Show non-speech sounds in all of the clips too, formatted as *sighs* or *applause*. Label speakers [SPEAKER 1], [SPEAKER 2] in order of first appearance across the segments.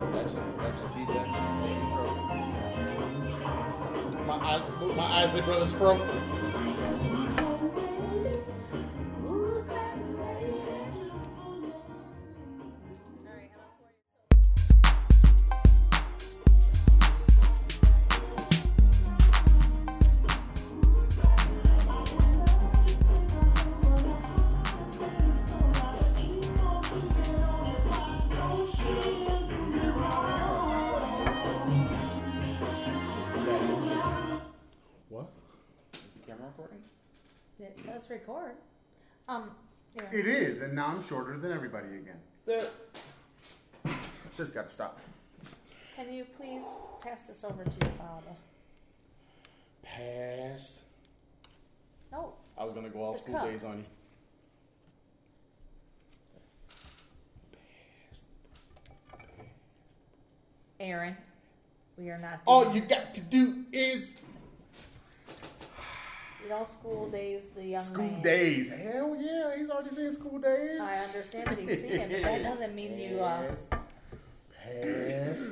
[SPEAKER 1] That should, that should be the, the intro.
[SPEAKER 2] My eyes, my eyes did brothers from. What?
[SPEAKER 1] Is the camera recording?
[SPEAKER 3] It says record. Um, yeah.
[SPEAKER 2] It is, and now I'm shorter than everybody again.
[SPEAKER 1] Just gotta stop.
[SPEAKER 3] Can you please pass this over to your father?
[SPEAKER 2] Pass.
[SPEAKER 3] No.
[SPEAKER 2] I was gonna go all
[SPEAKER 3] The
[SPEAKER 2] school
[SPEAKER 3] cup.
[SPEAKER 2] days on you.
[SPEAKER 3] Aaron, we are not.
[SPEAKER 2] All
[SPEAKER 3] doing-
[SPEAKER 2] you got to do is
[SPEAKER 3] you know, school days, the young
[SPEAKER 2] school
[SPEAKER 3] man.
[SPEAKER 2] days. Hell yeah, he's already seen school days.
[SPEAKER 3] Um, I understand that he's seen it, but that doesn't mean you. Uh,
[SPEAKER 2] Pass. Pass.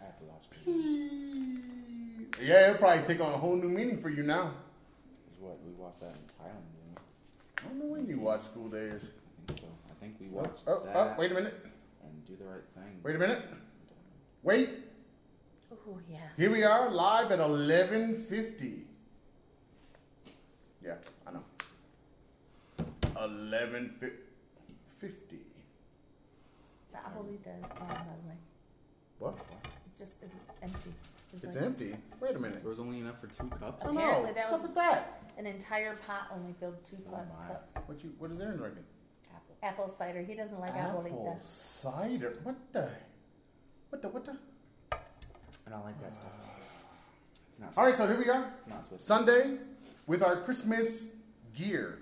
[SPEAKER 1] Appalachian.
[SPEAKER 2] yeah, it'll probably take on a whole new meaning for you now.
[SPEAKER 1] Is what we watched that in Thailand, didn't
[SPEAKER 2] I don't know when you watch school days.
[SPEAKER 1] we? I think so. I think we
[SPEAKER 2] Oh,
[SPEAKER 1] watched
[SPEAKER 2] oh,
[SPEAKER 1] that
[SPEAKER 2] oh, wait a minute.
[SPEAKER 1] and do the right thing.
[SPEAKER 2] Wait a minute. Wait.
[SPEAKER 3] oh yeah.
[SPEAKER 2] Here we are live at 11:50. Yeah, I know. 11:50.
[SPEAKER 3] The abuelita is gone, oh, by the way.
[SPEAKER 2] What?
[SPEAKER 3] It's just it's empty. There's
[SPEAKER 2] It's
[SPEAKER 3] like-
[SPEAKER 2] empty. Wait a minute.
[SPEAKER 1] There was only enough for two cups.
[SPEAKER 2] I don't know.
[SPEAKER 3] Apparently that
[SPEAKER 2] What's
[SPEAKER 3] was-
[SPEAKER 2] up with that?
[SPEAKER 3] An entire pot only filled two pla-
[SPEAKER 1] my.
[SPEAKER 3] cups.
[SPEAKER 2] What you? What is Aaron drinking?
[SPEAKER 3] Apple. Apple cider. He doesn't like
[SPEAKER 2] Apple
[SPEAKER 3] abuelita.
[SPEAKER 2] cider. What the? What the? What the?
[SPEAKER 1] I don't like that stuff. It's not.
[SPEAKER 2] All right, so here we are.
[SPEAKER 1] It's not Swiss.
[SPEAKER 2] Sunday with our Christmas gear.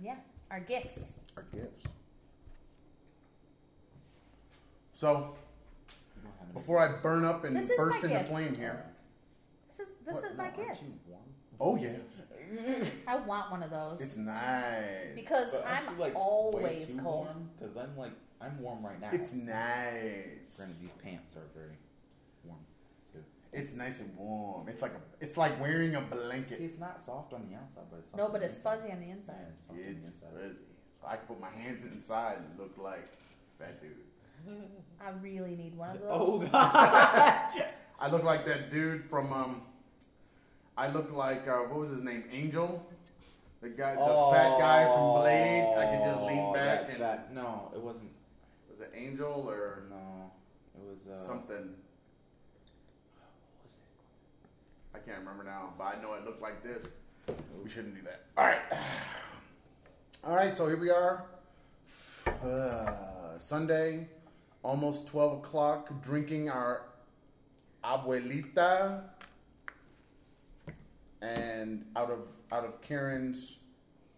[SPEAKER 3] Yeah. Our gifts.
[SPEAKER 2] Our gifts. So
[SPEAKER 1] We don't have any-
[SPEAKER 2] before I burn up and
[SPEAKER 3] This is
[SPEAKER 2] burst
[SPEAKER 3] my
[SPEAKER 2] into
[SPEAKER 3] gift.
[SPEAKER 2] flame here.
[SPEAKER 3] This is this
[SPEAKER 2] What?
[SPEAKER 3] is my
[SPEAKER 1] Aren't
[SPEAKER 3] gift.
[SPEAKER 1] you warm?
[SPEAKER 2] Oh yeah,
[SPEAKER 3] I want one of those.
[SPEAKER 2] it's nice.
[SPEAKER 3] because
[SPEAKER 1] But aren't
[SPEAKER 3] I'm
[SPEAKER 1] you, like, way
[SPEAKER 3] always
[SPEAKER 1] too
[SPEAKER 3] cold.
[SPEAKER 1] warm? Cause I'm like, I'm warm right now.
[SPEAKER 2] it's nice.
[SPEAKER 1] Granted, these pants are very warm too.
[SPEAKER 2] It's nice and warm. It's like a, it's like wearing a
[SPEAKER 1] See,
[SPEAKER 2] blanket.
[SPEAKER 1] it's not soft on the outside, but it's soft
[SPEAKER 3] No,
[SPEAKER 1] on
[SPEAKER 3] but
[SPEAKER 1] the
[SPEAKER 3] it's
[SPEAKER 1] inside.
[SPEAKER 3] fuzzy on the inside.
[SPEAKER 1] Yeah, it's soft on
[SPEAKER 2] It's
[SPEAKER 1] the inside.
[SPEAKER 2] fuzzy, so I can put my hands inside and look like fat dude.
[SPEAKER 3] I really need one of those.
[SPEAKER 1] Oh god!
[SPEAKER 2] I look like that dude from um. I look like uh, what was his name? Angel, the guy, the fat guy
[SPEAKER 3] Oh,
[SPEAKER 2] from Blade. I could just lean
[SPEAKER 1] Oh,
[SPEAKER 2] back
[SPEAKER 1] that
[SPEAKER 2] and
[SPEAKER 1] fat- No, it wasn't.
[SPEAKER 2] was it Angel or
[SPEAKER 1] No, it was uh,
[SPEAKER 2] something?
[SPEAKER 1] what was it?
[SPEAKER 2] I can't remember now, but I know it looked like this. We shouldn't do that. All right. *sighs* All right, so here we are. Uh, Sunday, almost 12 o'clock, drinking our abuelita. And out of out of Karen's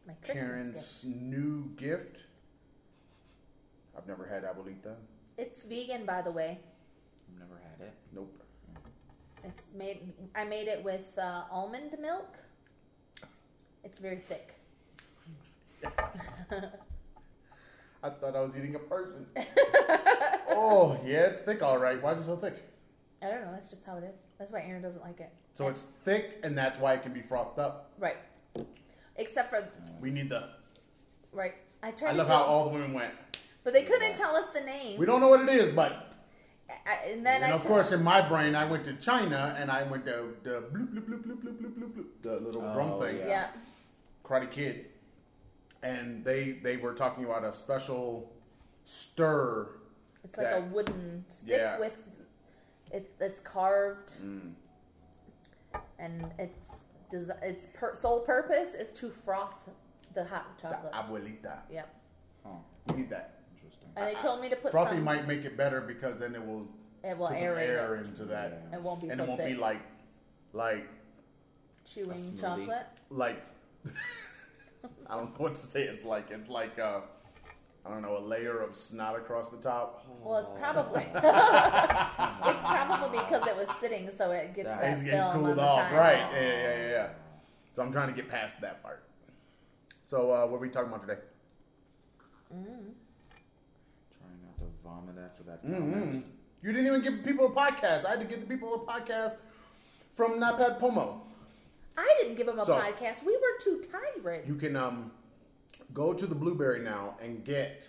[SPEAKER 3] My Christmas gift.
[SPEAKER 2] Karen's new gift. I've never had abuelita.
[SPEAKER 3] It's vegan, by the way.
[SPEAKER 1] I've never had
[SPEAKER 3] *laughs*
[SPEAKER 1] it.
[SPEAKER 2] Nope.
[SPEAKER 3] It's made. I made it with uh, almond milk. It's very thick.
[SPEAKER 2] I thought I was eating
[SPEAKER 3] *laughs*
[SPEAKER 2] a person. oh yeah, it's thick, all right. Why is it so thick?
[SPEAKER 3] I don't know. That's just how it is. That's why Aaron doesn't like it.
[SPEAKER 2] So it's thick, and that's why it can be frothed up.
[SPEAKER 3] right. Except for
[SPEAKER 2] We need the.
[SPEAKER 3] right. I tried.
[SPEAKER 2] I
[SPEAKER 3] to
[SPEAKER 2] love
[SPEAKER 3] do-
[SPEAKER 2] how all the women went.
[SPEAKER 3] but they couldn't tell us the name.
[SPEAKER 2] We don't know what it is, but
[SPEAKER 3] I, I- and then
[SPEAKER 2] and
[SPEAKER 3] I
[SPEAKER 2] of
[SPEAKER 3] took-
[SPEAKER 2] course, in my brain, I went to China and I went to the bloop bloop bloop bloop bloop bloop bloop bloop the little
[SPEAKER 1] Oh,
[SPEAKER 2] drum thing,
[SPEAKER 1] yeah.
[SPEAKER 3] Yeah.
[SPEAKER 2] Karate Kid, and they they were talking about a special stir.
[SPEAKER 3] It's like
[SPEAKER 2] that-
[SPEAKER 3] a wooden stick
[SPEAKER 2] Yeah. Mm.
[SPEAKER 3] with it. It's carved, and its desi- its per- sole purpose is to froth the hot
[SPEAKER 2] The
[SPEAKER 3] chocolate.
[SPEAKER 2] abuelita.
[SPEAKER 3] Yep.
[SPEAKER 1] Huh?
[SPEAKER 2] We need that.
[SPEAKER 1] Interesting.
[SPEAKER 3] And they told me to put
[SPEAKER 2] Frothy
[SPEAKER 3] some.
[SPEAKER 2] might make it better because then it will
[SPEAKER 3] it will
[SPEAKER 2] put some
[SPEAKER 3] aerate
[SPEAKER 2] air
[SPEAKER 3] it.
[SPEAKER 2] into that,
[SPEAKER 3] It won't be
[SPEAKER 2] and
[SPEAKER 3] so
[SPEAKER 2] it won't
[SPEAKER 3] thick.
[SPEAKER 2] be like like
[SPEAKER 3] chewing
[SPEAKER 1] smoothie.
[SPEAKER 3] chocolate.
[SPEAKER 2] like *laughs* I don't know what to say. It's like it's like uh, I don't know a layer of snot across the top.
[SPEAKER 3] Well, it's
[SPEAKER 2] *laughs*
[SPEAKER 3] probably *laughs* it's probably because it was sitting, so it gets
[SPEAKER 1] Yeah,
[SPEAKER 3] that
[SPEAKER 2] it's getting
[SPEAKER 3] film on
[SPEAKER 2] cooled
[SPEAKER 3] the
[SPEAKER 2] off,
[SPEAKER 3] time.
[SPEAKER 2] right? Yeah, yeah, yeah, yeah. So I'm trying to get past that part. So uh, what are we talking about today?
[SPEAKER 1] Trying not to
[SPEAKER 4] vomit after that.
[SPEAKER 3] Hmm.
[SPEAKER 2] Mm-hmm.
[SPEAKER 4] comment.
[SPEAKER 2] You didn't even give people a podcast. I had to give the people a podcast from Napat Pomo.
[SPEAKER 3] I didn't give him a
[SPEAKER 2] So-
[SPEAKER 3] podcast. We were too tired.
[SPEAKER 2] You can um, go to the Blueberry now and get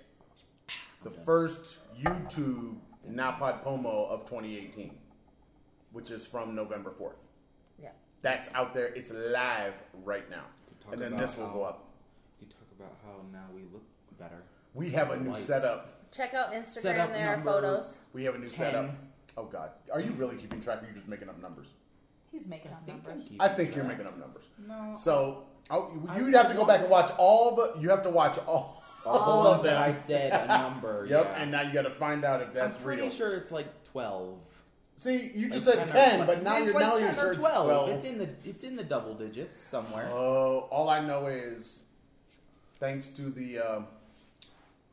[SPEAKER 2] the first YouTube Napat Pomo of 2018, which is from November 4th.
[SPEAKER 3] yeah.
[SPEAKER 2] That's out there. It's live right now.
[SPEAKER 4] Talk
[SPEAKER 2] And then
[SPEAKER 4] about
[SPEAKER 2] this will
[SPEAKER 4] how-
[SPEAKER 2] go up.
[SPEAKER 4] You talk about how now we look better.
[SPEAKER 2] We have a new
[SPEAKER 4] Lights.
[SPEAKER 2] setup.
[SPEAKER 3] Check out Instagram.
[SPEAKER 4] Setup
[SPEAKER 3] There are
[SPEAKER 4] number-
[SPEAKER 3] photos.
[SPEAKER 2] We have a new
[SPEAKER 4] Ten.
[SPEAKER 2] setup. Oh God, are you really keeping track? Or are you just making up numbers?
[SPEAKER 3] He's making up numbers.
[SPEAKER 4] Thank you.
[SPEAKER 2] I think you're making up numbers.
[SPEAKER 4] No.
[SPEAKER 2] So oh,
[SPEAKER 4] I-
[SPEAKER 2] you'd have to go back and watch all the. You have to watch all,
[SPEAKER 4] All,
[SPEAKER 2] all
[SPEAKER 4] the
[SPEAKER 2] of
[SPEAKER 4] ones that I
[SPEAKER 2] them.
[SPEAKER 4] said
[SPEAKER 2] *laughs*
[SPEAKER 4] a number.
[SPEAKER 2] Yep,
[SPEAKER 4] yeah.
[SPEAKER 2] and now you got to find out if that's
[SPEAKER 4] I'm pretty
[SPEAKER 2] real.
[SPEAKER 4] sure it's like twelve.
[SPEAKER 2] See, you just
[SPEAKER 4] Like
[SPEAKER 2] said
[SPEAKER 4] 10
[SPEAKER 2] ten,
[SPEAKER 4] or
[SPEAKER 2] but now
[SPEAKER 4] it's
[SPEAKER 2] you're
[SPEAKER 4] like
[SPEAKER 2] now
[SPEAKER 4] 10
[SPEAKER 2] you're
[SPEAKER 4] or
[SPEAKER 2] sure it's
[SPEAKER 4] 12.
[SPEAKER 2] twelve.
[SPEAKER 4] It's in the it's in the double digits somewhere.
[SPEAKER 2] Oh, all I know is, thanks to the um,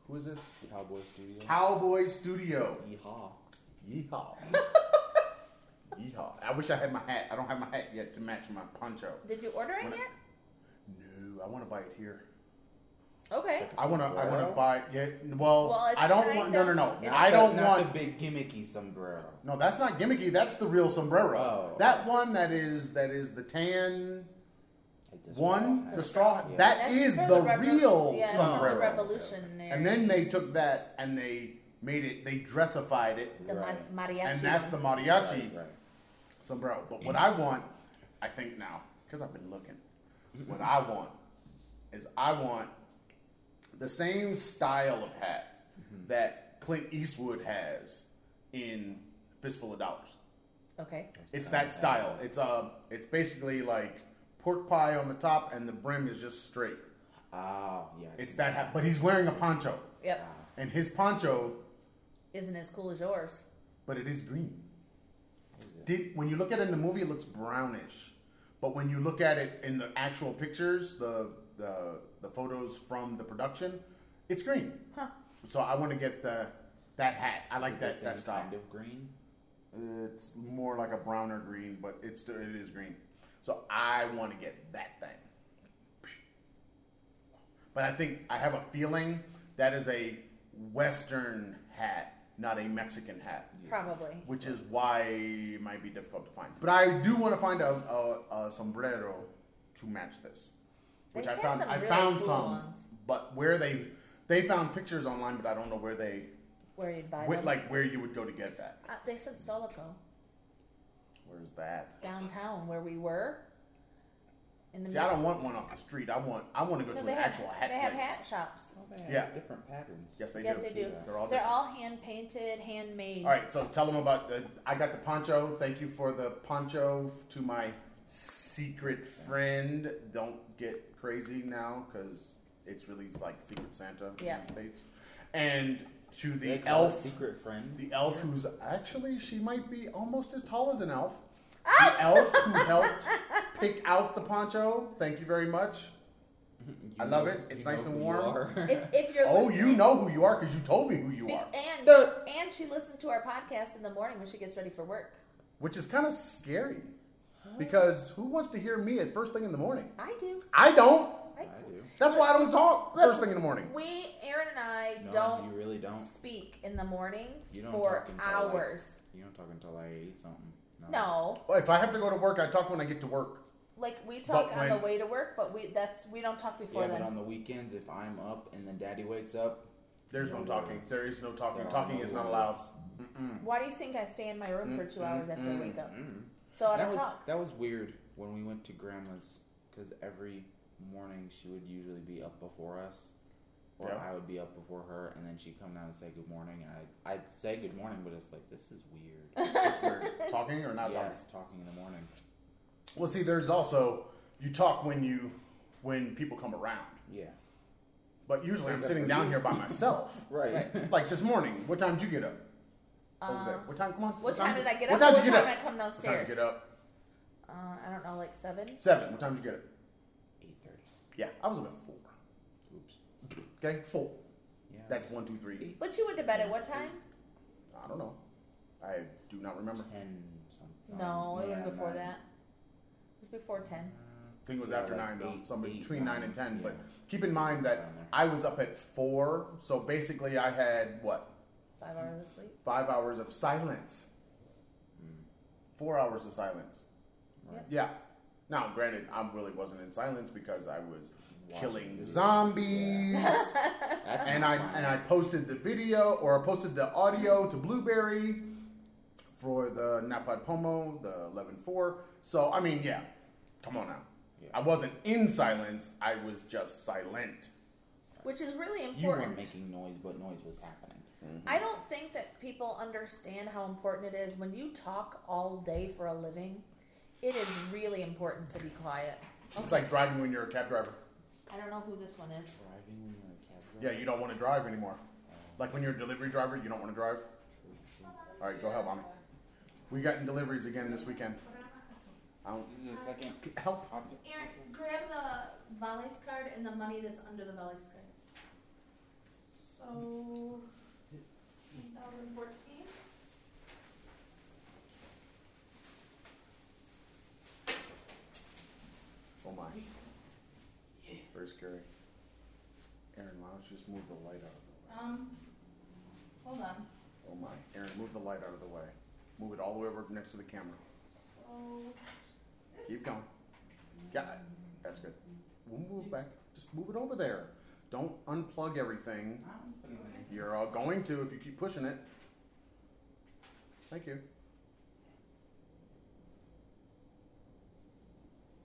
[SPEAKER 2] who is this?
[SPEAKER 4] Cowboy Studio.
[SPEAKER 2] Cowboy Studio.
[SPEAKER 4] Yeehaw. *laughs*
[SPEAKER 2] Yeehaw. Yeehaw. I wish I had my hat. I don't have my hat yet to match my poncho.
[SPEAKER 3] Did you order it
[SPEAKER 2] When I-
[SPEAKER 3] yet?
[SPEAKER 2] No, I want to buy it here.
[SPEAKER 3] Okay.
[SPEAKER 2] I want to. I want to
[SPEAKER 4] Sombrero?
[SPEAKER 2] buy. Yeah. Well,
[SPEAKER 3] Well, it's
[SPEAKER 2] I don't
[SPEAKER 3] kind
[SPEAKER 2] want. No, no, no.
[SPEAKER 3] of- it's
[SPEAKER 2] I don't
[SPEAKER 4] not
[SPEAKER 2] want.
[SPEAKER 4] the big gimmicky sombrero.
[SPEAKER 2] No, that's not gimmicky. That's the real sombrero.
[SPEAKER 4] Oh.
[SPEAKER 2] That one that is that is the tan
[SPEAKER 4] Like this
[SPEAKER 2] one,
[SPEAKER 4] hat.
[SPEAKER 2] the straw.
[SPEAKER 4] Yeah.
[SPEAKER 2] That is
[SPEAKER 3] for
[SPEAKER 2] the
[SPEAKER 3] revo-
[SPEAKER 2] real
[SPEAKER 3] yeah, it's for
[SPEAKER 2] sombrero.
[SPEAKER 3] The revolutionary.
[SPEAKER 2] And then they took that and they made it. They dressified it,
[SPEAKER 3] the
[SPEAKER 4] Right.
[SPEAKER 3] ma- mariachi.
[SPEAKER 2] and that's the
[SPEAKER 3] one.
[SPEAKER 2] mariachi.
[SPEAKER 4] Right, right.
[SPEAKER 2] sombrero. But what I want, I think now, because I've been looking, what I want is I want the same style of hat
[SPEAKER 4] Mm-hmm.
[SPEAKER 2] that Clint Eastwood has in Fistful of Dollars.
[SPEAKER 3] Okay.
[SPEAKER 2] It's that style. It's um, it's basically like pork pie on the top and the brim is just straight.
[SPEAKER 4] Ah, yeah. I
[SPEAKER 2] It's
[SPEAKER 4] see.
[SPEAKER 2] that hat, but he's wearing a poncho,
[SPEAKER 3] Yep.
[SPEAKER 2] and his poncho,
[SPEAKER 3] Isn't as cool as yours.
[SPEAKER 2] but it is green.
[SPEAKER 4] Is it?
[SPEAKER 2] Did when you look at it in the movie, it looks brownish, but when you look at it in the actual pictures, the the the photos from the production, it's green.
[SPEAKER 3] Huh.
[SPEAKER 2] So I want to get the that hat. I like
[SPEAKER 4] Is it
[SPEAKER 2] that
[SPEAKER 4] the
[SPEAKER 2] that
[SPEAKER 4] same
[SPEAKER 2] style.
[SPEAKER 4] kind of green.
[SPEAKER 2] It's more like a brown or green, but it's still, it is green. So I want to get that thing. But I think I have a feeling that is a Western hat, not a Mexican hat
[SPEAKER 3] Probably.
[SPEAKER 2] which is why it might be difficult to find. But I do want to find a, a, a sombrero to match this, which
[SPEAKER 3] They
[SPEAKER 2] I
[SPEAKER 3] had
[SPEAKER 2] found.
[SPEAKER 3] some
[SPEAKER 2] I
[SPEAKER 3] really
[SPEAKER 2] found
[SPEAKER 3] cool
[SPEAKER 2] some,
[SPEAKER 3] ones.
[SPEAKER 2] but where they they found pictures online, but I don't know where they
[SPEAKER 3] Where you'd buy
[SPEAKER 2] wh-
[SPEAKER 3] them.
[SPEAKER 2] like where you would go to get that.
[SPEAKER 3] uh, they said Solico
[SPEAKER 2] Where's that?
[SPEAKER 3] downtown where we were. In the
[SPEAKER 2] See, I don't want one off the street. I want I want to go
[SPEAKER 3] No,
[SPEAKER 2] to
[SPEAKER 3] they
[SPEAKER 2] an
[SPEAKER 3] have
[SPEAKER 2] actual hat
[SPEAKER 3] they
[SPEAKER 2] place.
[SPEAKER 3] have hat shops.
[SPEAKER 4] Oh, they have
[SPEAKER 2] Yeah.
[SPEAKER 4] Different patterns.
[SPEAKER 2] Yes, they
[SPEAKER 3] yes,
[SPEAKER 2] do.
[SPEAKER 3] they do.
[SPEAKER 4] Yeah.
[SPEAKER 2] They're all
[SPEAKER 3] They're
[SPEAKER 2] different.
[SPEAKER 3] all hand painted, handmade.
[SPEAKER 2] All right, so tell them about the. I got the poncho. Thank you for the poncho to my secret friend. Don't get crazy now because it's really like Secret Santa
[SPEAKER 3] Yeah.
[SPEAKER 2] in the States. And to the
[SPEAKER 4] They call it
[SPEAKER 2] elf,
[SPEAKER 4] secret friend.
[SPEAKER 2] the elf who's actually, she might be almost as tall as an elf.
[SPEAKER 3] Ah!
[SPEAKER 2] The elf who helped pick out the poncho. Thank you very much.
[SPEAKER 4] You
[SPEAKER 2] I love
[SPEAKER 4] know-
[SPEAKER 2] it. It's
[SPEAKER 4] you know
[SPEAKER 2] nice and
[SPEAKER 4] who you
[SPEAKER 2] warm.
[SPEAKER 4] are.
[SPEAKER 3] If, if you're
[SPEAKER 2] Oh,
[SPEAKER 3] listening,
[SPEAKER 2] you know who you are because you told me who you
[SPEAKER 3] Be-
[SPEAKER 2] are.
[SPEAKER 3] and
[SPEAKER 4] The-
[SPEAKER 3] and she listens to our podcast in the morning when she gets ready for work.
[SPEAKER 2] which is kind of scary because who wants to hear me at first thing in the morning?
[SPEAKER 3] I do.
[SPEAKER 2] I don't.
[SPEAKER 4] *laughs* I
[SPEAKER 3] I,
[SPEAKER 4] do.
[SPEAKER 2] That's why I don't talk
[SPEAKER 3] Look,
[SPEAKER 2] first thing in the morning.
[SPEAKER 3] we, Aaron and I,
[SPEAKER 4] No,
[SPEAKER 3] don't
[SPEAKER 4] you really don't.
[SPEAKER 3] speak in the morning
[SPEAKER 4] You don't
[SPEAKER 3] for
[SPEAKER 4] talk until, like-
[SPEAKER 3] hours.
[SPEAKER 4] You don't talk until I eat something.
[SPEAKER 3] No,
[SPEAKER 2] Well, Oh, If I have to go to work, I talk when I get to work.
[SPEAKER 3] like we talk on
[SPEAKER 2] But when-
[SPEAKER 3] the way to work, but we that's we don't talk before
[SPEAKER 4] Yeah,
[SPEAKER 3] then.
[SPEAKER 4] but on the weekends, if I'm up and then Daddy wakes up,
[SPEAKER 2] There's no,
[SPEAKER 4] No
[SPEAKER 2] talking.
[SPEAKER 4] words.
[SPEAKER 2] There is no talking.
[SPEAKER 4] There are
[SPEAKER 2] talking
[SPEAKER 4] no
[SPEAKER 2] is not
[SPEAKER 4] words.
[SPEAKER 3] *laughs*
[SPEAKER 2] allowed.
[SPEAKER 3] Why do you think I stay in my room for two hours after I wake up?
[SPEAKER 4] mm.
[SPEAKER 3] So I
[SPEAKER 4] that
[SPEAKER 3] don't
[SPEAKER 4] was
[SPEAKER 3] talk.
[SPEAKER 4] that was weird when we went to Grandma's because every morning she would usually be up before us, or
[SPEAKER 2] Yeah.
[SPEAKER 4] I would be up before her, and then she'd come down and say good morning, and I I'd say good morning, but it's like this is
[SPEAKER 3] *laughs*
[SPEAKER 4] weird.
[SPEAKER 2] It's weird. talking or not talking.
[SPEAKER 4] yes, talking in the morning.
[SPEAKER 2] Well, see, there's also you talk when you when people come around.
[SPEAKER 4] Yeah.
[SPEAKER 2] But usually I'm
[SPEAKER 4] Except
[SPEAKER 2] sitting
[SPEAKER 4] for
[SPEAKER 2] down
[SPEAKER 4] you.
[SPEAKER 2] here by myself.
[SPEAKER 4] *laughs* Right.
[SPEAKER 2] like this morning. What time did you get up? Over there.
[SPEAKER 3] Um,
[SPEAKER 2] What time? Come on.
[SPEAKER 3] what time did I get up?
[SPEAKER 2] What time
[SPEAKER 3] What
[SPEAKER 2] did you get
[SPEAKER 3] time
[SPEAKER 2] up?
[SPEAKER 3] did I come
[SPEAKER 2] What time did
[SPEAKER 3] downstairs?
[SPEAKER 2] you get up?
[SPEAKER 3] Uh, I don't know, like seven.
[SPEAKER 2] Seven. What time did you get up?
[SPEAKER 4] Eight thirty.
[SPEAKER 2] Yeah, I was up at four.
[SPEAKER 4] Oops.
[SPEAKER 2] Okay, four.
[SPEAKER 4] Yeah.
[SPEAKER 2] That's one, two, three.
[SPEAKER 4] Eight.
[SPEAKER 3] But you went to bed at what time?
[SPEAKER 2] I don't know. I do not remember.
[SPEAKER 4] ten
[SPEAKER 2] Oh,
[SPEAKER 4] something.
[SPEAKER 3] No, it
[SPEAKER 4] Yeah,
[SPEAKER 3] was before
[SPEAKER 4] nine.
[SPEAKER 3] that. It was before ten.
[SPEAKER 2] I think it was
[SPEAKER 4] Yeah,
[SPEAKER 2] after
[SPEAKER 4] like
[SPEAKER 2] nine though,
[SPEAKER 4] eight-
[SPEAKER 2] something
[SPEAKER 4] eight,
[SPEAKER 2] between nine,
[SPEAKER 4] nine,
[SPEAKER 2] and ten. But
[SPEAKER 4] yeah.
[SPEAKER 2] keep in mind that
[SPEAKER 4] Around there.
[SPEAKER 2] I was up at four, so basically I had what
[SPEAKER 3] Five hours of sleep.
[SPEAKER 2] Five hours of silence.
[SPEAKER 1] Mm.
[SPEAKER 2] Four hours of silence.
[SPEAKER 1] Right.
[SPEAKER 2] Yeah. Now, granted, I really wasn't in silence because I was
[SPEAKER 1] Watching
[SPEAKER 2] killing
[SPEAKER 1] videos.
[SPEAKER 2] zombies.
[SPEAKER 3] *laughs*
[SPEAKER 1] That's
[SPEAKER 2] and
[SPEAKER 1] not
[SPEAKER 2] I
[SPEAKER 1] fun.
[SPEAKER 2] and I posted the video or I posted the audio to Blueberry for the Napad Pomo, the eleven four. So I mean, yeah, come on now.
[SPEAKER 1] Yeah.
[SPEAKER 2] I wasn't in silence. I was just silent. Mm.
[SPEAKER 3] Which is really
[SPEAKER 1] You weren't
[SPEAKER 3] important.
[SPEAKER 1] making noise, but noise was happening.
[SPEAKER 3] I don't think that people understand how important it is when you talk all day for a living. It is really important to be quiet.
[SPEAKER 2] It's like driving when you're a cab driver.
[SPEAKER 3] I don't know who this one is.
[SPEAKER 1] Driving when you're a cab
[SPEAKER 2] Yeah,
[SPEAKER 1] driver.
[SPEAKER 2] you don't want to drive anymore. Like when you're a delivery driver, you don't want to drive. All right, go help mommy. We gotten deliveries again this weekend. I don't
[SPEAKER 1] This is the second
[SPEAKER 2] help.
[SPEAKER 1] object.
[SPEAKER 5] Aaron, grab the Valley's card and the money that's under the Valley's card. So, 2014.
[SPEAKER 2] Oh my. Very scary. Aaron, why don't you just move the light out of the way?
[SPEAKER 5] Um, hold on.
[SPEAKER 2] Oh my. Aaron, move the light out of the way. Move it all the way over next to the camera.
[SPEAKER 5] So,
[SPEAKER 2] Keep going. Got it. That's good. We'll move back. Just move it over there. Don't unplug everything. You're all going to if you keep pushing it. Thank you.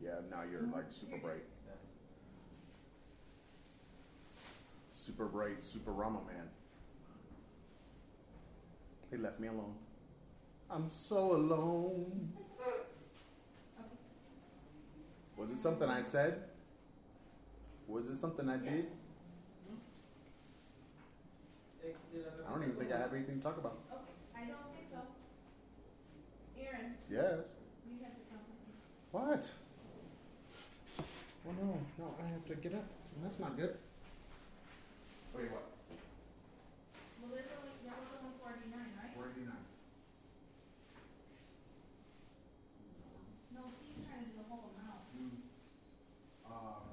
[SPEAKER 2] Yeah, now you're like super bright. Super bright, super Rama man. They left me alone. I'm so alone. Was it something I said? Was it something I did? I don't even think I have anything to talk about.
[SPEAKER 5] okay, I don't think so. Aaron,
[SPEAKER 2] Yes.
[SPEAKER 5] you have to come with me.
[SPEAKER 2] What? Well, Oh, no, no, I have to get up. That's not good. Wait, what?
[SPEAKER 5] Well, there's only, there was only 49, right?
[SPEAKER 2] Where are you now?
[SPEAKER 5] No, he's trying to do the whole amount.
[SPEAKER 2] Oh,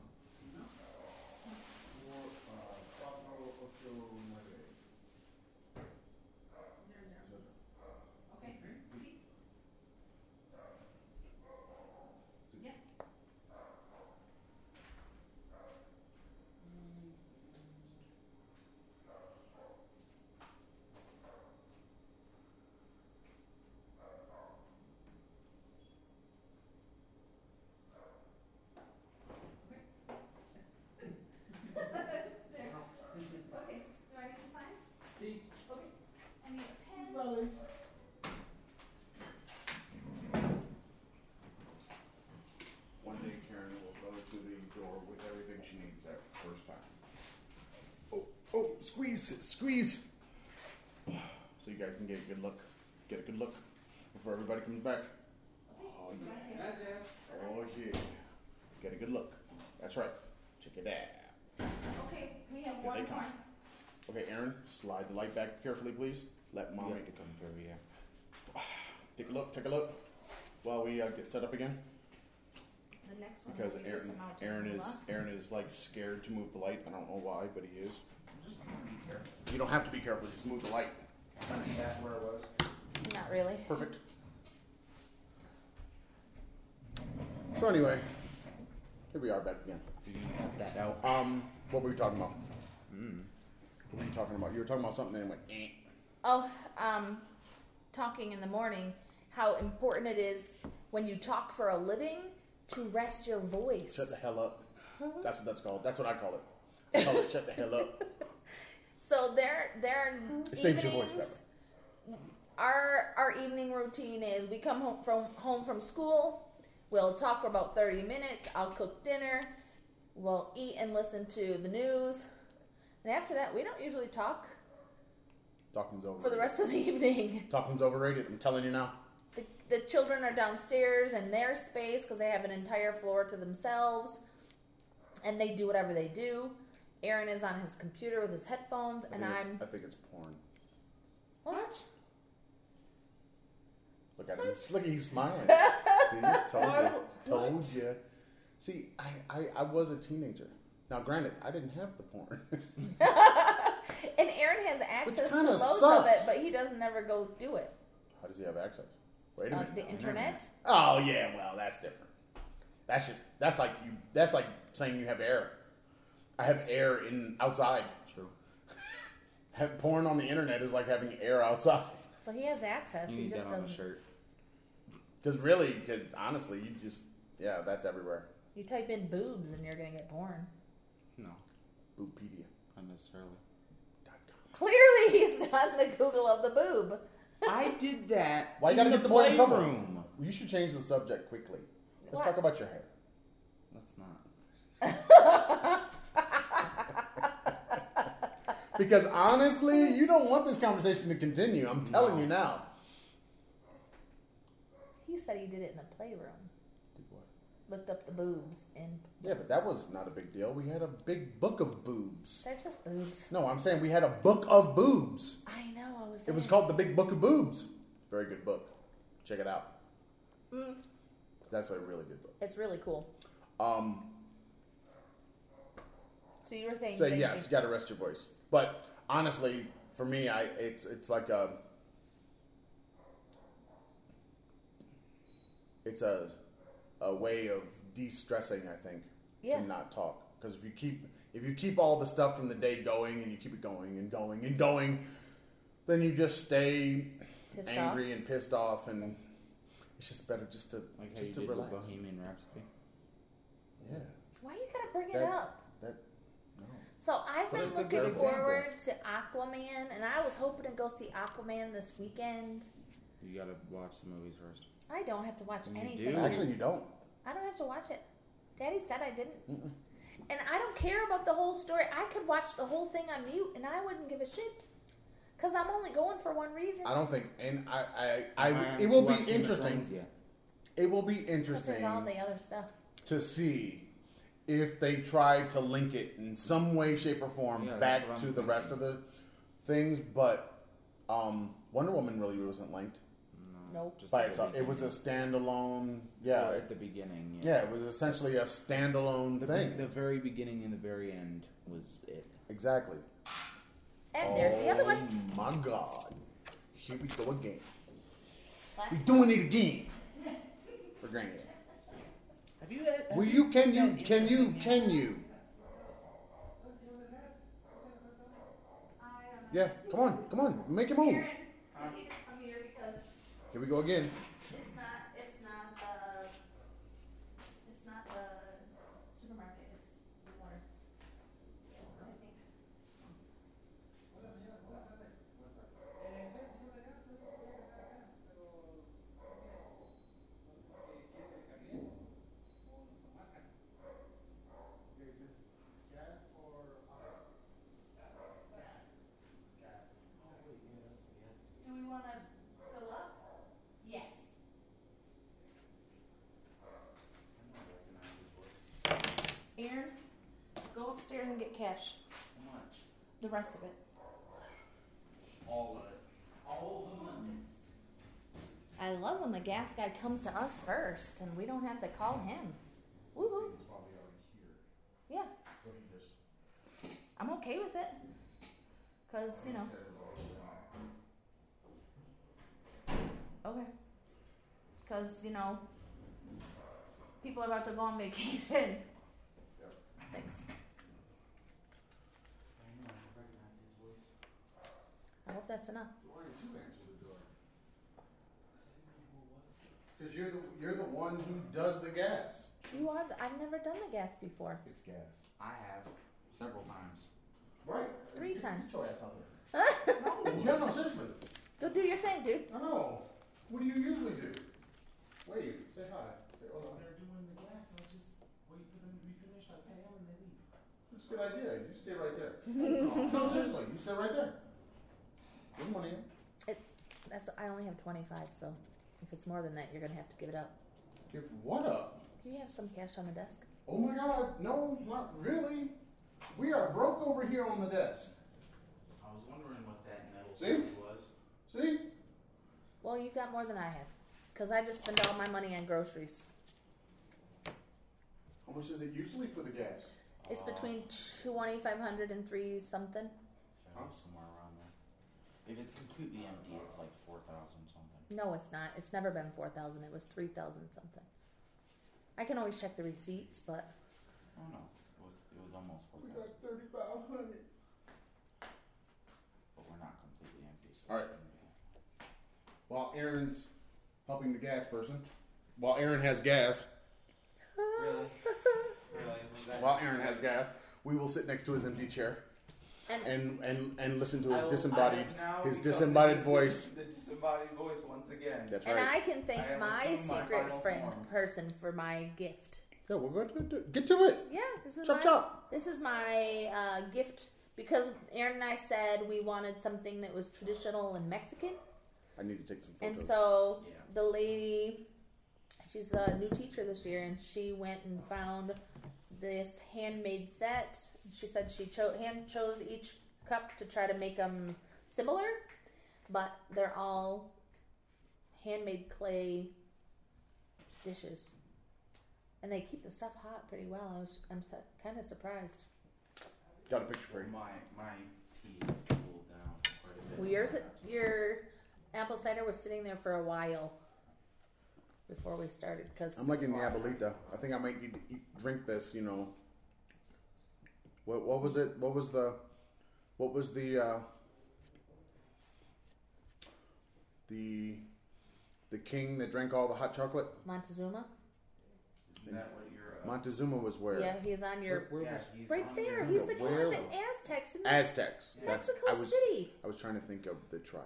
[SPEAKER 2] Uh,
[SPEAKER 5] Zero, zero. Okay, keep. Yeah. Okay, do I need to sign? Okay, I need a pen.
[SPEAKER 2] One day Karen will go to the door with everything she needs that first time. Oh, oh, squeeze, squeeze. So you guys can get a good look. Get a good look before everybody comes back. Oh, yeah. Oh, yeah. Get a good look. That's right. Check it out.
[SPEAKER 5] Okay, we have
[SPEAKER 2] Here
[SPEAKER 5] one
[SPEAKER 2] they
[SPEAKER 5] more.
[SPEAKER 2] come. Okay, Aaron, slide the light back carefully, please. Let
[SPEAKER 1] You
[SPEAKER 2] mommy
[SPEAKER 1] have to come through, yeah.
[SPEAKER 2] take a look, take a look while we uh, get set up again
[SPEAKER 5] The next one.
[SPEAKER 2] because
[SPEAKER 5] will be just
[SPEAKER 2] Aaron,
[SPEAKER 5] amount to
[SPEAKER 2] Aaron is
[SPEAKER 5] luck.
[SPEAKER 2] Aaron is like scared to move the light. I don't know why, but he is.
[SPEAKER 1] Just be careful.
[SPEAKER 2] You don't have to be careful. Just move the light. That's where it was.
[SPEAKER 3] Not really.
[SPEAKER 2] Perfect. So anyway, here we are back again.
[SPEAKER 1] You can cut that out.
[SPEAKER 2] Um, what were we talking about?
[SPEAKER 1] Hmm.
[SPEAKER 2] What were you talking about? You were talking about something and it went. Eh.
[SPEAKER 3] Oh, um, talking in the morning, how important it is when you talk for a living to rest your voice.
[SPEAKER 2] Shut the hell up. That's what that's called. That's what I call it. I call it shut the hell up.
[SPEAKER 3] So there, there are
[SPEAKER 2] It saves your voice that
[SPEAKER 3] evenings.
[SPEAKER 2] way.
[SPEAKER 3] Our our evening routine is we come home from home from school. We'll talk for about thirty minutes. I'll cook dinner. We'll eat and listen to the news. And after that, we don't usually talk
[SPEAKER 2] Talking's overrated.
[SPEAKER 3] for the rest of the *laughs* evening.
[SPEAKER 2] Talking's overrated. I'm telling you now.
[SPEAKER 3] The, the children are downstairs in their space because they have an entire floor to themselves and they do whatever they do. Aaron is on his computer with his headphones,
[SPEAKER 2] I
[SPEAKER 3] and
[SPEAKER 2] think it's-
[SPEAKER 3] I'm.
[SPEAKER 2] I think it's porn.
[SPEAKER 3] What?
[SPEAKER 2] Look at him. Look, he's smiling. See, told you. Told you. See, I, I, I was a teenager. Now, granted, I didn't have the porn.
[SPEAKER 3] and Aaron has access to
[SPEAKER 2] kinda
[SPEAKER 3] loads of it,
[SPEAKER 2] sucks.
[SPEAKER 3] but he doesn't ever go do it.
[SPEAKER 2] *laughs* How does he have access? Wait a
[SPEAKER 3] Uh,
[SPEAKER 2] minute.
[SPEAKER 3] the internet.
[SPEAKER 2] Oh yeah, well that's different. That's just that's like you that's like saying you have air. I have air in outside.
[SPEAKER 1] True.
[SPEAKER 2] *laughs* Have porn on the internet is like having air outside. *laughs*
[SPEAKER 3] So he has access.
[SPEAKER 1] You
[SPEAKER 3] he
[SPEAKER 1] need
[SPEAKER 3] just
[SPEAKER 1] that on a
[SPEAKER 3] doesn't.
[SPEAKER 1] *laughs* shirt.
[SPEAKER 2] Because really, because honestly, you just yeah, that's everywhere.
[SPEAKER 3] You type in boobs and you're gonna get porn.
[SPEAKER 1] No,
[SPEAKER 2] Bootpedia.com.
[SPEAKER 1] not necessarily.
[SPEAKER 3] *laughs* Clearly, he's done the Google of the boob.
[SPEAKER 1] I did that.
[SPEAKER 2] Why you
[SPEAKER 1] in
[SPEAKER 2] gotta
[SPEAKER 1] the
[SPEAKER 2] get the boy in trouble?
[SPEAKER 1] playroom?
[SPEAKER 2] You should change the subject quickly. Let's
[SPEAKER 3] What?
[SPEAKER 2] talk about your hair.
[SPEAKER 1] That's not.
[SPEAKER 2] Because honestly,
[SPEAKER 3] *laughs*
[SPEAKER 2] you don't want this conversation to continue. I'm telling you now.
[SPEAKER 3] He said he did it in the playroom.
[SPEAKER 2] Did what?
[SPEAKER 3] Looked up the boobs and
[SPEAKER 2] Yeah, but that was not a big deal. We had a big book of boobs.
[SPEAKER 3] they're just boobs.
[SPEAKER 2] No, I'm saying we had a book of boobs.
[SPEAKER 3] I know. I was. There.
[SPEAKER 2] It was called The Big Book of Boobs. Very good book. Check it out.
[SPEAKER 3] Mm.
[SPEAKER 2] That's a really good book.
[SPEAKER 3] It's really cool.
[SPEAKER 2] Um,
[SPEAKER 3] So you were saying.
[SPEAKER 2] so
[SPEAKER 3] thank
[SPEAKER 2] yes, you
[SPEAKER 3] you.
[SPEAKER 2] got to rest your voice. But honestly, for me, I it's it's like a it's a a way of de-stressing. I think
[SPEAKER 3] Yeah.
[SPEAKER 2] to not talk because if you keep if you keep all the stuff from the day going and you keep it going and going and going, then you just stay
[SPEAKER 3] Pissed off.
[SPEAKER 2] angry and pissed off, and it's just better just to
[SPEAKER 1] Like how
[SPEAKER 2] just
[SPEAKER 1] you
[SPEAKER 2] to
[SPEAKER 1] did
[SPEAKER 2] relax.
[SPEAKER 1] with Bohemian Rhapsody.
[SPEAKER 2] Yeah,
[SPEAKER 3] Why you gotta bring it
[SPEAKER 2] That-
[SPEAKER 3] up?
[SPEAKER 2] that no.
[SPEAKER 3] So I've
[SPEAKER 2] So
[SPEAKER 3] been
[SPEAKER 2] that's a
[SPEAKER 3] looking
[SPEAKER 2] good example.
[SPEAKER 3] forward to Aquaman, and I was hoping to go see Aquaman this weekend.
[SPEAKER 1] You gotta watch the movies first.
[SPEAKER 3] I don't have to watch
[SPEAKER 1] You
[SPEAKER 3] anything.
[SPEAKER 1] do.
[SPEAKER 2] Actually, you don't.
[SPEAKER 3] I don't have to watch it. Daddy said I didn't. And I don't care about the whole story. I could watch the whole thing on mute, and I wouldn't give a shit. Because I'm only going for one reason.
[SPEAKER 2] I don't think, and I, I, I,
[SPEAKER 1] haven't
[SPEAKER 2] it will be
[SPEAKER 1] watched Game of Thrones
[SPEAKER 2] interesting.
[SPEAKER 1] yet.
[SPEAKER 2] It will be
[SPEAKER 3] Because
[SPEAKER 2] interesting
[SPEAKER 3] there's all the other stuff.
[SPEAKER 2] to see if they try to link it in some way, shape, or form
[SPEAKER 1] Yeah, that's
[SPEAKER 2] back to
[SPEAKER 1] what I'm
[SPEAKER 2] the rest of
[SPEAKER 1] thinking.
[SPEAKER 2] the things. But um, Wonder Woman really wasn't linked
[SPEAKER 3] Nope.
[SPEAKER 1] Just
[SPEAKER 2] by
[SPEAKER 1] at the
[SPEAKER 2] itself. It was a
[SPEAKER 1] beginning.
[SPEAKER 2] standalone.
[SPEAKER 4] uh,
[SPEAKER 2] Yeah,
[SPEAKER 1] Or
[SPEAKER 2] it-
[SPEAKER 1] at the beginning.
[SPEAKER 2] yeah. It was essentially a standalone
[SPEAKER 1] The,
[SPEAKER 2] thing.
[SPEAKER 1] the very beginning and the very end was it.
[SPEAKER 2] exactly.
[SPEAKER 3] And there's the other
[SPEAKER 2] Oh
[SPEAKER 3] one.
[SPEAKER 2] My God, here we go again.
[SPEAKER 3] Last
[SPEAKER 2] We're doing it again. We're granted.
[SPEAKER 1] Have you?
[SPEAKER 2] Will you? Can you? Can you? Can you?
[SPEAKER 5] I don't know.
[SPEAKER 2] Yeah, come on, come on, make your move.
[SPEAKER 5] Aaron, I need to come here because
[SPEAKER 2] Here we go again.
[SPEAKER 5] it's not, it's not the, it's not the supermarket, it's the water. I think. Do we wanna fill up? Yes.
[SPEAKER 3] Aaron, go upstairs and get cash. The rest of it.
[SPEAKER 1] All of it. All of them.
[SPEAKER 3] I love when the gas guy comes to us first, and we don't have to call him. Woohoo. Yeah. I'm okay with it. Because, you know. Okay. Because, you know, people are about to go on vacation. Thanks. I hope that's enough.
[SPEAKER 2] Why did you answer the door? Because you're the you're the one who does the gas.
[SPEAKER 3] You are. The, I've never done the gas before.
[SPEAKER 2] It's gas.
[SPEAKER 1] I have several times.
[SPEAKER 2] Right.
[SPEAKER 3] Three
[SPEAKER 2] Get-
[SPEAKER 3] times.
[SPEAKER 2] Get your ass out there.
[SPEAKER 3] *laughs*
[SPEAKER 2] no, yeah, no, seriously.
[SPEAKER 3] Go do your thing, dude.
[SPEAKER 2] No, no. What do you usually do? Wait, say hi. Say hello.
[SPEAKER 6] they're doing the gas, I just wait for them to be finished, I pay them and they leave.
[SPEAKER 2] It's a good idea. You stay right there. *laughs* no, seriously, you stay right there. Good morning.
[SPEAKER 3] It's that's. I only have twenty five, so if it's more than that, you're gonna have to give it up.
[SPEAKER 2] Give what up?
[SPEAKER 3] Do you have some cash on the desk?
[SPEAKER 2] Oh my God, no, not really. We are broke over here on the desk.
[SPEAKER 6] I was wondering what that metal
[SPEAKER 2] See?
[SPEAKER 6] stuff was.
[SPEAKER 2] See?
[SPEAKER 3] Well, you got more than I have, cause I just spend all my money on groceries.
[SPEAKER 2] How much is it usually for the gas?
[SPEAKER 3] It's between twenty five hundred and three something.
[SPEAKER 6] I
[SPEAKER 1] know, somewhere around there. If it's completely empty, it's like four thousand something.
[SPEAKER 3] No, it's not. It's never been four thousand. It was three thousand something. I can always check the receipts, but
[SPEAKER 1] Oh no, it was it was almost four
[SPEAKER 2] We
[SPEAKER 1] thousand,
[SPEAKER 2] got thirty five hundred.
[SPEAKER 1] but we're not completely empty. So
[SPEAKER 2] All right. While Aaron's helping the gas person, while Aaron has gas,
[SPEAKER 1] Really, really, was that?
[SPEAKER 2] while Aaron has gas, we will sit next to his empty chair
[SPEAKER 3] and
[SPEAKER 2] and and and listen to
[SPEAKER 1] I
[SPEAKER 2] his
[SPEAKER 1] will-
[SPEAKER 2] disembodied
[SPEAKER 1] I now
[SPEAKER 2] his
[SPEAKER 1] become the
[SPEAKER 2] disembodied
[SPEAKER 1] dis-
[SPEAKER 2] voice.
[SPEAKER 1] The disembodied voice once again.
[SPEAKER 2] That's
[SPEAKER 3] and
[SPEAKER 2] right.
[SPEAKER 3] I can thank
[SPEAKER 1] I have
[SPEAKER 3] my
[SPEAKER 1] assumed my
[SPEAKER 3] secret
[SPEAKER 1] final
[SPEAKER 3] friend
[SPEAKER 1] form.
[SPEAKER 3] person for my gift.
[SPEAKER 2] yeah, we're going to do, get to it.
[SPEAKER 3] Yeah, this is
[SPEAKER 2] Chop
[SPEAKER 3] my
[SPEAKER 2] chop.
[SPEAKER 3] this is my uh, gift because Aaron and I said we wanted something that was traditional and Mexican,
[SPEAKER 2] I need to take some
[SPEAKER 3] and
[SPEAKER 2] photos.
[SPEAKER 3] so
[SPEAKER 1] Yeah.
[SPEAKER 3] the lady, she's a new teacher this year, and she went and found this handmade set. She said she cho- hand chose each cup to try to make them similar, but they're all handmade clay dishes. And they keep the stuff hot pretty well. I was, I'm su- kind of surprised.
[SPEAKER 2] got a picture for you.
[SPEAKER 1] My my tea cooled down quite a bit.
[SPEAKER 3] Well, yours, your apple cider was sitting there for a while before we started because
[SPEAKER 2] I'm like in the abuelita. I think I might need to eat, drink this. You know. What what was it? What was the, what was the, uh, the, the king that drank all the hot chocolate?
[SPEAKER 3] Montezuma.
[SPEAKER 1] Isn't that what your uh,
[SPEAKER 2] Montezuma was where?
[SPEAKER 3] Yeah, he's on your
[SPEAKER 2] Where, where
[SPEAKER 1] yeah,
[SPEAKER 2] was
[SPEAKER 1] he's
[SPEAKER 3] right
[SPEAKER 1] on
[SPEAKER 3] there.
[SPEAKER 1] your-
[SPEAKER 3] He's the king
[SPEAKER 2] Where-
[SPEAKER 3] of the Aztecs in
[SPEAKER 2] Aztecs? That's
[SPEAKER 3] Mexico
[SPEAKER 2] I was
[SPEAKER 3] City.
[SPEAKER 2] I was trying to think of the tribe.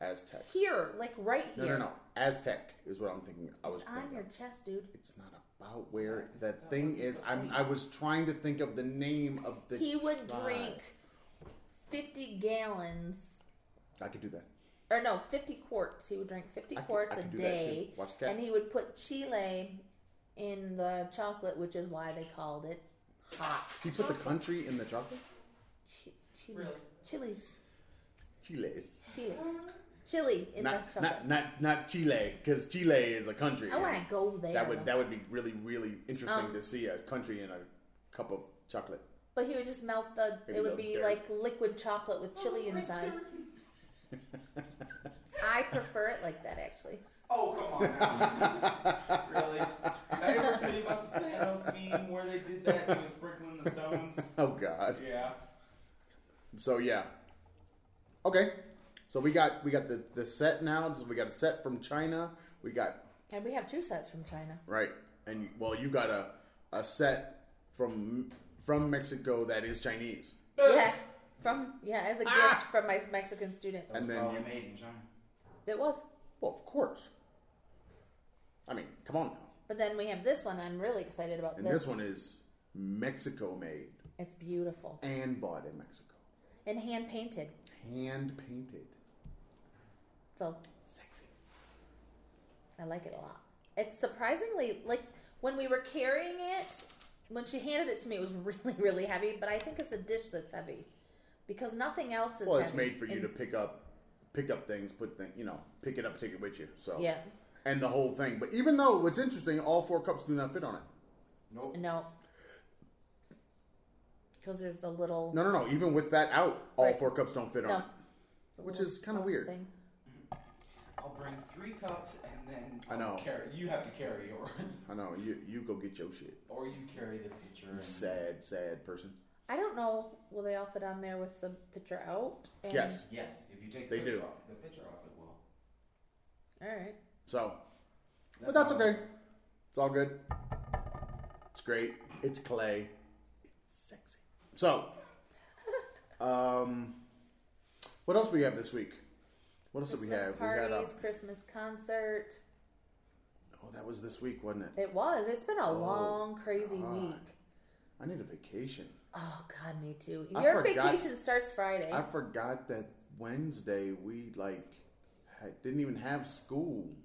[SPEAKER 2] Aztecs.
[SPEAKER 3] Here, like right
[SPEAKER 2] No,
[SPEAKER 3] here.
[SPEAKER 2] no, no. Aztec is what I'm thinking. I was
[SPEAKER 3] It's on
[SPEAKER 2] thinking
[SPEAKER 3] your
[SPEAKER 2] of.
[SPEAKER 3] chest, dude.
[SPEAKER 2] It's not about where the thing is. I'm. I was trying to think of the name of the.
[SPEAKER 3] He would
[SPEAKER 2] tribe.
[SPEAKER 3] drink fifty gallons.
[SPEAKER 2] I could do that.
[SPEAKER 3] Or no, fifty quarts. He would drink fifty
[SPEAKER 2] I could-
[SPEAKER 3] quarts
[SPEAKER 2] I could
[SPEAKER 3] a
[SPEAKER 2] do that
[SPEAKER 3] day,
[SPEAKER 2] too. Watch the cat.
[SPEAKER 3] and he would put chile in the chocolate, which is why they called it hot
[SPEAKER 2] He put the country in the chocolate.
[SPEAKER 3] chi- chiles.
[SPEAKER 1] Really?
[SPEAKER 3] Chilies.
[SPEAKER 2] Chiles.
[SPEAKER 3] Chilies. Chili in
[SPEAKER 2] Not,
[SPEAKER 3] the chocolate.
[SPEAKER 2] not not not Chile, because Chile is a country.
[SPEAKER 3] I want to
[SPEAKER 2] and
[SPEAKER 3] go there.
[SPEAKER 2] That would
[SPEAKER 3] though.
[SPEAKER 2] that would be really really interesting
[SPEAKER 3] Um,
[SPEAKER 2] to see a country in a cup of chocolate.
[SPEAKER 3] but he would just melt the.
[SPEAKER 2] Maybe
[SPEAKER 3] it
[SPEAKER 2] the
[SPEAKER 3] would be
[SPEAKER 2] dirt.
[SPEAKER 3] like liquid chocolate with
[SPEAKER 2] Oh
[SPEAKER 3] chili inside. I prefer it like that actually.
[SPEAKER 1] Oh come on! now. *laughs* really? Did I ever tell you about the Thanos meme where they did that? It was sprinkling the stones.
[SPEAKER 2] Oh God.
[SPEAKER 1] Yeah.
[SPEAKER 2] So yeah. Okay. So we got we got the the set now. We got a set from China. We got
[SPEAKER 3] And we have two sets from China.
[SPEAKER 2] right and well you got a a set from from Mexico that is Chinese.
[SPEAKER 3] yeah, from yeah as a gift
[SPEAKER 2] Uh. Ah!
[SPEAKER 3] from my Mexican student.
[SPEAKER 1] That
[SPEAKER 2] And
[SPEAKER 1] was
[SPEAKER 2] then
[SPEAKER 1] probably
[SPEAKER 2] you-
[SPEAKER 1] made in China.
[SPEAKER 3] It was.
[SPEAKER 2] Well, of course. I mean, come on now.
[SPEAKER 3] But then we have this one. I'm really excited about
[SPEAKER 2] And this one is Mexico made
[SPEAKER 3] It's beautiful
[SPEAKER 2] and bought in Mexico,
[SPEAKER 3] and hand painted.
[SPEAKER 2] hand painted.
[SPEAKER 3] So
[SPEAKER 2] Sexy.
[SPEAKER 3] I like it a lot. It's surprisingly like when we were carrying it, when she handed it to me, it was *laughs* really, really heavy. But I think it's a dish that's heavy because nothing else is.
[SPEAKER 2] Well, it's
[SPEAKER 3] heavy
[SPEAKER 2] made for you
[SPEAKER 3] in-
[SPEAKER 2] to pick up, pick up things, put things, you know, pick it up, take it with you. So
[SPEAKER 3] Yeah.
[SPEAKER 2] and the whole thing. But even though what's interesting, all four cups do not fit on it.
[SPEAKER 1] Nope.
[SPEAKER 3] No. Because there's the little
[SPEAKER 2] No, no, no. Even with that out, all
[SPEAKER 3] Right.
[SPEAKER 2] four cups don't fit
[SPEAKER 3] No.
[SPEAKER 2] on it.
[SPEAKER 3] the
[SPEAKER 2] which
[SPEAKER 3] little
[SPEAKER 2] is kinda
[SPEAKER 3] sauce
[SPEAKER 2] weird.
[SPEAKER 3] Thing.
[SPEAKER 1] I'll bring three cups and then
[SPEAKER 2] I know.
[SPEAKER 1] I'll Carry, you have to carry yours,
[SPEAKER 2] I know. You you go get your shit.
[SPEAKER 1] or you carry the picture.
[SPEAKER 2] You
[SPEAKER 1] And
[SPEAKER 2] sad, sad person.
[SPEAKER 3] I don't know. Will they all fit on there with the picture out? And,
[SPEAKER 2] Yes.
[SPEAKER 1] Yes, if you take the
[SPEAKER 2] They
[SPEAKER 1] picture
[SPEAKER 2] do.
[SPEAKER 1] off, the picture off, it will.
[SPEAKER 3] All right.
[SPEAKER 2] So, but that's
[SPEAKER 1] all.
[SPEAKER 2] okay. It's all good. It's great. It's clay. It's sexy. So, um, what else we have this week? What else did we
[SPEAKER 3] Christmas
[SPEAKER 2] have?
[SPEAKER 3] parties,
[SPEAKER 2] We had uh,
[SPEAKER 3] Christmas concert.
[SPEAKER 2] oh, that was this week, wasn't it?
[SPEAKER 3] It was. It's been a
[SPEAKER 2] Oh,
[SPEAKER 3] long, crazy
[SPEAKER 2] God.
[SPEAKER 3] week.
[SPEAKER 2] I need a vacation.
[SPEAKER 3] Oh God, me too.
[SPEAKER 2] I
[SPEAKER 3] Your
[SPEAKER 2] forgot-
[SPEAKER 3] vacation starts Friday.
[SPEAKER 2] I forgot that Wednesday we like had, didn't even have school.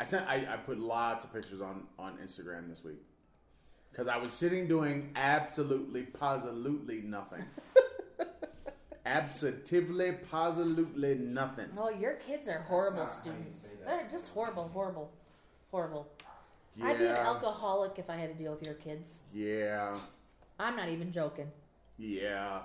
[SPEAKER 2] I sent I, I put lots of pictures on on Instagram this week because I was sitting doing absolutely positively nothing. Absolutely, positively nothing.
[SPEAKER 3] Oh, your kids are horrible
[SPEAKER 1] not how you
[SPEAKER 3] students.
[SPEAKER 1] say that.
[SPEAKER 3] They're just horrible, horrible, horrible. I'd be an alcoholic if I had to deal with your kids.
[SPEAKER 2] yeah,
[SPEAKER 3] I'm not even joking.
[SPEAKER 2] yeah.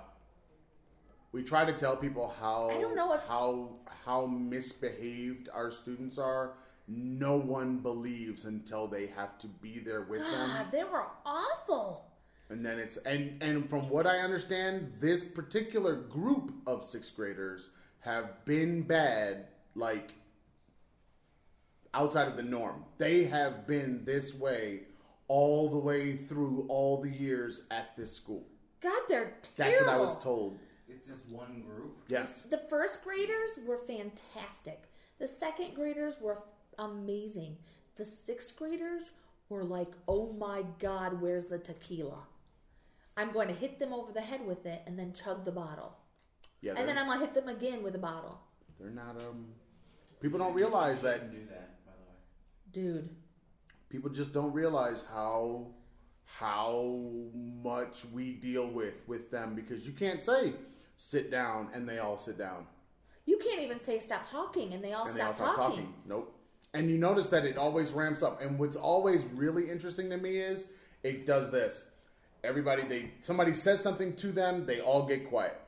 [SPEAKER 2] We try to tell people how
[SPEAKER 3] I don't know what-
[SPEAKER 2] how how misbehaved our students are. No one believes until they have to be there with them.
[SPEAKER 3] God, Ah, they were awful.
[SPEAKER 2] And then it's and and from what I understand, this particular group of sixth graders have been bad, like outside of the norm. They have been this way all the way through all the years at this school.
[SPEAKER 3] God, they're terrible.
[SPEAKER 2] That's what I was told.
[SPEAKER 1] It's this one group.
[SPEAKER 2] Yes.
[SPEAKER 3] The first graders were fantastic. The second graders were amazing. The sixth graders were like, oh my God, where's the tequila? I'm going to hit them over the head with it and then chug the bottle.
[SPEAKER 2] Yeah.
[SPEAKER 3] And
[SPEAKER 2] they're-
[SPEAKER 3] then I'm going to hit them again with a bottle.
[SPEAKER 2] They're not. Um, people don't realize that.
[SPEAKER 1] You can do that, by the way.
[SPEAKER 3] Dude,
[SPEAKER 2] People just don't realize how how much we deal with with them because you can't say sit down and they all sit down
[SPEAKER 3] you can't even say stop talking and they all,
[SPEAKER 2] and they all
[SPEAKER 3] stop,
[SPEAKER 2] stop
[SPEAKER 3] talking.
[SPEAKER 2] talking. Nope. And you notice that it always ramps up. And what's always really interesting to me is it does this. Everybody, they somebody says something to them, they all get quiet.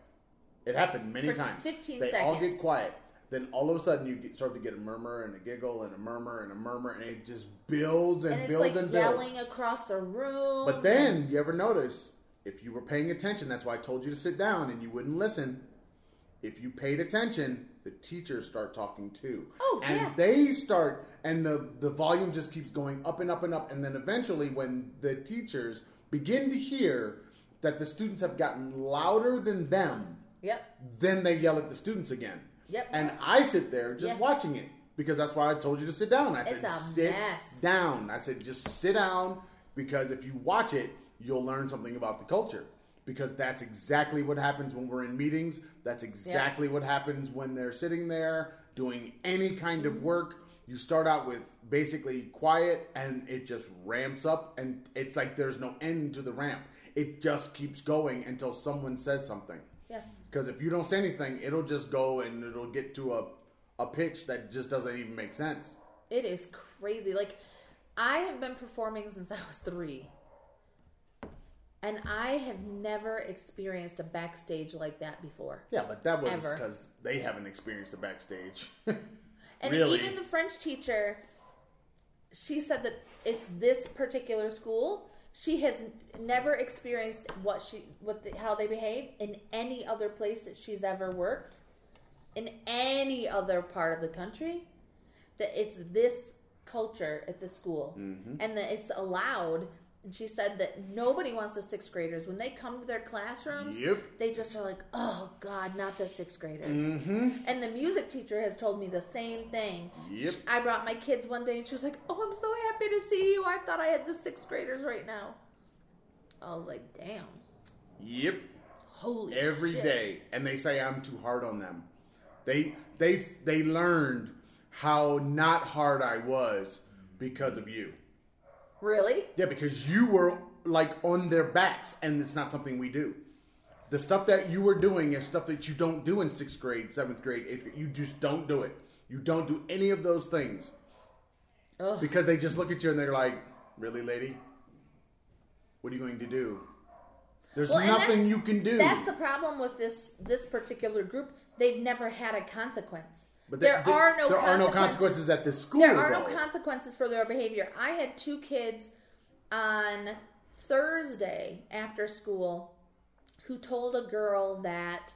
[SPEAKER 2] It happened many
[SPEAKER 3] For
[SPEAKER 2] times.
[SPEAKER 3] 15
[SPEAKER 2] they all get
[SPEAKER 3] seconds.
[SPEAKER 2] quiet. Then all of a sudden, you get, start to get a murmur and a giggle and a murmur and a murmur, and it just builds and,
[SPEAKER 3] And it's
[SPEAKER 2] builds
[SPEAKER 3] like
[SPEAKER 2] and builds.
[SPEAKER 3] yelling across the room.
[SPEAKER 2] But then you ever notice if you were paying attention, that's why I told you to sit down and you wouldn't listen. If you paid attention, the teachers start talking too.
[SPEAKER 3] Oh,
[SPEAKER 2] and
[SPEAKER 3] yeah.
[SPEAKER 2] they start and the the volume just keeps going up and up and up and then eventually when the teachers begin to hear that the students have gotten louder than them,
[SPEAKER 3] Yep.
[SPEAKER 2] then they yell at the students again.
[SPEAKER 3] Yep.
[SPEAKER 2] And I sit there just
[SPEAKER 3] Yeah.
[SPEAKER 2] watching it because that's why I told you to sit down. I said,
[SPEAKER 3] It's a
[SPEAKER 2] sit
[SPEAKER 3] mess."
[SPEAKER 2] down. I said, just sit down because if you watch it, you'll learn something about the culture. Because that's exactly what happens when we're in meetings. That's exactly what happens when they're sitting there doing any kind of work. You start out with basically quiet and it just ramps up, and it's like there's no end to the ramp. It just keeps going until someone says something.
[SPEAKER 3] Yeah.
[SPEAKER 2] Because if you don't say anything, it'll just go and it'll get to a, a pitch that just doesn't even make sense.
[SPEAKER 3] It is crazy. Like, I have been performing since I was three. And I have never experienced a backstage like that before.
[SPEAKER 2] Yeah, but that was
[SPEAKER 3] Ever.
[SPEAKER 2] because they haven't experienced the backstage. *laughs*
[SPEAKER 3] And
[SPEAKER 2] Really?
[SPEAKER 3] even the French teacher, she said that it's this particular school. She has never experienced what she what the, how they behave in any other place that she's ever worked, in any other part of the country. That it's this culture at the school,
[SPEAKER 2] Mm-hmm.
[SPEAKER 3] and that it's allowed. And she said that nobody wants the sixth graders when they come to their classrooms.
[SPEAKER 2] Yep.
[SPEAKER 3] They just are like, oh God, not the sixth graders.
[SPEAKER 2] Mm-hmm.
[SPEAKER 3] And the music teacher has told me the same thing.
[SPEAKER 2] Yep.
[SPEAKER 3] I brought my kids one day and she was like, Oh, I'm so happy to see you. I thought I had the sixth graders right now. I was like, Damn.
[SPEAKER 2] yep,
[SPEAKER 3] Holy
[SPEAKER 2] every day,
[SPEAKER 3] shit.
[SPEAKER 2] and they say I'm too hard on them. They they they learned how not hard I was because of you.
[SPEAKER 3] Really?
[SPEAKER 2] Yeah, because you were like on their backs, and it's not something we do. The stuff that you were doing is stuff that you don't do in sixth grade, seventh grade, eighth grade. You just don't do it. You don't do any of those things
[SPEAKER 3] Ugh.
[SPEAKER 2] because they just look at you and they're like, "Really, lady? What are you going to do? There's
[SPEAKER 3] Well, and
[SPEAKER 2] nothing
[SPEAKER 3] that's-
[SPEAKER 2] you can do."
[SPEAKER 3] That's the problem with this this particular group. They've never had a consequence.
[SPEAKER 2] but they-
[SPEAKER 3] there
[SPEAKER 2] they-
[SPEAKER 3] are no
[SPEAKER 2] there are no
[SPEAKER 3] consequences.
[SPEAKER 2] consequences at this school.
[SPEAKER 3] There are no
[SPEAKER 2] though.
[SPEAKER 3] consequences for their behavior. I had two kids on Thursday after school who told a girl that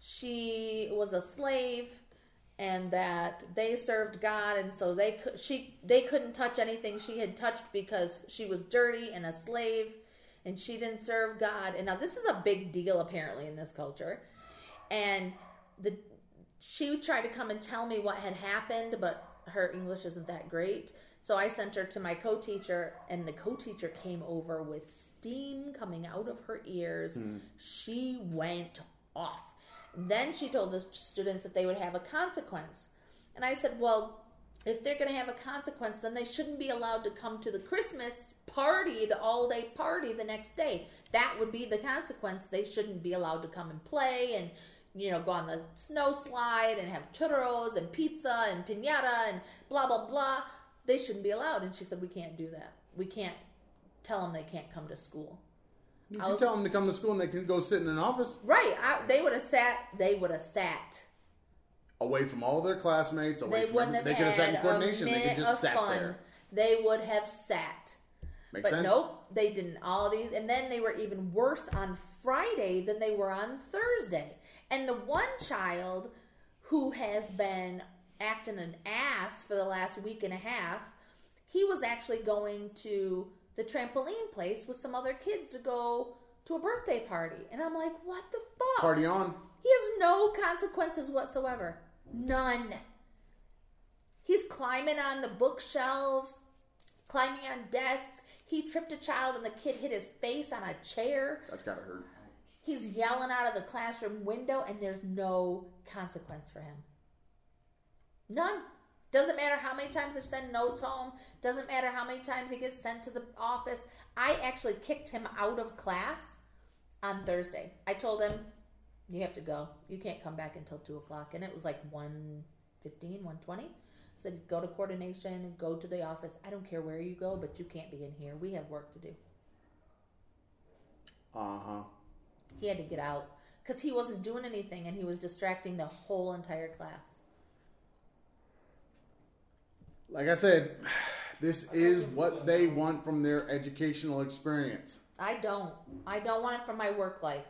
[SPEAKER 3] she was a slave and that they served God and so they could she they couldn't touch anything she had touched because she was dirty and a slave and she didn't serve God. And now this is a big deal apparently in this culture. And the she would try to come and tell me what had happened, but her English isn't that great. So I sent her to my co teacher, and the co teacher came over with steam coming out of her ears. She went off. Then she told the students that they would have a consequence. And I said, Well, if they're going to have a consequence, then they shouldn't be allowed to come to the Christmas party, the all day party the next day. That would be the consequence. They shouldn't be allowed to come and play and, you know, go on the snow slide and have churros and pizza and pinata and blah, blah, blah. They shouldn't be allowed. And she said, We can't do that. We can't tell them they can't come to school.
[SPEAKER 2] You
[SPEAKER 3] I
[SPEAKER 2] can
[SPEAKER 3] was-
[SPEAKER 2] tell them to come to school and they can go sit in an office
[SPEAKER 3] Right. I, they would have sat. They would have sat.
[SPEAKER 2] away from all their classmates. Away
[SPEAKER 3] They
[SPEAKER 2] from
[SPEAKER 3] wouldn't
[SPEAKER 2] every-
[SPEAKER 3] have
[SPEAKER 2] They could have sat
[SPEAKER 3] had
[SPEAKER 2] in coordination.
[SPEAKER 3] a
[SPEAKER 2] They
[SPEAKER 3] minute
[SPEAKER 2] could just
[SPEAKER 3] of
[SPEAKER 2] sat
[SPEAKER 3] fun.
[SPEAKER 2] there.
[SPEAKER 3] They would have sat.
[SPEAKER 2] Makes
[SPEAKER 3] but
[SPEAKER 2] sense.
[SPEAKER 3] nope, they didn't. All these, and then they were even worse on Friday than they were on Thursday. And the one child who has been acting an ass for the last week and a half, he was actually going to the trampoline place with some other kids to go to a birthday party. And I'm like, what the fuck?
[SPEAKER 2] Party on.
[SPEAKER 3] He has no consequences whatsoever. None. He's climbing on the bookshelves, climbing on desks. He tripped a child and the kid hit his face on a chair.
[SPEAKER 2] That's gotta hurt.
[SPEAKER 3] He's yelling out of the classroom window and there's no consequence for him. None. Doesn't matter how many times I've sent notes home. Doesn't matter how many times he gets sent to the office. I actually kicked him out of class on Thursday. I told him, "You have to go. You can't come back until two o'clock." And it was like 1.15, 1.20. I said, "Go to coordination. Go to the office. I don't care where you go, but you can't be in here. We have work to do."
[SPEAKER 2] Uh huh.
[SPEAKER 3] He had to get out because he wasn't doing anything and he was distracting the whole entire class.
[SPEAKER 2] Like I said, *sighs* this is what they want from their educational experience.
[SPEAKER 3] I don't. I don't want it for my work life.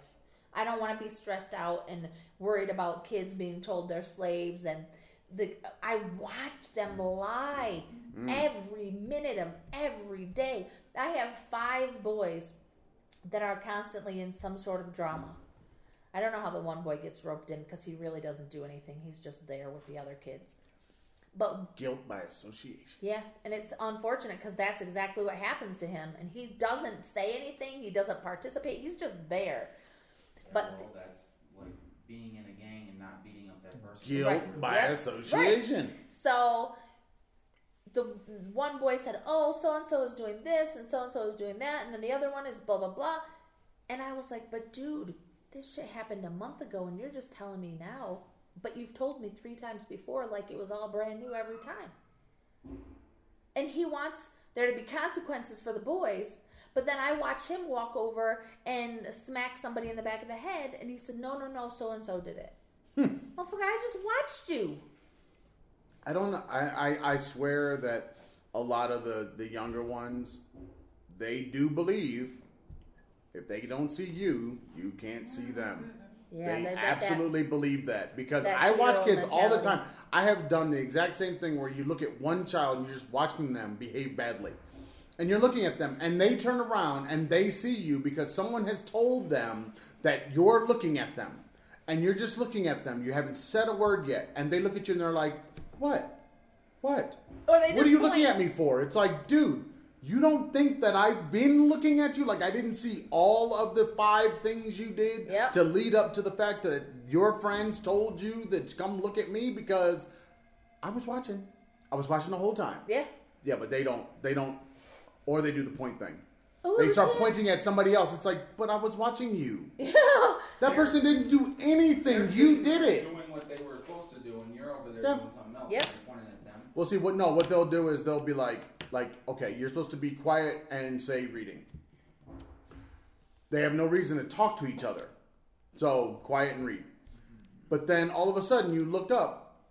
[SPEAKER 3] I don't want to be stressed out and worried about kids being told they're slaves and the I watch them lie every minute of every day. I have 5 boys that are constantly in some sort of drama. I don't know how the one boy gets roped in cuz he really doesn't do anything. He's just there with the other kids. But
[SPEAKER 2] Guilt by association.
[SPEAKER 3] yeah, and it's unfortunate because that's exactly what happens to him, and he doesn't say anything. He doesn't participate. He's just there. But-
[SPEAKER 1] well, that's like being in a gang and not beating up that person.
[SPEAKER 2] Guilt
[SPEAKER 3] Right.
[SPEAKER 2] by
[SPEAKER 3] Yep.
[SPEAKER 2] association.
[SPEAKER 3] So the one boy said, "Oh, so and so is doing this, and so and so is doing that," and then the other one is blah blah blah. And I was like, "But dude, this shit happened a month ago, and you're just telling me now." But you've told me three times before, like it was all brand new every time. And he wants there to be consequences for the boys. But then I watch him walk over and smack somebody in the back of the head, and he said, "No, no, no, so and so did it."
[SPEAKER 2] Hmm.
[SPEAKER 3] Well, fuck, I just watched you.
[SPEAKER 2] I don't know. I, I, I swear that a lot of the, the younger ones, they do believe if they don't see you, you can't see them.
[SPEAKER 3] Yeah,
[SPEAKER 2] they
[SPEAKER 3] they've got that.
[SPEAKER 2] absolutely believe that because
[SPEAKER 3] that
[SPEAKER 2] I watch
[SPEAKER 3] two-year-old
[SPEAKER 2] kids all the
[SPEAKER 3] mentality.
[SPEAKER 2] time. I have done the exact same thing where you look at one child and you're just watching them behave badly. And you're looking at them and they turn around and they see you because someone has told them that you're looking at them. And you're just looking at them. You haven't said a word yet. And they look at you and they're like, What? What?
[SPEAKER 3] Or they
[SPEAKER 2] what
[SPEAKER 3] just
[SPEAKER 2] are you
[SPEAKER 3] point.
[SPEAKER 2] looking at me for? It's like, dude, you don't think that I've been looking at you? Like, I didn't see all of the five things you did
[SPEAKER 3] Yep.
[SPEAKER 2] to lead up to the fact that your friends told you that to come look at me because I was watching. I was watching the whole time.
[SPEAKER 3] Yeah. *laughs*
[SPEAKER 2] Yeah, but they don't. They don't. Or they do the point thing.
[SPEAKER 3] Oh, it
[SPEAKER 2] they
[SPEAKER 3] was
[SPEAKER 2] start
[SPEAKER 3] him.
[SPEAKER 2] pointing at somebody else. It's like, but I was watching you.
[SPEAKER 3] Yeah.
[SPEAKER 2] That person didn't do anything. You did it.
[SPEAKER 1] Doing what they were supposed to do, and you're over there
[SPEAKER 2] Yeah.
[SPEAKER 1] doing something else.
[SPEAKER 3] Yep.
[SPEAKER 1] and you're pointing at them.
[SPEAKER 2] Well, see what no, what they'll do is they'll be like, like, okay, you're supposed to be quiet and say reading. They have no reason to talk to each other, so quiet and read. But then all of a sudden, you look up,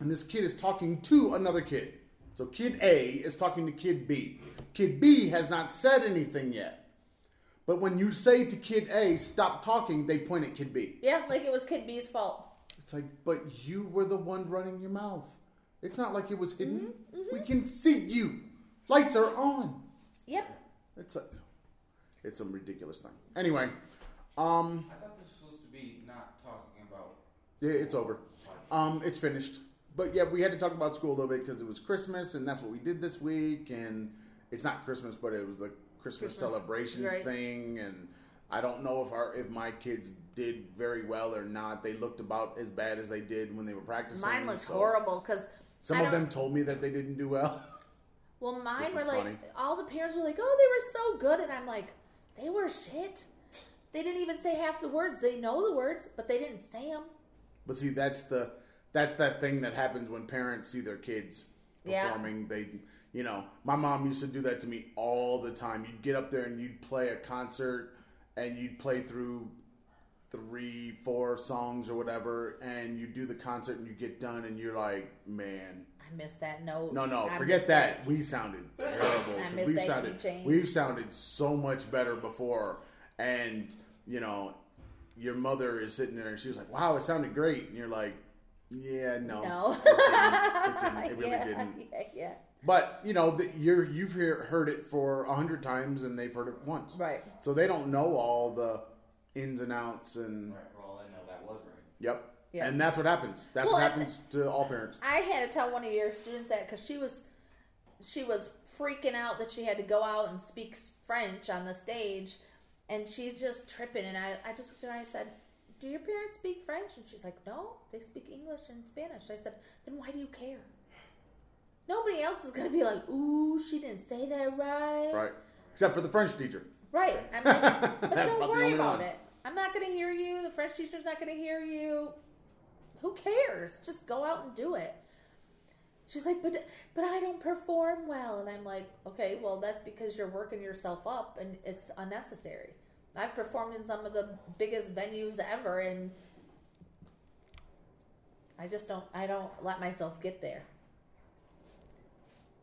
[SPEAKER 2] and this kid is talking to another kid. So kid A is talking to kid B. Kid B has not said anything yet. But when you say to kid A, stop talking, they point at kid B.
[SPEAKER 3] Yeah, like it was Kid B's fault.
[SPEAKER 2] It's like, but you were the one running your mouth. It's not like it was hidden.
[SPEAKER 3] Mm-hmm.
[SPEAKER 2] We can see you. Lights are on.
[SPEAKER 3] Yep.
[SPEAKER 2] It's a, it's some ridiculous thing. Anyway, um,
[SPEAKER 1] I thought this was supposed to be not talking about.
[SPEAKER 2] yeah, it's over. Um, it's finished. But yeah, we had to talk about school a little bit because it was Christmas, and that's what we did this week. And it's not Christmas, but it was the Christmas,
[SPEAKER 3] Christmas,
[SPEAKER 2] celebration
[SPEAKER 3] right.
[SPEAKER 2] thing. And I don't know if our if my kids did very well or not. They looked about as bad as they did when they were practicing.
[SPEAKER 3] Mine looks
[SPEAKER 2] so-
[SPEAKER 3] horrible because
[SPEAKER 2] Some of them told me that they didn't do well. *laughs*
[SPEAKER 3] Well,
[SPEAKER 2] Which
[SPEAKER 3] mine were
[SPEAKER 2] was
[SPEAKER 3] like
[SPEAKER 2] funny.
[SPEAKER 3] all the parents were like, "Oh, they were so good," and I'm like, "They were shit." They didn't even say half the words. They know the words, but they didn't say them.
[SPEAKER 2] But see, that's the that's that thing that happens when parents see their kids
[SPEAKER 3] Yeah.
[SPEAKER 2] performing. They, you know, my mom used to do that to me all the time. You'd get up there and you'd play a concert, and you'd play through three, four songs or whatever, and you do the concert and you get done and you're like, man,
[SPEAKER 3] I missed that note.
[SPEAKER 2] no, no,
[SPEAKER 3] I
[SPEAKER 2] forget
[SPEAKER 3] missed
[SPEAKER 2] that. We sounded
[SPEAKER 3] *laughs*
[SPEAKER 2] terrible.
[SPEAKER 3] I
[SPEAKER 2] 'cause
[SPEAKER 3] miss
[SPEAKER 2] we've
[SPEAKER 3] that key
[SPEAKER 2] sounded,
[SPEAKER 3] change.
[SPEAKER 2] We've sounded so much better before, and you know, your mother is sitting there and she's like, "Wow, it sounded great," and you're like, "Yeah, no,
[SPEAKER 3] No.
[SPEAKER 2] it, didn't.
[SPEAKER 3] *laughs*
[SPEAKER 2] It didn't. It really
[SPEAKER 3] yeah,
[SPEAKER 2] didn't."
[SPEAKER 3] Yeah, yeah.
[SPEAKER 2] But you know, that you're you've hear, heard it for a hundred times, and they've heard it once,
[SPEAKER 3] Right.
[SPEAKER 2] So they don't know all the ins and outs, and
[SPEAKER 1] Right, for all I know, that was right.
[SPEAKER 2] yep.
[SPEAKER 3] Yeah.
[SPEAKER 2] And that's what happens. That's
[SPEAKER 3] Well,
[SPEAKER 2] what
[SPEAKER 3] and-
[SPEAKER 2] happens to all parents.
[SPEAKER 3] I had to tell one of your students that because she was she was freaking out that she had to go out and speak s- French on the stage, and she's just tripping. And I, I just looked at her and I said, "Do your parents speak French?" And she's like, "No, they speak English and Spanish." I said, "Then why do you care?" Nobody else is gonna be like, "Ooh, she didn't say that right."
[SPEAKER 2] Right. Except for the French teacher.
[SPEAKER 3] Right. I'm
[SPEAKER 2] *laughs*
[SPEAKER 3] like, but
[SPEAKER 2] That's about
[SPEAKER 3] don't
[SPEAKER 2] the
[SPEAKER 3] worry
[SPEAKER 2] only
[SPEAKER 3] about
[SPEAKER 2] one.
[SPEAKER 3] it. I'm not going to hear you. The French teacher's not going to hear you. Who cares? Just go out and do it. She's like, but but I don't perform well, and I'm like, okay, well that's because you're working yourself up, and it's unnecessary. I've performed in some of the biggest venues ever, and I just don't I don't let myself get there.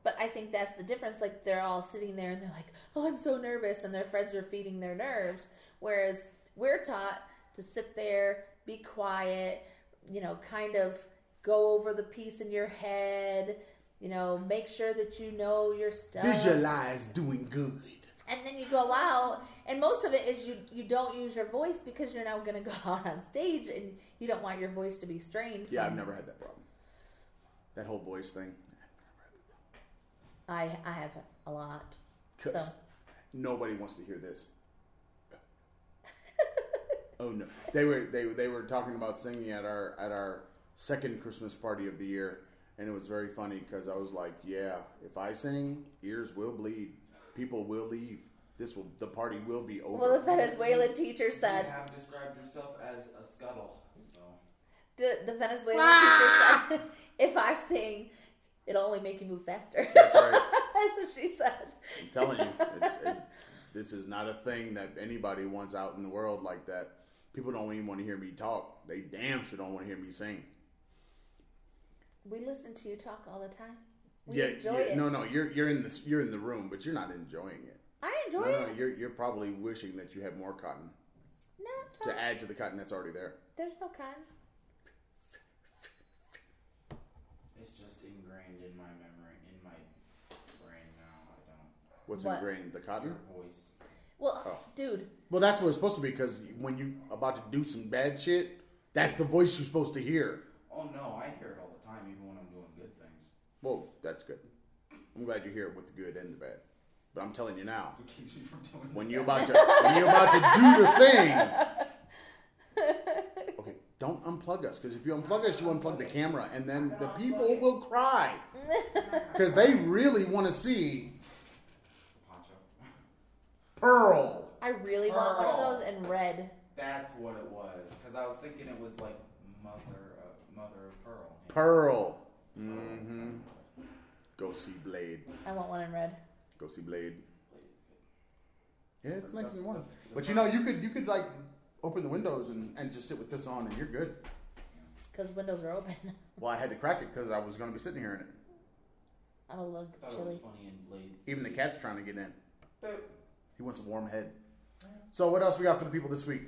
[SPEAKER 3] But I think that's the difference. Like they're all sitting there and they're like, "Oh, I'm so nervous," and their friends are feeding their nerves. Whereas we're taught to sit there, be quiet, you know, kind of go over the piece in your head, you know, make sure that you know your stuff
[SPEAKER 2] Visualize doing good.
[SPEAKER 3] and then you go out and most of it is you you don't use your voice because you're now going to *laughs* go out on stage and you don't want your voice to be strained
[SPEAKER 2] Yeah, I've
[SPEAKER 3] from-
[SPEAKER 2] never had that problem. That whole voice thing.
[SPEAKER 3] i i have a lot
[SPEAKER 2] 'Cause
[SPEAKER 3] So.
[SPEAKER 2] nobody wants to hear this. *laughs* oh no! They were they they were talking about singing at our at our second Christmas party of the year, and it was very funny because I was like, "Yeah, if I sing, ears will bleed, people will leave. This will the party will be over."
[SPEAKER 3] well the venezuelan teacher said
[SPEAKER 6] You have described yourself as a scuttle, so
[SPEAKER 3] the, the venezuelan teacher said *laughs* if i sing it'll only make you move faster
[SPEAKER 2] That's right.
[SPEAKER 3] *laughs* that's what she said
[SPEAKER 2] I'm
[SPEAKER 3] *laughs*
[SPEAKER 2] telling you, it's, it, this is not a thing that anybody wants out in the world like that. People don't even want to hear me talk. They damn sure don't want to hear me sing.
[SPEAKER 3] we listen to you talk all the time we
[SPEAKER 2] yeah,
[SPEAKER 3] enjoy
[SPEAKER 2] yeah.
[SPEAKER 3] it
[SPEAKER 2] No, no, you're you're in this you're in the room, but you're not enjoying it.
[SPEAKER 3] i enjoy
[SPEAKER 2] No, no,
[SPEAKER 3] it
[SPEAKER 2] you're you're probably wishing that you had more cotton
[SPEAKER 3] no,
[SPEAKER 2] to
[SPEAKER 3] no,
[SPEAKER 2] add to the cotton that's already there.
[SPEAKER 3] there's no con
[SPEAKER 6] it's just ingrained in my memory, in my brain now. I don't.
[SPEAKER 2] What's
[SPEAKER 3] What?
[SPEAKER 2] ingrained the cotton?
[SPEAKER 6] Your voice.
[SPEAKER 3] well
[SPEAKER 2] Oh.
[SPEAKER 3] dude
[SPEAKER 2] Well, that's what it's supposed to be because when you about to do some bad shit, that's the voice you're supposed to hear.
[SPEAKER 6] Oh no, I hear it all the time, even when I'm doing good things. *laughs*
[SPEAKER 2] Well, that's good. I'm glad you hear it with the good and the bad. But I'm telling you now,
[SPEAKER 6] What keeps you from doing
[SPEAKER 2] when you're about to when you're about to do your thing. Okay, don't unplug us because if you unplug us, you unplug the camera, and then the people will cry because they really want to see
[SPEAKER 6] *laughs* Poncho.
[SPEAKER 2] Pearl.
[SPEAKER 3] i really want one
[SPEAKER 6] Pearl.
[SPEAKER 3] of those in red
[SPEAKER 6] That's what it was, because I was thinking it was like mother, of, mother of pearl.
[SPEAKER 2] Pearl. Mm-hmm. Go see Blade.
[SPEAKER 3] i want one in red
[SPEAKER 2] Go see Blade. Yeah, it's nice and warm. But you know, you could you could like open the windows and, and just sit with this on, and you're good.
[SPEAKER 3] Because windows are open. *laughs*
[SPEAKER 2] Well, I had to crack it because I was going to be sitting here in it.
[SPEAKER 3] I'm a little
[SPEAKER 2] Oh,
[SPEAKER 6] I thought it was
[SPEAKER 3] chilly.
[SPEAKER 6] funny in Blade.
[SPEAKER 2] Even the cat's trying to get in.
[SPEAKER 6] But
[SPEAKER 2] He wants a warm head. So what else we got for the people this week?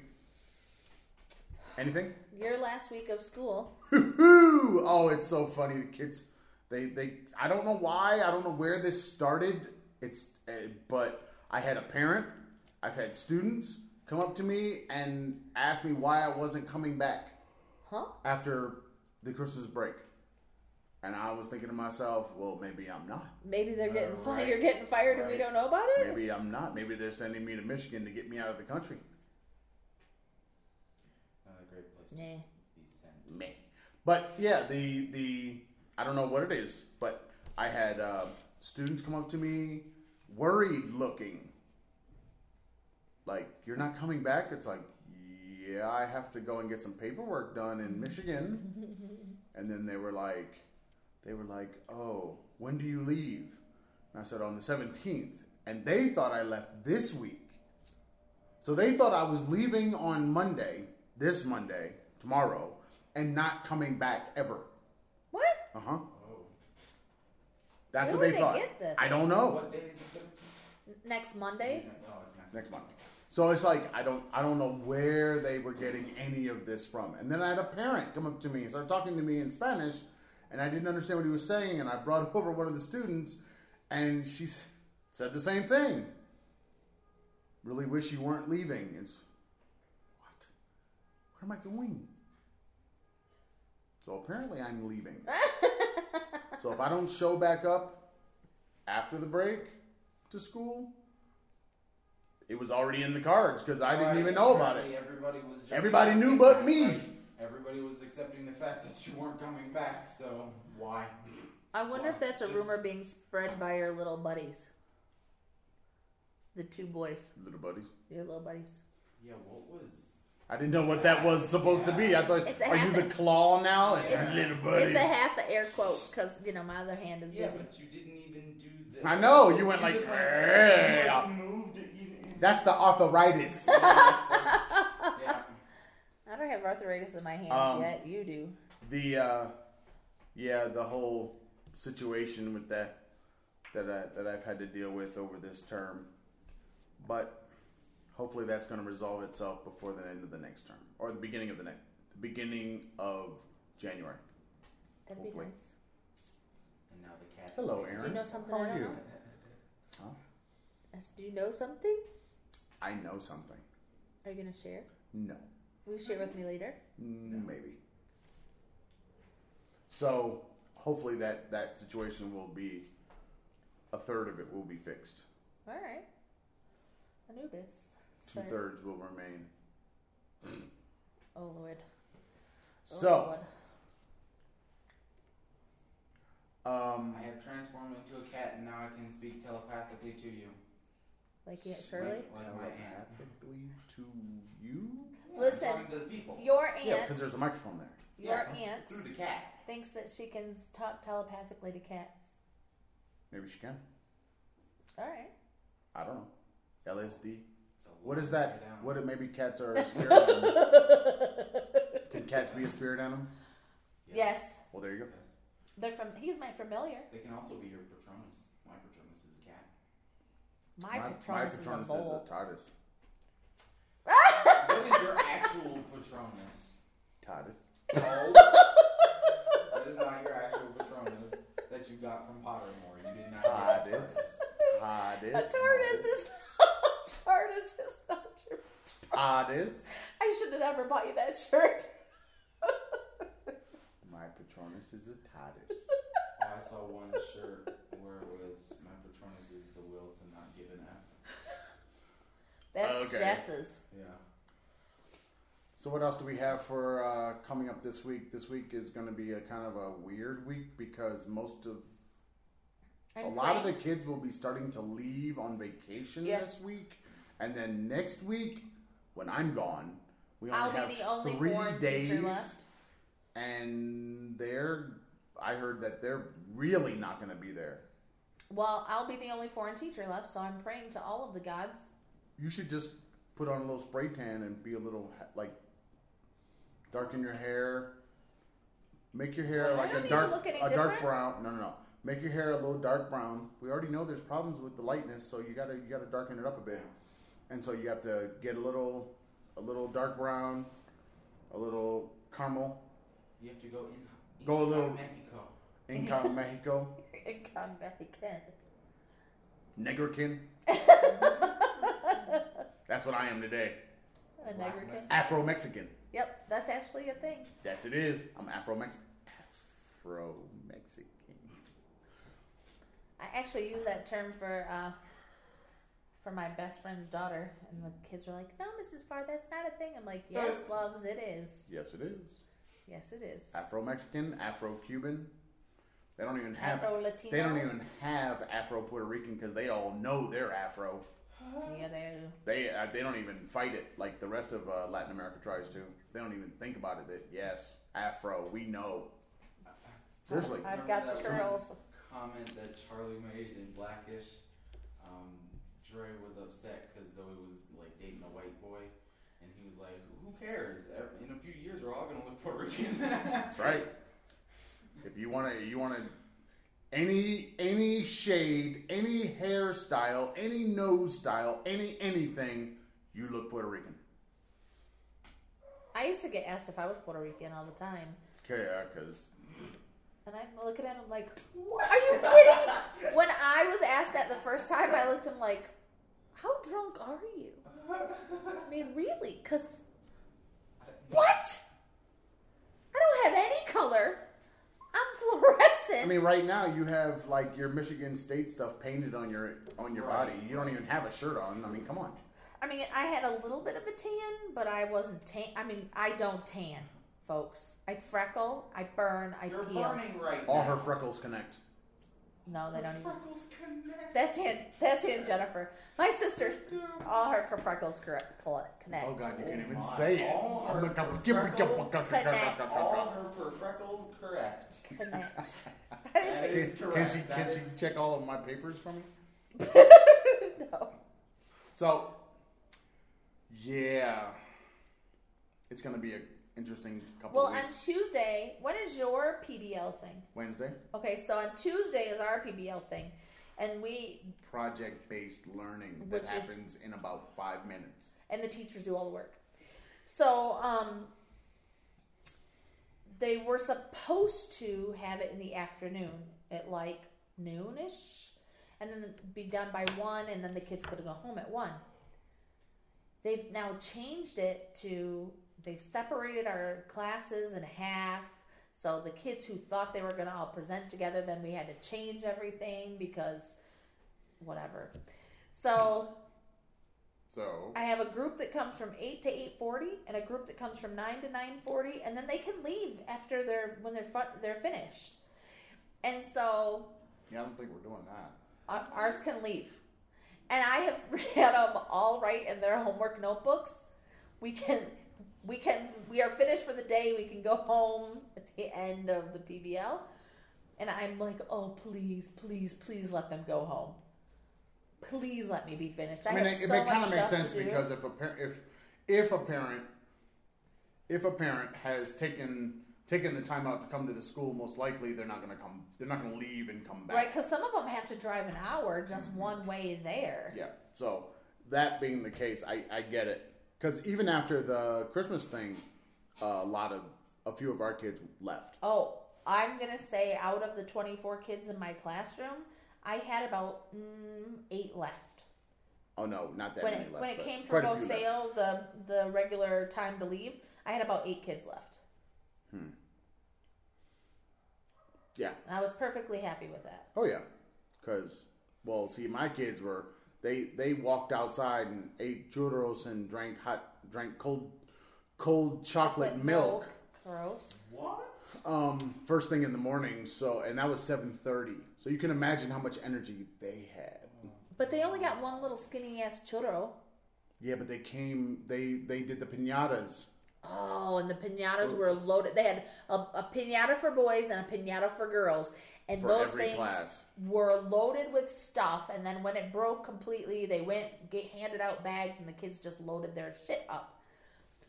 [SPEAKER 2] Anything? *laughs*
[SPEAKER 3] Your last week of school.
[SPEAKER 2] Woo-hoo! Oh, it's so funny. The kids, they, they, I don't know why. I don't know where this started. It's, uh, but I had a parent. I've had students come up to me and ask me why I wasn't coming back
[SPEAKER 3] Huh?
[SPEAKER 2] after the Christmas break. And I was thinking to myself, well, maybe I'm not.
[SPEAKER 3] Maybe they're getting
[SPEAKER 2] Alright.
[SPEAKER 3] fired. You're getting fired and we
[SPEAKER 2] Right.
[SPEAKER 3] don't know about it?
[SPEAKER 2] Maybe I'm not. Maybe they're sending me to Michigan to get me out of the country.
[SPEAKER 6] not a great place
[SPEAKER 3] Nah.
[SPEAKER 6] to be sent.
[SPEAKER 2] meh. But yeah, the the I don't know what it is, but I had uh, students come up to me worried looking, like you're not coming back. It's like yeah, I have to go and get some paperwork done in Michigan, and then they were like, they were like, oh, when do you leave? And I said on the seventeenth, and they thought I left this week. So they thought I was leaving on Monday, this Monday, tomorrow, and not coming back ever.
[SPEAKER 3] What?
[SPEAKER 2] Uh huh. That's
[SPEAKER 3] Oh. Where
[SPEAKER 2] what they
[SPEAKER 3] would they
[SPEAKER 2] thought.
[SPEAKER 3] get this?
[SPEAKER 2] I don't know.
[SPEAKER 6] What day is it?
[SPEAKER 3] N- Next Monday?
[SPEAKER 6] Oh, it's next.
[SPEAKER 2] next month. So it's like I don't I don't know where they were getting any of this from. And then I had a parent come up to me and start talking to me in Spanish, and I didn't understand what he was saying. And I brought *laughs* over one of the students, and she s- said the same thing. Really wish you weren't leaving. It's what? Where am I going? So apparently
[SPEAKER 3] *laughs*
[SPEAKER 2] I'm leaving. so if I don't show back up after the break to school, it was already in the cards because I didn't
[SPEAKER 6] Right,
[SPEAKER 2] even know about
[SPEAKER 6] apparently
[SPEAKER 2] it.
[SPEAKER 6] Everybody was. Just
[SPEAKER 2] Everybody knew but me.
[SPEAKER 6] Right. Everybody was accepting the fact that you weren't coming back. So why? *laughs*
[SPEAKER 3] I wonder if
[SPEAKER 6] Well,
[SPEAKER 3] that's a
[SPEAKER 6] just-
[SPEAKER 3] rumor being spread by your little buddies. The two boys,
[SPEAKER 2] Little buddies.
[SPEAKER 3] your little buddies.
[SPEAKER 6] Yeah. What was?
[SPEAKER 2] I didn't know what that was supposed to be. I thought,
[SPEAKER 3] It's a
[SPEAKER 2] are you the
[SPEAKER 3] habit.
[SPEAKER 2] claw now?
[SPEAKER 6] Yeah.
[SPEAKER 2] Little
[SPEAKER 3] It's
[SPEAKER 2] buddies.
[SPEAKER 3] a half a air quote because you know my other hand is
[SPEAKER 6] Yeah,
[SPEAKER 3] busy.
[SPEAKER 6] but you didn't even do the.
[SPEAKER 2] I know, you went like,
[SPEAKER 6] just
[SPEAKER 2] "Hey."
[SPEAKER 6] you like moved it, you- *laughs*
[SPEAKER 2] That's the arthritis. *laughs*
[SPEAKER 6] yeah.
[SPEAKER 3] I don't have arthritis in my hands
[SPEAKER 2] Um,
[SPEAKER 3] yet. You do.
[SPEAKER 2] the uh, yeah, the whole situation with that that I, that I've had to deal with over this term, but hopefully that's going to resolve itself before the end of the next term or the beginning of the next the beginning of January.
[SPEAKER 3] That'd
[SPEAKER 2] hopefully.
[SPEAKER 3] be nice.
[SPEAKER 6] And now the cat.
[SPEAKER 2] Hello, Aaron.
[SPEAKER 3] Do you know something
[SPEAKER 2] How
[SPEAKER 3] I
[SPEAKER 2] are
[SPEAKER 3] don't
[SPEAKER 2] you?
[SPEAKER 3] know?
[SPEAKER 2] Huh?
[SPEAKER 3] I s- Do you know something?
[SPEAKER 2] I know something.
[SPEAKER 3] Are you gonna share?
[SPEAKER 2] No.
[SPEAKER 3] Will you share with me later?
[SPEAKER 2] Mm, Maybe. So hopefully that that situation will be a third of it will be fixed.
[SPEAKER 3] All right. Anubis.
[SPEAKER 2] Two
[SPEAKER 3] Sorry.
[SPEAKER 2] thirds will remain.
[SPEAKER 3] Oh Lord. Oh,
[SPEAKER 2] So
[SPEAKER 3] Lord.
[SPEAKER 2] um,
[SPEAKER 6] I have transformed into a cat, and now I can speak telepathically to you.
[SPEAKER 3] like Aunt Shirley.
[SPEAKER 6] Like- like my aunt.
[SPEAKER 2] telepathically to you.
[SPEAKER 6] Yeah, I'm
[SPEAKER 3] Listen,
[SPEAKER 6] talking to the people
[SPEAKER 3] Your
[SPEAKER 2] Yeah,
[SPEAKER 3] aunt.
[SPEAKER 2] because there's a microphone there.
[SPEAKER 3] your
[SPEAKER 6] Yeah.
[SPEAKER 3] aunt
[SPEAKER 6] through the cat.
[SPEAKER 3] thinks that she can talk telepathically to cats.
[SPEAKER 2] Maybe she can.
[SPEAKER 3] All
[SPEAKER 2] *laughs*
[SPEAKER 3] right.
[SPEAKER 2] I don't know. LSD.
[SPEAKER 6] So
[SPEAKER 2] What is
[SPEAKER 6] lay
[SPEAKER 2] that?
[SPEAKER 6] down.
[SPEAKER 2] What? If maybe cats
[SPEAKER 3] *laughs*
[SPEAKER 2] are a spirit animal. Can cats be a spirit animal?
[SPEAKER 3] Yes.
[SPEAKER 2] Well, there you go.
[SPEAKER 3] They're from. He's my familiar.
[SPEAKER 6] They can also be your patronus. My patronus is
[SPEAKER 2] *laughs*
[SPEAKER 6] a cat.
[SPEAKER 3] My, Patronus, is a
[SPEAKER 2] Patronus
[SPEAKER 3] bull.
[SPEAKER 2] TARDIS.
[SPEAKER 6] What is your actual patronus?
[SPEAKER 2] TARDIS.
[SPEAKER 6] that is not your actual patronus that you got from Pottermore. You did not
[SPEAKER 2] Ah,
[SPEAKER 6] get a
[SPEAKER 2] TARDIS.
[SPEAKER 3] A
[SPEAKER 2] TARDIS.
[SPEAKER 3] *laughs* TARDIS is not. *laughs* TARDIS is not your.
[SPEAKER 2] TARDIS.
[SPEAKER 3] I should have never bought you that shirt.
[SPEAKER 2] My Patronus is a TARDIS.
[SPEAKER 6] Oh, I saw one shirt where it was my patronus is the will to not give an F.
[SPEAKER 3] That's
[SPEAKER 2] Okay.
[SPEAKER 3] Jess's.
[SPEAKER 6] Yeah.
[SPEAKER 2] so what else do we have for uh, coming up this week? This week is going to be a kind of a weird week because most of a lot of the kids will be starting to leave on vacation
[SPEAKER 3] Yeah.
[SPEAKER 2] this week, and then next week when I'm gone, we only
[SPEAKER 3] I'll
[SPEAKER 2] have
[SPEAKER 3] be the only
[SPEAKER 2] three
[SPEAKER 3] foreign
[SPEAKER 2] days,
[SPEAKER 3] teacher left.
[SPEAKER 2] and they're. I heard that they're really not going to be there.
[SPEAKER 3] Well, I'll be the only foreign teacher left, so I'm praying to all of the gods. *laughs*
[SPEAKER 2] You should just put on a little spray tan and be a little ha- like darken your hair, make your hair
[SPEAKER 3] Well, I
[SPEAKER 2] like
[SPEAKER 3] don't
[SPEAKER 2] a
[SPEAKER 3] need to
[SPEAKER 2] dark
[SPEAKER 3] look any
[SPEAKER 2] a dark
[SPEAKER 3] different.
[SPEAKER 2] brown. No, no, no. Make your hair a little dark brown. We already know there's problems with the lightness, so you gotta you gotta darken it up a bit. And so you have to get a little a little dark brown, a little caramel,
[SPEAKER 6] You have to go in.
[SPEAKER 2] Go a
[SPEAKER 6] in
[SPEAKER 2] little-
[SPEAKER 6] Mexico.
[SPEAKER 3] *laughs*
[SPEAKER 2] Inca Mexico,
[SPEAKER 3] Come back again. *laughs*
[SPEAKER 2] Negerkin. That's what I am today.
[SPEAKER 3] A
[SPEAKER 6] Black
[SPEAKER 3] nigger kid.
[SPEAKER 6] Mexican.
[SPEAKER 2] Afro Mexican.
[SPEAKER 3] Yep, that's actually a thing.
[SPEAKER 2] Yes, it is. I'm Afro Mexican. Afro Mexican.
[SPEAKER 3] I actually used that term for uh, for my best friend's daughter, and the kids were like, "No, Mrs. Farr, that's not a thing." I'm like, "Yes, loves, it is.
[SPEAKER 2] Yes, it is.
[SPEAKER 3] Yes, it is."
[SPEAKER 2] Afro Mexican, Afro Cuban. They don't even have.
[SPEAKER 3] Afro-Latino?
[SPEAKER 2] They don't even have Afro Puerto Rican because they all know they're Afro.
[SPEAKER 3] Yeah, they do.
[SPEAKER 2] They uh, they don't even fight it like the rest of uh, Latin America tries to. They don't even think about it. That yes, Afro, we know. Seriously,
[SPEAKER 3] I've got the
[SPEAKER 6] Remember that
[SPEAKER 3] curls.
[SPEAKER 6] comment that Charlie made in Blackish. Um, Trey was upset because Zoe was like dating a white boy, and he was like, "Who cares? Ev- In a few years, we're all gonna look Puerto Rican."
[SPEAKER 2] That's right. If you want to, you want to any any shade, any hairstyle, any nose style, any anything, you look Puerto Rican.
[SPEAKER 3] I used to get asked if I was Puerto Rican all the time.
[SPEAKER 2] Okay, uh, because
[SPEAKER 3] And I look at him like, what? are *laughs* you kidding? when I was asked that the first time, I looked at him like, how drunk are you? I mean, really? Because, what? I don't have any color. I'm fluorescent.
[SPEAKER 2] I mean, right now you have like your Michigan State stuff painted on your on your
[SPEAKER 6] Right.
[SPEAKER 2] body. You don't even have a shirt on. I mean, come on.
[SPEAKER 3] I mean, I had a little bit of a tan, but I wasn't tan. I mean, I don't tan, folks. I freckle, I burn, I
[SPEAKER 6] *laughs* You're
[SPEAKER 3] peel.
[SPEAKER 6] burning right
[SPEAKER 2] All
[SPEAKER 6] now.
[SPEAKER 2] her freckles connect.
[SPEAKER 3] No, they don't.
[SPEAKER 6] Her
[SPEAKER 3] Even.
[SPEAKER 6] freckles connect.
[SPEAKER 3] That's Aunt. That's Aunt Jennifer. My sister. All her freckles correct, connect.
[SPEAKER 2] Oh God, you can't
[SPEAKER 6] Oh
[SPEAKER 2] even
[SPEAKER 6] my.
[SPEAKER 2] say it.
[SPEAKER 6] All her freckles All her per freckles correct.
[SPEAKER 3] Connect.
[SPEAKER 6] That
[SPEAKER 2] Can,
[SPEAKER 6] is
[SPEAKER 2] can
[SPEAKER 6] correct.
[SPEAKER 2] she
[SPEAKER 6] That
[SPEAKER 2] can
[SPEAKER 6] is-
[SPEAKER 2] she check all of my papers for me?
[SPEAKER 3] no.
[SPEAKER 2] So, yeah, it's gonna be an interesting couple
[SPEAKER 3] Well,
[SPEAKER 2] of
[SPEAKER 3] on
[SPEAKER 2] weeks.
[SPEAKER 3] Tuesday, when is your PBL thing?
[SPEAKER 2] Wednesday,
[SPEAKER 3] Okay, so on Tuesday is our PBL thing, and we
[SPEAKER 2] project-based learning
[SPEAKER 3] Which
[SPEAKER 2] that
[SPEAKER 3] is-
[SPEAKER 2] happens in about five minutes.
[SPEAKER 3] and the teachers do all the work. So um, they were supposed to have it in the afternoon at like noonish, and then be done by one, and then the kids could go home at one. They've now changed it to they've separated our classes in half. So the kids who thought they were going to all present together, then we had to change everything because whatever. So
[SPEAKER 2] So,
[SPEAKER 3] I have a group that comes from eight to eight forty, and a group that comes from nine to nine forty, and then they can leave after they're when they're fu- they're finished. And so
[SPEAKER 2] yeah, I don't think we're doing that.
[SPEAKER 3] uh, ours can leave, and I have *laughs* had them all write in their homework notebooks. We can, we can, we are finished for the day. We can go home at the end of the PBL, and I'm like, oh please, please, please let them go home. Please let me be finished. I,
[SPEAKER 2] I mean,
[SPEAKER 3] have
[SPEAKER 2] it,
[SPEAKER 3] so
[SPEAKER 2] it
[SPEAKER 3] much
[SPEAKER 2] kind of makes
[SPEAKER 3] stuff to
[SPEAKER 2] sense
[SPEAKER 3] do.
[SPEAKER 2] because if a par- if if a parent if a parent has taken taken the time out to come to the school, most likely they're not going to come. They're not going to leave and come back. Mm-hmm.
[SPEAKER 3] Right, because some of them have to drive an hour just one way there.
[SPEAKER 2] Yeah. So that being the case, I, I get it. Because even after the Christmas thing, a lot of a few of our kids left.
[SPEAKER 3] Oh, I'm gonna say out of the 24 kids in my classroom, I had about mm, eight left.
[SPEAKER 2] Oh no, not that
[SPEAKER 3] when
[SPEAKER 2] many
[SPEAKER 3] it,
[SPEAKER 2] left.
[SPEAKER 3] when it
[SPEAKER 2] but
[SPEAKER 3] came from
[SPEAKER 2] quite a few left.
[SPEAKER 3] Oseo, the the regular time to leave, I had about eight kids left,
[SPEAKER 2] Hmm. yeah.
[SPEAKER 3] and I was perfectly happy with that.
[SPEAKER 2] Oh yeah. Because well, see, my kids were they they walked outside and ate churros and drank hot drank cold cold chocolate,
[SPEAKER 3] But
[SPEAKER 2] milk.
[SPEAKER 3] gross.
[SPEAKER 6] What?
[SPEAKER 2] um first thing in the morning. So and that was seven thirty. So you can imagine how much energy they had.
[SPEAKER 3] But they only got one little skinny ass churro.
[SPEAKER 2] Yeah, but they came. They they did the pinatas.
[SPEAKER 3] Oh, and the pinatas were loaded. They had a, a pinata for boys and a pinata for girls, and
[SPEAKER 2] For
[SPEAKER 3] those
[SPEAKER 2] every
[SPEAKER 3] things
[SPEAKER 2] class.
[SPEAKER 3] were loaded with stuff. And then when it broke completely, they went get handed out bags, and the kids just loaded their shit up.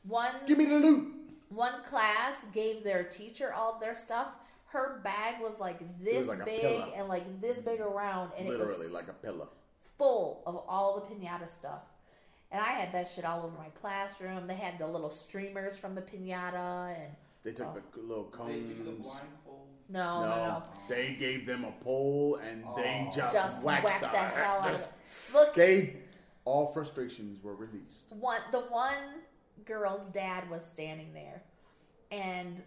[SPEAKER 3] One
[SPEAKER 2] Give me the loot.
[SPEAKER 3] one class gave their teacher all of their stuff. Her bag was like this
[SPEAKER 2] like a
[SPEAKER 3] big
[SPEAKER 2] pillow. Mm-hmm.
[SPEAKER 3] and like this big around, and it
[SPEAKER 2] Literally
[SPEAKER 3] was
[SPEAKER 2] like a pillow.
[SPEAKER 3] full of all the pinata stuff. And I had that shit all over my classroom. They had the little streamers from the pinata, and
[SPEAKER 2] They took
[SPEAKER 3] Oh.
[SPEAKER 2] the c- little cones.
[SPEAKER 6] They do the blindfold.
[SPEAKER 3] no, no, no.
[SPEAKER 2] no, they gave them a pole and they
[SPEAKER 6] Oh.
[SPEAKER 2] just,
[SPEAKER 3] Just
[SPEAKER 2] whacked,
[SPEAKER 3] whack
[SPEAKER 2] the,
[SPEAKER 3] the, hell out of it.
[SPEAKER 2] just-
[SPEAKER 3] Look,
[SPEAKER 2] They all frustrations were released.
[SPEAKER 3] one the one girl's dad was standing there, and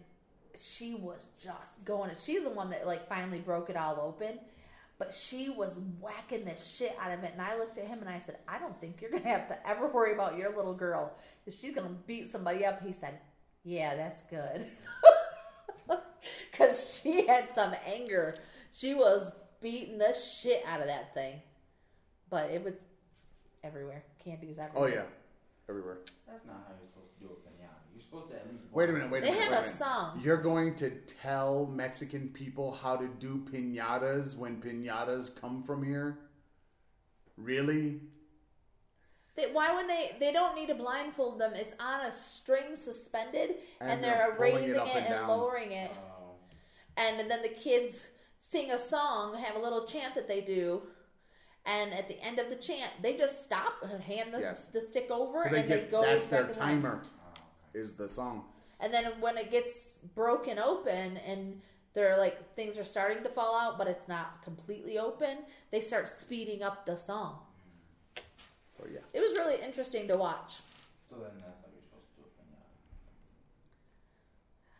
[SPEAKER 3] she was just going. She's the one that like finally broke it all open, but she was whacking the shit out of it. And I looked at him and I said, "I don't think you're gonna have to ever worry about your little girl. 'cause She's gonna beat somebody up." He said, "Yeah, that's good." *laughs* Because she had some anger. She was beating the shit out of that thing. But it was everywhere. Candies
[SPEAKER 2] Oh
[SPEAKER 3] everywhere.
[SPEAKER 2] yeah, everywhere.
[SPEAKER 6] That's not how you're supposed to do a pinata. You're supposed to at least.
[SPEAKER 2] Wait a minute. Wait a
[SPEAKER 3] They
[SPEAKER 2] minute.
[SPEAKER 3] have
[SPEAKER 2] wait
[SPEAKER 3] a
[SPEAKER 2] minute.
[SPEAKER 3] song.
[SPEAKER 2] You're going to tell Mexican people how to do pinatas when pinatas come from here? Really?
[SPEAKER 3] They, why would they? They don't need to blindfold them. It's on a string suspended, and,
[SPEAKER 2] And
[SPEAKER 3] they're,
[SPEAKER 2] they're pulling it
[SPEAKER 3] raising it,
[SPEAKER 2] up and
[SPEAKER 3] and,
[SPEAKER 2] down.
[SPEAKER 3] lowering it.
[SPEAKER 6] Oh.
[SPEAKER 3] And, then the kids sing a song, have a little chant that they do, and at the end of the chant, they just stop and hand the,
[SPEAKER 2] Yes.
[SPEAKER 3] the stick over,
[SPEAKER 2] So they
[SPEAKER 3] and
[SPEAKER 2] get
[SPEAKER 3] it goes
[SPEAKER 2] that's
[SPEAKER 3] back
[SPEAKER 2] their
[SPEAKER 3] in line.
[SPEAKER 2] timer is the song.
[SPEAKER 3] And then when it gets broken open and they're like things are starting to fall out, but it's not completely open, they start speeding up the song.
[SPEAKER 2] So yeah.
[SPEAKER 3] It was really interesting to watch.
[SPEAKER 6] So then that's how you're supposed to do it. Then, yeah.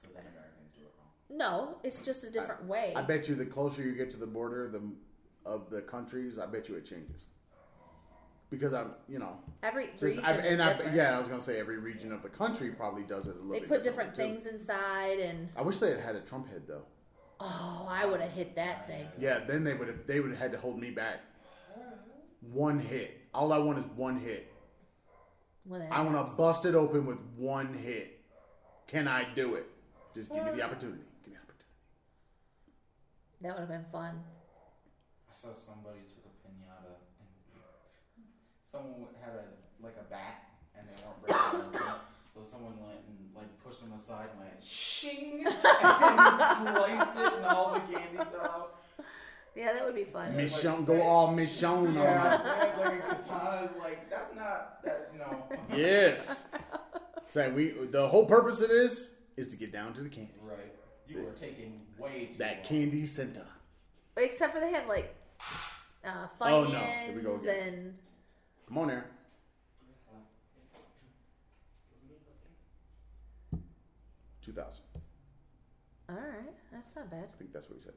[SPEAKER 6] So then Americans do it wrong.
[SPEAKER 3] No, it's just a different way.
[SPEAKER 2] I bet you the closer you get to the border the of the countries, I bet you it changes. Because I'm, you know,
[SPEAKER 3] Every
[SPEAKER 2] just,
[SPEAKER 3] region
[SPEAKER 2] I,
[SPEAKER 3] is
[SPEAKER 2] and I,
[SPEAKER 3] different.
[SPEAKER 2] yeah, I was gonna say every region of the country probably does it a little.
[SPEAKER 3] they
[SPEAKER 2] bit
[SPEAKER 3] put different
[SPEAKER 2] differently,
[SPEAKER 3] things inside, and
[SPEAKER 2] too. I wish they had had a Trump head though.
[SPEAKER 3] oh, I would have hit that thing.
[SPEAKER 2] Yeah, then they would have they would have had to hold me back. One hit. All I want is one hit.
[SPEAKER 3] Well, then-
[SPEAKER 2] I want to bust it open with one hit. Can I do it? Just give me the opportunity. Give me the opportunity.
[SPEAKER 3] that would have been fun.
[SPEAKER 6] I saw somebody took a pinata and someone had a like a bat and they weren't breaking it open. So someone went and like pushed them aside and went shing *laughs* and sliced it and all the candy fell out.
[SPEAKER 3] Yeah, that would be fun.
[SPEAKER 6] Me-
[SPEAKER 2] Michonne, go all Michonne on
[SPEAKER 6] Yeah, they had, like a katana. Like that's not that you know.
[SPEAKER 2] me. Yes. Say we. The whole purpose of this is to get down to the candy.
[SPEAKER 6] Right. You were taking way too
[SPEAKER 2] That
[SPEAKER 6] long.
[SPEAKER 2] candy center.
[SPEAKER 3] Except for they had like uh,
[SPEAKER 2] Oh,
[SPEAKER 3] Funyuns
[SPEAKER 2] no. Here we go again.
[SPEAKER 3] and
[SPEAKER 2] Come on there. Two thousand.
[SPEAKER 3] all right, that's not bad.
[SPEAKER 2] I think that's what he said.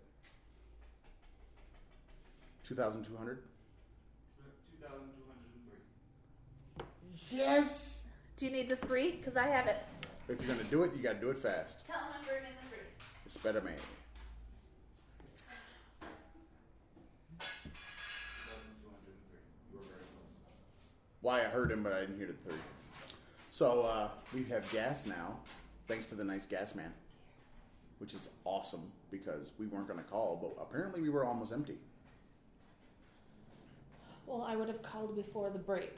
[SPEAKER 2] Two thousand two hundred.
[SPEAKER 1] 2,203.
[SPEAKER 2] Yes.
[SPEAKER 3] Do you need the three? Because I have it.
[SPEAKER 2] If you're gonna do it, you gotta do it fast.
[SPEAKER 5] Tell him I'm bringing the fruit.
[SPEAKER 2] It's better man.
[SPEAKER 6] You were very close.
[SPEAKER 2] Why I heard him, but I didn't hear the three. So uh, we have gas now, thanks to the nice gas man, which is awesome because we weren't gonna call, but apparently we were almost empty.
[SPEAKER 3] Well, I would have called before the break.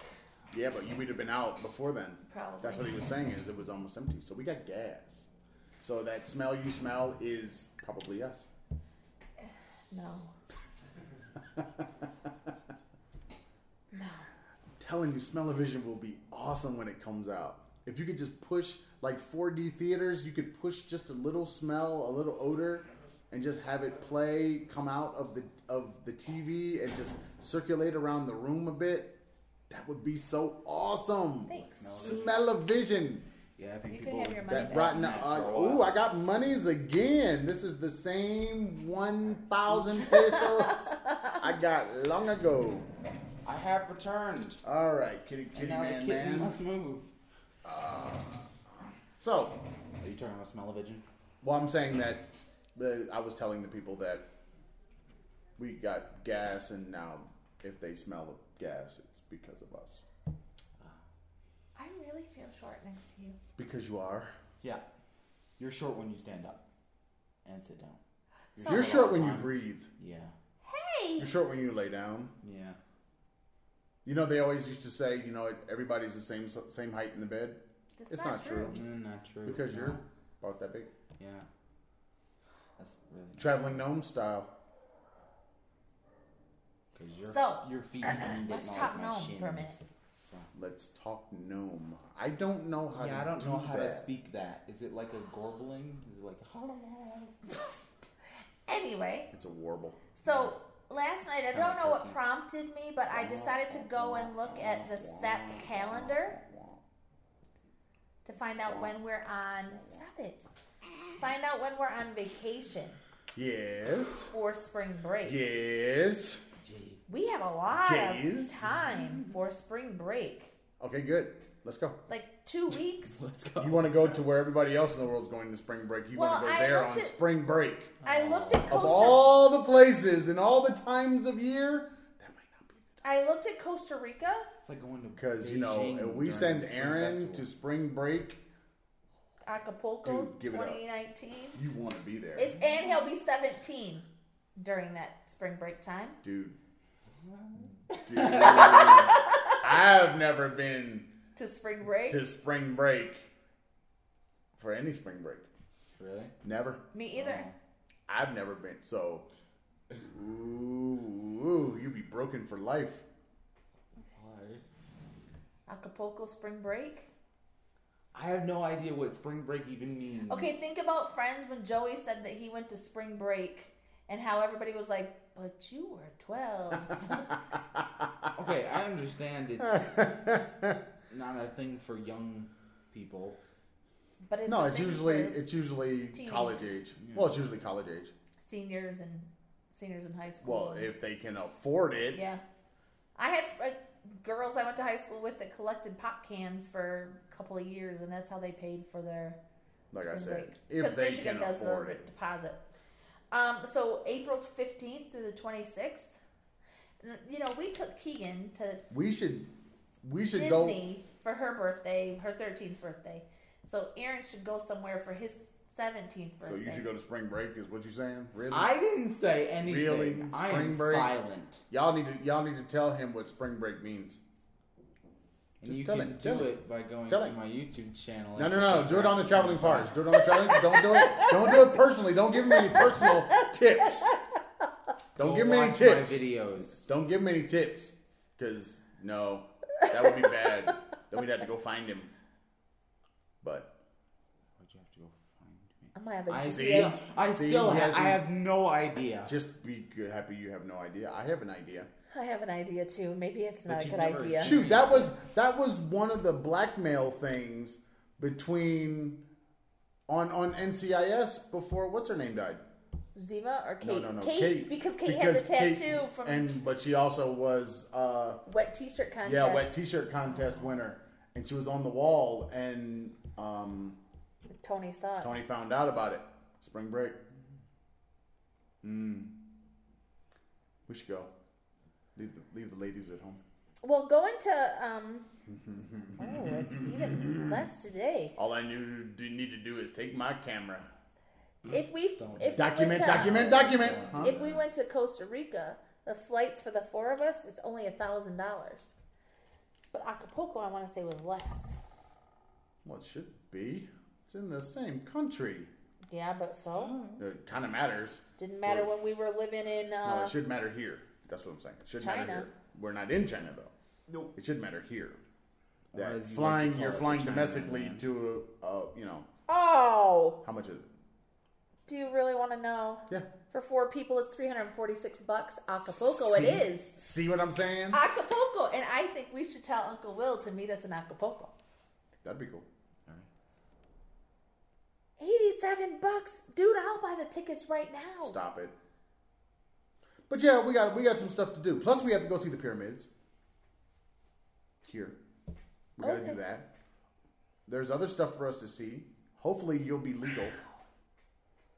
[SPEAKER 2] Yeah, but you would have been out before then.
[SPEAKER 3] Probably.
[SPEAKER 2] That's what he was saying is it was almost empty. So we got gas. So that smell you smell is probably us.
[SPEAKER 3] No.
[SPEAKER 2] telling you, Smell-O-Vision will be awesome when it comes out. If you could just push, like 4D theaters, you could push just a little smell, a little odor, and just have it play, come out of the of the TV, and just circulate around the room a bit. That would be so awesome.
[SPEAKER 3] Thanks.
[SPEAKER 2] Smell-O-Vision.
[SPEAKER 6] Yeah, I think
[SPEAKER 3] You can
[SPEAKER 6] people
[SPEAKER 3] have
[SPEAKER 6] would
[SPEAKER 3] your money
[SPEAKER 2] That
[SPEAKER 3] back.
[SPEAKER 2] rotten.
[SPEAKER 6] Yeah, for
[SPEAKER 2] Uh,
[SPEAKER 6] a
[SPEAKER 2] ooh,
[SPEAKER 6] while.
[SPEAKER 2] I got monies again. This is the same one thousand *laughs* pesos I got long ago.
[SPEAKER 6] I have returned.
[SPEAKER 2] All right, kitty, kitty,
[SPEAKER 6] and now
[SPEAKER 2] man,
[SPEAKER 6] the kitten
[SPEAKER 2] man.
[SPEAKER 6] must move.
[SPEAKER 2] So,
[SPEAKER 6] Are you turning on smell of vision?
[SPEAKER 2] well, I'm saying that the, I was telling the people that we got gas, and now if they smell the gas, it's because of us.
[SPEAKER 3] I really feel short next to you.
[SPEAKER 2] Because you are.
[SPEAKER 6] Yeah. You're short when you stand up and sit down.
[SPEAKER 3] So-
[SPEAKER 2] You're short when you
[SPEAKER 6] Time.
[SPEAKER 2] breathe.
[SPEAKER 6] Yeah.
[SPEAKER 3] Hey!
[SPEAKER 2] You're short when you lay down.
[SPEAKER 6] Yeah.
[SPEAKER 2] You know they always used to say, you know, everybody's the same same height in the bed.
[SPEAKER 3] That's
[SPEAKER 2] It's not true.
[SPEAKER 6] Mm, not true.
[SPEAKER 2] Because
[SPEAKER 6] No.
[SPEAKER 2] you're about that big.
[SPEAKER 6] Yeah. That's really.
[SPEAKER 2] Traveling gnome style.
[SPEAKER 6] Because your,
[SPEAKER 3] So,
[SPEAKER 6] your feet can
[SPEAKER 3] let's
[SPEAKER 6] get on
[SPEAKER 3] talk
[SPEAKER 6] my
[SPEAKER 3] gnome for a minute.
[SPEAKER 6] shins. So.
[SPEAKER 2] Let's talk gnome. I don't know how
[SPEAKER 6] Yeah,
[SPEAKER 2] to
[SPEAKER 6] I don't
[SPEAKER 2] do
[SPEAKER 6] know how
[SPEAKER 2] that.
[SPEAKER 6] to speak that. Is it like a gorbling? Is it like.
[SPEAKER 3] Anyway,
[SPEAKER 2] It's a warble.
[SPEAKER 3] so last night, I
[SPEAKER 6] Sound
[SPEAKER 3] don't
[SPEAKER 6] like
[SPEAKER 3] know what
[SPEAKER 6] turkeys.
[SPEAKER 3] prompted me, but I decided to go and look at the set calendar to find out when we're on. Stop it. Find out when we're on vacation
[SPEAKER 2] Yes.
[SPEAKER 3] for spring break.
[SPEAKER 2] Yes.
[SPEAKER 6] Gee.
[SPEAKER 3] We have a lot
[SPEAKER 2] Jays.
[SPEAKER 3] of time for spring break.
[SPEAKER 2] Okay, good. Let's go.
[SPEAKER 3] Like two weeks.
[SPEAKER 6] Let's go.
[SPEAKER 2] You want to go to where everybody else in the world's going to spring break. You want to
[SPEAKER 3] Well,
[SPEAKER 2] go
[SPEAKER 3] I
[SPEAKER 2] there
[SPEAKER 3] looked
[SPEAKER 2] on
[SPEAKER 3] at-
[SPEAKER 2] spring break.
[SPEAKER 3] I looked at
[SPEAKER 2] Of
[SPEAKER 3] Costa.
[SPEAKER 2] all the places and all the times of year, that might not be good.
[SPEAKER 3] I looked at Costa Rica.
[SPEAKER 6] It's like going to.
[SPEAKER 2] Because, you know,
[SPEAKER 6] Beijing
[SPEAKER 2] if we
[SPEAKER 6] during
[SPEAKER 2] send
[SPEAKER 6] the Spring
[SPEAKER 2] Aaron
[SPEAKER 6] Festival.
[SPEAKER 2] to spring break,
[SPEAKER 3] Acapulco
[SPEAKER 2] Dude, give it up.
[SPEAKER 3] 2019.
[SPEAKER 2] you want to be there.
[SPEAKER 3] It's and he'll be 17 *laughs* during that spring break time.
[SPEAKER 2] Dude. Dude. I've never been
[SPEAKER 3] to spring break.
[SPEAKER 2] to spring break for any spring break.
[SPEAKER 6] Really?
[SPEAKER 2] Never.
[SPEAKER 3] Me either.
[SPEAKER 2] I've never been. So, ooh, you be broken for life.
[SPEAKER 6] Why?
[SPEAKER 3] Acapulco spring break.
[SPEAKER 6] I have no idea what spring break even
[SPEAKER 2] *laughs*
[SPEAKER 6] means.
[SPEAKER 3] Okay, think about Friends when Joey said that he went to spring break and how everybody was like, "But you were
[SPEAKER 2] *laughs*
[SPEAKER 3] 12.
[SPEAKER 6] Okay, I understand it's
[SPEAKER 2] *laughs*
[SPEAKER 6] not a thing for young people.
[SPEAKER 3] but it's
[SPEAKER 2] no,
[SPEAKER 3] a
[SPEAKER 2] it's
[SPEAKER 3] thing
[SPEAKER 2] usually
[SPEAKER 3] for
[SPEAKER 2] it's usually
[SPEAKER 3] Teenagers.
[SPEAKER 2] college age.
[SPEAKER 6] Yeah.
[SPEAKER 2] Well, it's usually college age.
[SPEAKER 3] seniors and seniors in high school.
[SPEAKER 2] Well, if they can afford it,
[SPEAKER 3] yeah, I had uh, girls I went to high school with that collected pop cans for a couple of years, and that's how they paid for their
[SPEAKER 2] like I
[SPEAKER 3] spring
[SPEAKER 2] said,
[SPEAKER 3] break.
[SPEAKER 2] if
[SPEAKER 3] 'Cause
[SPEAKER 2] they
[SPEAKER 3] Michigan
[SPEAKER 2] can
[SPEAKER 3] does the
[SPEAKER 2] afford it.
[SPEAKER 3] deposit. Um, so April fifteenth through the twenty sixth. You know, we took Keegan to
[SPEAKER 2] We should we should go
[SPEAKER 3] Disney for her birthday, her thirteenth birthday. So Aaron should go somewhere for his seventeenth
[SPEAKER 2] So
[SPEAKER 3] birthday.
[SPEAKER 2] you should go to spring break is what you're saying? Really?
[SPEAKER 6] I didn't say anything.
[SPEAKER 2] Really?
[SPEAKER 6] I am
[SPEAKER 2] Spring break?
[SPEAKER 6] silent.
[SPEAKER 2] y'all need to y'all need to tell him what spring break means.
[SPEAKER 6] And
[SPEAKER 2] Just
[SPEAKER 6] you
[SPEAKER 2] tell
[SPEAKER 6] can
[SPEAKER 2] it,
[SPEAKER 6] do
[SPEAKER 2] tell
[SPEAKER 6] it,
[SPEAKER 2] it.
[SPEAKER 6] by going
[SPEAKER 2] Tell
[SPEAKER 6] to
[SPEAKER 2] it.
[SPEAKER 6] my YouTube channel.
[SPEAKER 2] No,
[SPEAKER 6] and
[SPEAKER 2] no, no.
[SPEAKER 6] it's
[SPEAKER 2] Do it on the
[SPEAKER 6] right
[SPEAKER 2] traveling
[SPEAKER 6] here.
[SPEAKER 2] fars. Do it on the traveling. Don't do it. Don't do it personally. Don't give me any
[SPEAKER 3] *laughs*
[SPEAKER 2] personal tips. Don't
[SPEAKER 6] Go
[SPEAKER 2] give me any
[SPEAKER 6] watch
[SPEAKER 2] tips.
[SPEAKER 6] My videos.
[SPEAKER 2] Don't give me any tips, because no, that would be bad. then we'd have to go find him. But
[SPEAKER 6] Why'd you have to go find
[SPEAKER 3] I'm gonna have a
[SPEAKER 6] me? I
[SPEAKER 2] See?
[SPEAKER 6] still, I
[SPEAKER 2] See,
[SPEAKER 6] still,
[SPEAKER 2] he
[SPEAKER 6] ha-
[SPEAKER 2] hasn't-
[SPEAKER 6] I have no idea.
[SPEAKER 2] just be good, happy you have no idea. I have an idea.
[SPEAKER 3] I have an idea too. Maybe it's
[SPEAKER 6] But
[SPEAKER 3] not a
[SPEAKER 6] you've
[SPEAKER 3] good
[SPEAKER 6] never
[SPEAKER 3] idea.
[SPEAKER 6] seen-
[SPEAKER 2] Shoot, that was that was one of the blackmail things between on on NCIS before what's her name died.
[SPEAKER 3] Ziva or Kate?
[SPEAKER 2] No, no, no.
[SPEAKER 3] Kate,
[SPEAKER 2] Kate,
[SPEAKER 3] because Kate had the
[SPEAKER 2] Kate-
[SPEAKER 3] tattoo from
[SPEAKER 2] and but she also was uh
[SPEAKER 3] wet T-shirt contest.
[SPEAKER 2] yeah wet T-shirt contest winner, and she was on the wall, and um
[SPEAKER 3] Tony saw it.
[SPEAKER 2] Tony found out about it. Spring break. Mm. We should go. Leave the leave the ladies at home.
[SPEAKER 3] Well, going to um. oh, it's even less today.
[SPEAKER 2] All I knew do, need to do is take my camera.
[SPEAKER 3] If we
[SPEAKER 6] Don't
[SPEAKER 3] if we
[SPEAKER 2] Document,
[SPEAKER 3] went to,
[SPEAKER 2] document, document. Huh?
[SPEAKER 3] If we went to Costa Rica, the flights for the four of us, it's only a thousand dollars. But Acapulco, I want to say, was less.
[SPEAKER 2] Well, it should be. It's in the same country.
[SPEAKER 3] Yeah, but so
[SPEAKER 2] It kind of matters.
[SPEAKER 3] didn't matter when we were living in.
[SPEAKER 2] No,
[SPEAKER 3] Uh,
[SPEAKER 2] it should matter here. That's what I'm saying. It should matter
[SPEAKER 3] China.
[SPEAKER 2] here. We're not in China though.
[SPEAKER 6] Nope.
[SPEAKER 2] It should matter here.
[SPEAKER 6] Or
[SPEAKER 2] That
[SPEAKER 6] as you like to
[SPEAKER 2] flying,
[SPEAKER 6] call
[SPEAKER 2] you're
[SPEAKER 6] it, the
[SPEAKER 2] flying
[SPEAKER 6] China
[SPEAKER 2] domestically
[SPEAKER 6] mainland.
[SPEAKER 2] to a, a, you know,
[SPEAKER 3] oh,
[SPEAKER 2] how much is it?
[SPEAKER 3] do you really want to know?
[SPEAKER 2] Yeah.
[SPEAKER 3] For four people, it's three hundred forty-six bucks. Acapulco,
[SPEAKER 2] See?
[SPEAKER 3] it is.
[SPEAKER 2] See what I'm saying?
[SPEAKER 3] Acapulco, and I think we should tell Uncle Will to meet us in Acapulco.
[SPEAKER 2] That'd be cool.
[SPEAKER 3] Eighty-seven bucks, dude! I'll buy the tickets right now.
[SPEAKER 2] Stop it. But yeah, we got we got some stuff to do. Plus, we have to go see the pyramids. Here, we got to
[SPEAKER 3] Okay.
[SPEAKER 2] do that. There's other stuff for us to see. Hopefully, you'll be legal.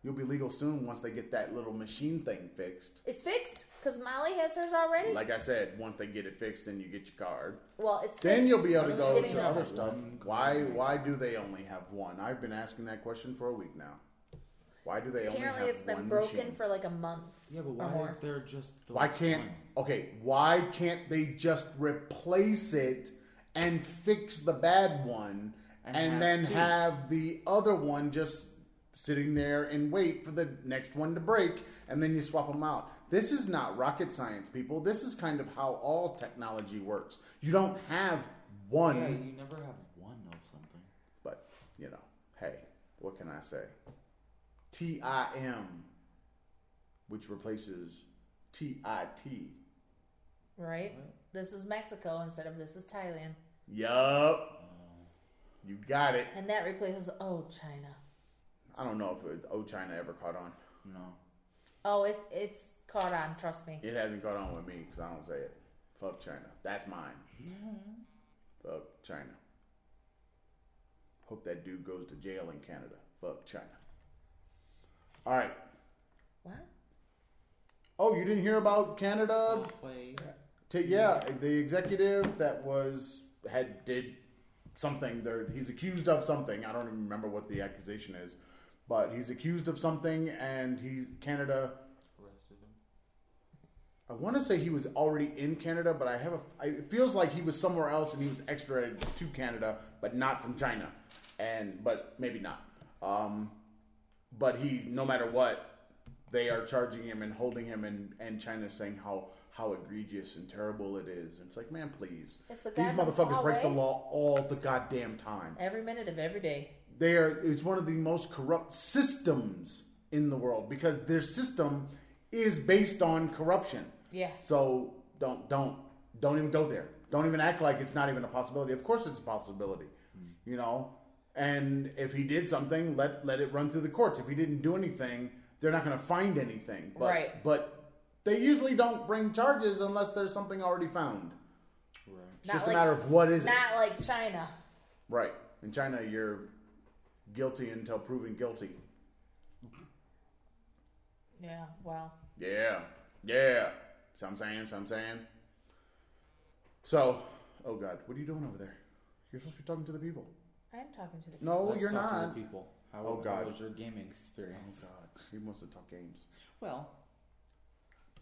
[SPEAKER 2] You'll be legal soon once they get that little machine thing fixed.
[SPEAKER 3] It's fixed because Molly has hers already.
[SPEAKER 2] Like I said, once they get it fixed, then you get your card.
[SPEAKER 3] well, it's
[SPEAKER 2] Then
[SPEAKER 3] fixed.
[SPEAKER 2] you'll be able to
[SPEAKER 3] We're
[SPEAKER 2] go
[SPEAKER 3] getting
[SPEAKER 2] to
[SPEAKER 3] there.
[SPEAKER 2] other stuff.
[SPEAKER 6] One
[SPEAKER 2] Why?
[SPEAKER 6] card.
[SPEAKER 2] Why do they only have one? I've been asking that question for a week now. Why do they only
[SPEAKER 3] Apparently,
[SPEAKER 2] have
[SPEAKER 3] it's been
[SPEAKER 2] one
[SPEAKER 3] broken
[SPEAKER 2] machine?
[SPEAKER 3] for like a month.
[SPEAKER 6] Yeah, but
[SPEAKER 3] or
[SPEAKER 6] why
[SPEAKER 3] more.
[SPEAKER 6] is there just the
[SPEAKER 2] Why can't
[SPEAKER 6] one?
[SPEAKER 2] okay? Why can't they just replace it and fix the bad one, and,
[SPEAKER 6] And have
[SPEAKER 2] then
[SPEAKER 6] two.
[SPEAKER 2] have the other one just sitting there and wait for the next one to break, and then you swap them out? This is not rocket science, people. This is kind of how all technology works. You don't have one,
[SPEAKER 6] Yeah, you never have one of something.
[SPEAKER 2] but you know, hey, what can I say? TIM, which replaces TIT.
[SPEAKER 3] Right? This is Mexico instead of this is Thailand.
[SPEAKER 2] Yup. You got it.
[SPEAKER 3] And that replaces, oh, China.
[SPEAKER 2] I don't know if it, Oh China ever caught on.
[SPEAKER 6] No.
[SPEAKER 3] Oh, it, it's caught on, trust me.
[SPEAKER 2] It hasn't caught on with me because I don't say it. Fuck China. That's mine. Fuck China. Hope that dude goes to jail in Canada. Fuck China. All right.
[SPEAKER 3] What?
[SPEAKER 2] Oh, you didn't hear about Canada?
[SPEAKER 6] Halfway.
[SPEAKER 2] Ta- yeah, the executive that was had did something. There, he's accused of something. I don't even remember what the accusation is, but he's accused of something, and he's Canada
[SPEAKER 6] Arrested him.
[SPEAKER 2] I want to say he was already in Canada, but I have a. I, it feels like he was somewhere else and he was extradited to Canada, but not from China, and but maybe not. Um, but he, no matter what, they are charging him and holding him, and and China's saying how how egregious and terrible it is. And it's like, man, please,
[SPEAKER 3] It's the
[SPEAKER 2] these
[SPEAKER 3] guy from
[SPEAKER 2] motherfuckers break the
[SPEAKER 3] Huawei.
[SPEAKER 2] law all the goddamn time.
[SPEAKER 3] Every minute of every day.
[SPEAKER 2] They are. It's one of the most corrupt systems in the world because their system is based on corruption.
[SPEAKER 3] Yeah.
[SPEAKER 2] So don't don't don't even go there. Don't even act like it's not even a possibility. Of course, it's a possibility. You know, and if he did something, let let it run through the courts. If he didn't do anything, they're not going to find anything. But,
[SPEAKER 3] Right.
[SPEAKER 2] But they usually don't bring charges unless there's something already found. It's
[SPEAKER 3] Not
[SPEAKER 2] just
[SPEAKER 3] like-
[SPEAKER 2] a matter of what is it.
[SPEAKER 3] Not like China.
[SPEAKER 2] Right. In China, you're guilty until proven guilty.
[SPEAKER 3] Yeah. Well.
[SPEAKER 2] Yeah. Yeah. So I'm saying, so I'm saying. So, oh God, what are you doing over there? You're supposed to be talking to the people.
[SPEAKER 3] I am talking to the.
[SPEAKER 2] No,
[SPEAKER 6] Let's
[SPEAKER 2] you're
[SPEAKER 6] talk to the
[SPEAKER 2] not.
[SPEAKER 6] people. How,
[SPEAKER 2] Oh,
[SPEAKER 6] how
[SPEAKER 2] God.
[SPEAKER 6] was your gaming
[SPEAKER 2] Oh
[SPEAKER 6] experience?
[SPEAKER 2] God, he wants to talk games.
[SPEAKER 6] Well,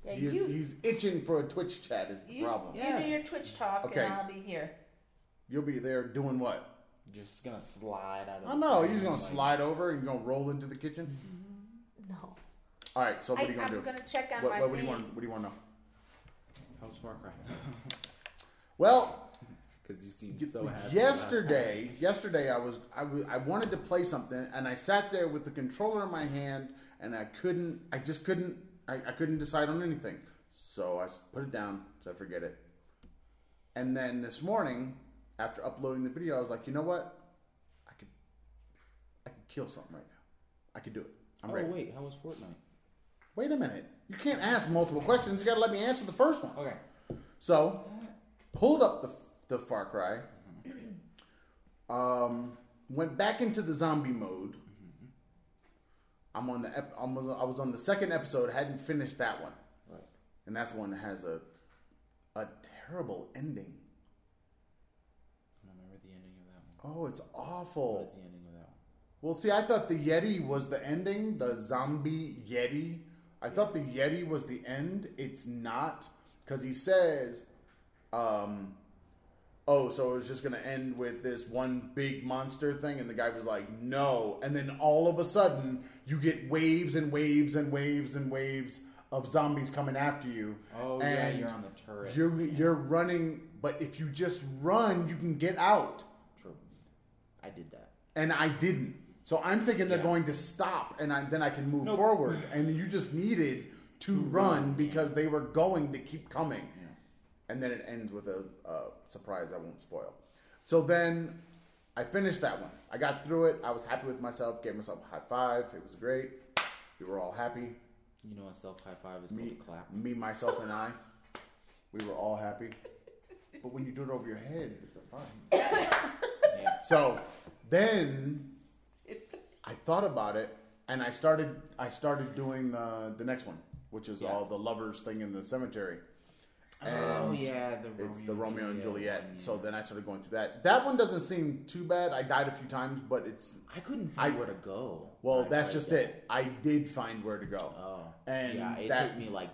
[SPEAKER 3] Yeah.
[SPEAKER 2] He is-
[SPEAKER 3] you.
[SPEAKER 2] he's itching for a Twitch chat. Is the
[SPEAKER 3] you,
[SPEAKER 2] problem?
[SPEAKER 3] you do
[SPEAKER 6] Yes.
[SPEAKER 3] your Twitch talk,
[SPEAKER 2] Okay.
[SPEAKER 3] and I'll be here.
[SPEAKER 2] You'll be there doing what?
[SPEAKER 6] just gonna slide out of.
[SPEAKER 2] I
[SPEAKER 6] the
[SPEAKER 2] know.
[SPEAKER 6] plane,
[SPEAKER 2] You're just gonna
[SPEAKER 6] like-
[SPEAKER 2] slide over and you're gonna roll into the kitchen.
[SPEAKER 3] No.
[SPEAKER 2] All right. So what
[SPEAKER 3] I,
[SPEAKER 2] are you gonna
[SPEAKER 3] I'm
[SPEAKER 2] do?
[SPEAKER 3] gonna check on
[SPEAKER 2] what,
[SPEAKER 3] my
[SPEAKER 2] what, what do you
[SPEAKER 3] thing.
[SPEAKER 2] want? What do you want to know?
[SPEAKER 6] How's Far Cry?
[SPEAKER 2] Well,
[SPEAKER 6] Because you seem
[SPEAKER 2] Y-
[SPEAKER 6] so happy.
[SPEAKER 2] yesterday yesterday i was I wa- I wanted to play something and i sat there with the controller in my hand and i couldn't i just couldn't i, I couldn't decide on anything so i s- put it down so i forget it and then this morning after uploading the video i was like you know what i could i could kill something right now i could do it i'm
[SPEAKER 6] Oh
[SPEAKER 2] ready wait.
[SPEAKER 6] wait, how was Fortnite?
[SPEAKER 2] a minute you can't ask multiple questions you gotta let me answer the first one
[SPEAKER 6] Okay.
[SPEAKER 2] so, pulled up the, the Far Cry, um, went back into the zombie mode. I'm on the ep- I'm, I was on the second episode, hadn't finished that one,
[SPEAKER 6] Right.
[SPEAKER 2] and that's the one that has a a terrible ending.
[SPEAKER 6] I don't remember the ending of that one.
[SPEAKER 2] Oh, it's
[SPEAKER 6] What
[SPEAKER 2] awful.
[SPEAKER 6] is the ending of that one?
[SPEAKER 2] Well, see, I thought the Yeti was the ending, the zombie Yeti. I thought the Yeti was the end. It's not, because he says, um, oh, so it was just going to end with this one big monster thing. And the guy was like, no. And then all of a sudden, you get waves and waves and waves and waves of zombies coming after you.
[SPEAKER 6] Oh yeah,
[SPEAKER 2] and
[SPEAKER 6] you're on the turret.
[SPEAKER 2] You're, you're running, but if you just run, you can get out
[SPEAKER 6] True. I did that.
[SPEAKER 2] and I didn't. So I'm thinking they're
[SPEAKER 6] Yeah.
[SPEAKER 2] going to stop, and I, then I can move forward. And you just needed to run because they were going to keep coming. And then it ends with a uh, surprise I won't spoil. So then I finished that one. I got through it. I was happy with myself. Gave myself a high five. It was great. We were all happy.
[SPEAKER 6] You know, a self high five is
[SPEAKER 2] Me,
[SPEAKER 6] called a
[SPEAKER 2] *laughs*
[SPEAKER 6] clap.
[SPEAKER 2] me, myself, and I. We were all happy. But when you do it over your head, it's a fine.
[SPEAKER 6] yeah.
[SPEAKER 2] So then I thought about it and I started I started doing the the next one, which is
[SPEAKER 6] Yeah.
[SPEAKER 2] all the lovers thing in the cemetery.
[SPEAKER 6] Oh
[SPEAKER 2] And
[SPEAKER 6] yeah, the Romeo
[SPEAKER 2] Um, It's the Romeo and Juliet.
[SPEAKER 6] one,
[SPEAKER 2] So
[SPEAKER 6] yeah.
[SPEAKER 2] then I started going through that. That one doesn't seem too bad. I died a few times, but it's
[SPEAKER 6] I couldn't find
[SPEAKER 2] I-
[SPEAKER 6] where to go.
[SPEAKER 2] well,
[SPEAKER 6] I
[SPEAKER 2] that's
[SPEAKER 6] played
[SPEAKER 2] just
[SPEAKER 6] that.
[SPEAKER 2] it. I did find where to go.
[SPEAKER 6] Oh,
[SPEAKER 2] And
[SPEAKER 6] yeah, it
[SPEAKER 2] that-
[SPEAKER 6] took me like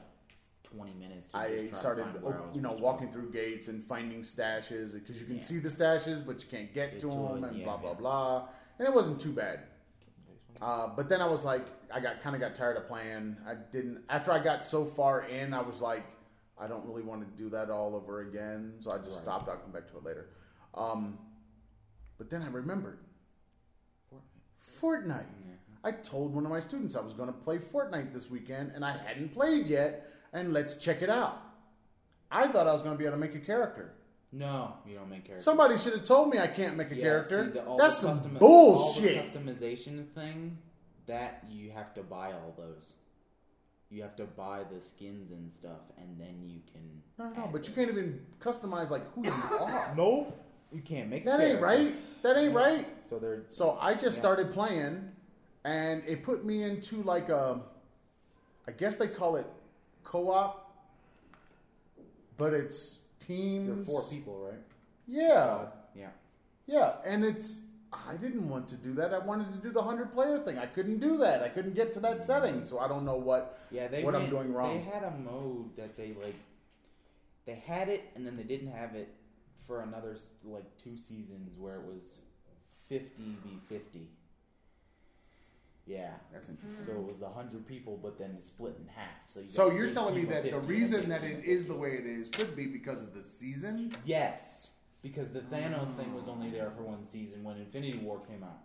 [SPEAKER 6] twenty minutes. to
[SPEAKER 2] I
[SPEAKER 6] just try
[SPEAKER 2] started,
[SPEAKER 6] to find where I
[SPEAKER 2] oh,
[SPEAKER 6] was
[SPEAKER 2] you know,
[SPEAKER 6] supposed to
[SPEAKER 2] walking
[SPEAKER 6] go.
[SPEAKER 2] through gates and finding stashes because you can
[SPEAKER 6] Yeah.
[SPEAKER 2] see the stashes, but you can't get
[SPEAKER 6] Get
[SPEAKER 2] to
[SPEAKER 6] to
[SPEAKER 2] them,
[SPEAKER 6] it,
[SPEAKER 2] and
[SPEAKER 6] yeah,
[SPEAKER 2] blah blah
[SPEAKER 6] yeah.
[SPEAKER 2] blah. And it wasn't too bad. Uh, but then I was like, I got kind of got tired of playing. I didn't. After I got so far in, I was like, I don't really want to do that all over again. So I just
[SPEAKER 6] Right.
[SPEAKER 2] stopped. I'll come back to it later. Um, but then I remembered Fortnite. I told one of my students I was going to play Fortnite this weekend, and I hadn't played yet. And let's check it out. I thought I was going to be able to make a character.
[SPEAKER 6] No, you don't make characters.
[SPEAKER 2] Somebody should have told me I can't make a
[SPEAKER 6] Yeah,
[SPEAKER 2] character.
[SPEAKER 6] see, the- all
[SPEAKER 2] That's
[SPEAKER 6] the
[SPEAKER 2] some
[SPEAKER 6] custom-
[SPEAKER 2] bullshit.
[SPEAKER 6] All the customization thing that you have to buy all those. You have to buy the skins and stuff, and then you can.
[SPEAKER 2] no, no,
[SPEAKER 6] add
[SPEAKER 2] but you
[SPEAKER 6] them.
[SPEAKER 2] can't even customize like
[SPEAKER 6] *laughs*
[SPEAKER 2] who you are.
[SPEAKER 6] Nope, you can't make. a
[SPEAKER 2] That ain't
[SPEAKER 6] character.
[SPEAKER 2] right. That ain't right.
[SPEAKER 6] So they're
[SPEAKER 2] So I just
[SPEAKER 6] Yeah.
[SPEAKER 2] started playing, and it put me into like a, I guess they call it co-op, but it's
[SPEAKER 6] there are
[SPEAKER 2] teams.
[SPEAKER 6] four people, right?
[SPEAKER 2] Yeah,
[SPEAKER 6] Yeah.
[SPEAKER 2] yeah, and it's I didn't want to do that. I wanted to do the hundred player thing. I couldn't do that. I couldn't get to that setting, so I don't know what.
[SPEAKER 4] Yeah, they
[SPEAKER 2] What I'm
[SPEAKER 4] went-
[SPEAKER 2] doing wrong.
[SPEAKER 4] They had a mode that they like. They had it, and then they didn't have it for another s- like two seasons where it was fifty v fifty. Yeah.
[SPEAKER 2] That's interesting.
[SPEAKER 4] So it was the hundred people, but then it's split in half. So you
[SPEAKER 2] So
[SPEAKER 4] got
[SPEAKER 2] you're telling me
[SPEAKER 4] 18 or
[SPEAKER 2] that the
[SPEAKER 4] 50,
[SPEAKER 2] reason
[SPEAKER 4] like
[SPEAKER 2] that
[SPEAKER 4] 18
[SPEAKER 2] it
[SPEAKER 4] or
[SPEAKER 2] is the
[SPEAKER 4] 50.
[SPEAKER 2] way it is could be because of the season.
[SPEAKER 4] Yes, because the Thanos thing was
[SPEAKER 2] Ah.
[SPEAKER 4] only there for one season when Infinity War came out.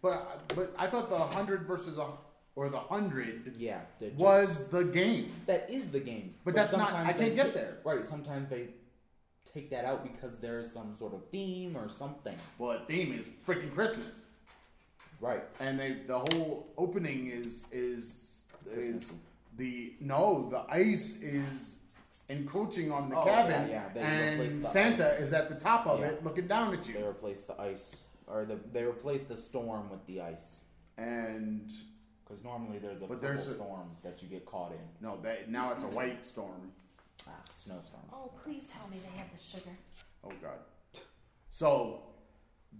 [SPEAKER 2] But but I thought the hundred versus a, or the hundred
[SPEAKER 4] Yeah. they're just-
[SPEAKER 2] was the game.
[SPEAKER 4] that is the game.
[SPEAKER 2] But that's not-
[SPEAKER 4] sometimes
[SPEAKER 2] I can't
[SPEAKER 4] they
[SPEAKER 2] get
[SPEAKER 4] ta-
[SPEAKER 2] there.
[SPEAKER 4] Right. Sometimes they take that out because there's some sort of theme or something.
[SPEAKER 2] Well, the theme is freaking Christmas,
[SPEAKER 4] Right.
[SPEAKER 2] and they the whole opening is is is
[SPEAKER 4] Christmassy.
[SPEAKER 2] the no the ice is encroaching on the
[SPEAKER 4] Oh, yeah,
[SPEAKER 2] cabin,
[SPEAKER 4] yeah, they replaced
[SPEAKER 2] and
[SPEAKER 4] the
[SPEAKER 2] Santa
[SPEAKER 4] ice.
[SPEAKER 2] is at the top of
[SPEAKER 4] Yeah.
[SPEAKER 2] it looking down at
[SPEAKER 4] They
[SPEAKER 2] you,
[SPEAKER 4] replaced the ice, or the they replaced the storm with the ice.
[SPEAKER 2] and
[SPEAKER 4] Because normally there's a
[SPEAKER 2] But
[SPEAKER 4] purple
[SPEAKER 2] there's a-
[SPEAKER 4] storm that you get caught in.
[SPEAKER 2] no that now it's a white storm.
[SPEAKER 4] Ah, snowstorm.
[SPEAKER 3] *laughs* Oh, please tell me they have the sugar.
[SPEAKER 2] Oh God. So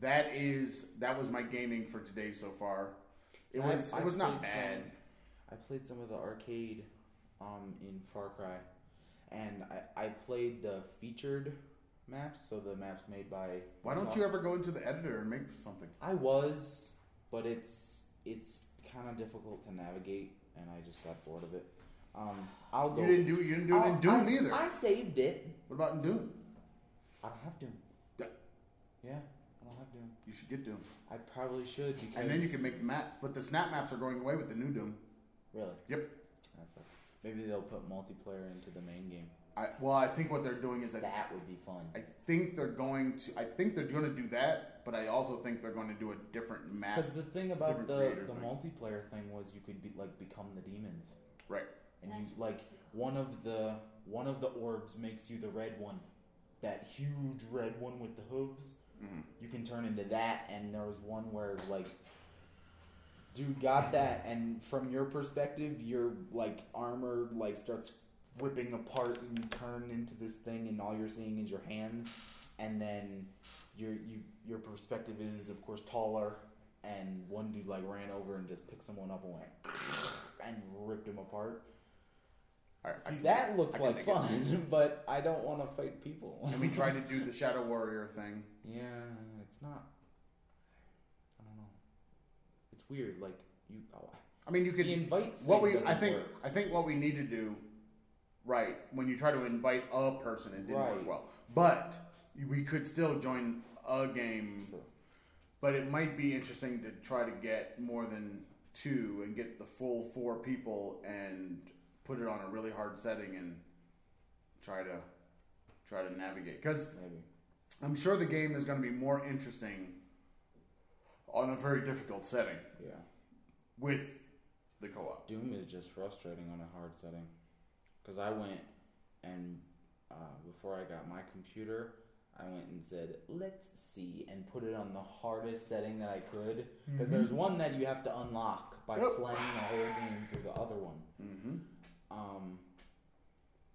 [SPEAKER 2] that is that was my gaming for today so far. It
[SPEAKER 4] I-
[SPEAKER 2] was
[SPEAKER 4] I
[SPEAKER 2] it was not
[SPEAKER 4] played
[SPEAKER 2] bad.
[SPEAKER 4] some- I played some of the arcade um, in Far Cry, and I, I played the featured maps, so the maps made by.
[SPEAKER 2] Why don't
[SPEAKER 4] Ubisoft.
[SPEAKER 2] you ever go into the editor and make something?
[SPEAKER 4] I was, but it's it's kind of difficult to navigate, and I just got bored of it. Um, I'll go.
[SPEAKER 2] You didn't do you didn't do it in
[SPEAKER 4] I'll-
[SPEAKER 2] Doom
[SPEAKER 4] I-
[SPEAKER 2] either.
[SPEAKER 4] I saved it.
[SPEAKER 2] What about in Doom?
[SPEAKER 4] I don't have Doom.
[SPEAKER 2] Yeah.
[SPEAKER 4] Yeah, I don't have Doom.
[SPEAKER 2] You should get Doom,
[SPEAKER 4] I probably should because.
[SPEAKER 2] and then you can make the maps. But the snap maps are going away with the new Doom.
[SPEAKER 4] Really?
[SPEAKER 2] Yep.
[SPEAKER 4] That sucks. Maybe they'll put multiplayer into the main game.
[SPEAKER 2] I, well, I think what they're doing is that
[SPEAKER 4] That would be fun.
[SPEAKER 2] I think they're going to. I think they're going to do that, but I also think they're going to do a different map.
[SPEAKER 4] Because the thing
[SPEAKER 2] different
[SPEAKER 4] about the,
[SPEAKER 2] creator
[SPEAKER 4] the
[SPEAKER 2] thing.
[SPEAKER 4] multiplayer thing was you could be like become the demons,
[SPEAKER 2] Right.
[SPEAKER 4] and you like one of the one of the orbs makes you the red one, that huge red one with the hooves.
[SPEAKER 2] Mm-hmm.
[SPEAKER 4] You can turn into that, and there was one where like. Dude got that, and from your perspective, your like armor like starts ripping apart, and you turn into this thing, and all you're seeing is your hands, and then your you your perspective is of course taller and one dude like ran over and just picked someone up
[SPEAKER 2] *sighs*
[SPEAKER 4] and went and ripped him apart.
[SPEAKER 2] All right. I
[SPEAKER 4] See
[SPEAKER 2] can-
[SPEAKER 4] that looks
[SPEAKER 2] I can
[SPEAKER 4] like
[SPEAKER 2] dig it.
[SPEAKER 4] fun, *laughs* but I don't want to fight people.
[SPEAKER 2] And we tried to do the Shadow Warrior thing.
[SPEAKER 4] *laughs* yeah, it's not. I don't know. It's weird. Like you, oh,
[SPEAKER 2] I mean, you could
[SPEAKER 4] the invite.
[SPEAKER 2] what
[SPEAKER 4] thing
[SPEAKER 2] we I
[SPEAKER 4] doesn't
[SPEAKER 2] think
[SPEAKER 4] work.
[SPEAKER 2] I think what we need to do right when you try to invite a person it didn't work
[SPEAKER 4] Right.
[SPEAKER 2] well but we could still join a game
[SPEAKER 4] Sure.
[SPEAKER 2] but it might be interesting to try to get more than two and get the full four people and put it on a really hard setting and try to try to navigate because
[SPEAKER 4] Maybe.
[SPEAKER 2] i'm sure the game is going to be more interesting on a very difficult setting
[SPEAKER 4] Yeah.
[SPEAKER 2] with the co-op
[SPEAKER 4] Doom is just frustrating on a hard setting. Because I went and uh, before I got my computer, I went and said, let's see, and put it on the hardest setting that I could. Because there's one that you have to unlock by
[SPEAKER 2] Mm-hmm. Yep.
[SPEAKER 4] playing the whole game through the other one.
[SPEAKER 2] mm-hmm.
[SPEAKER 4] Um,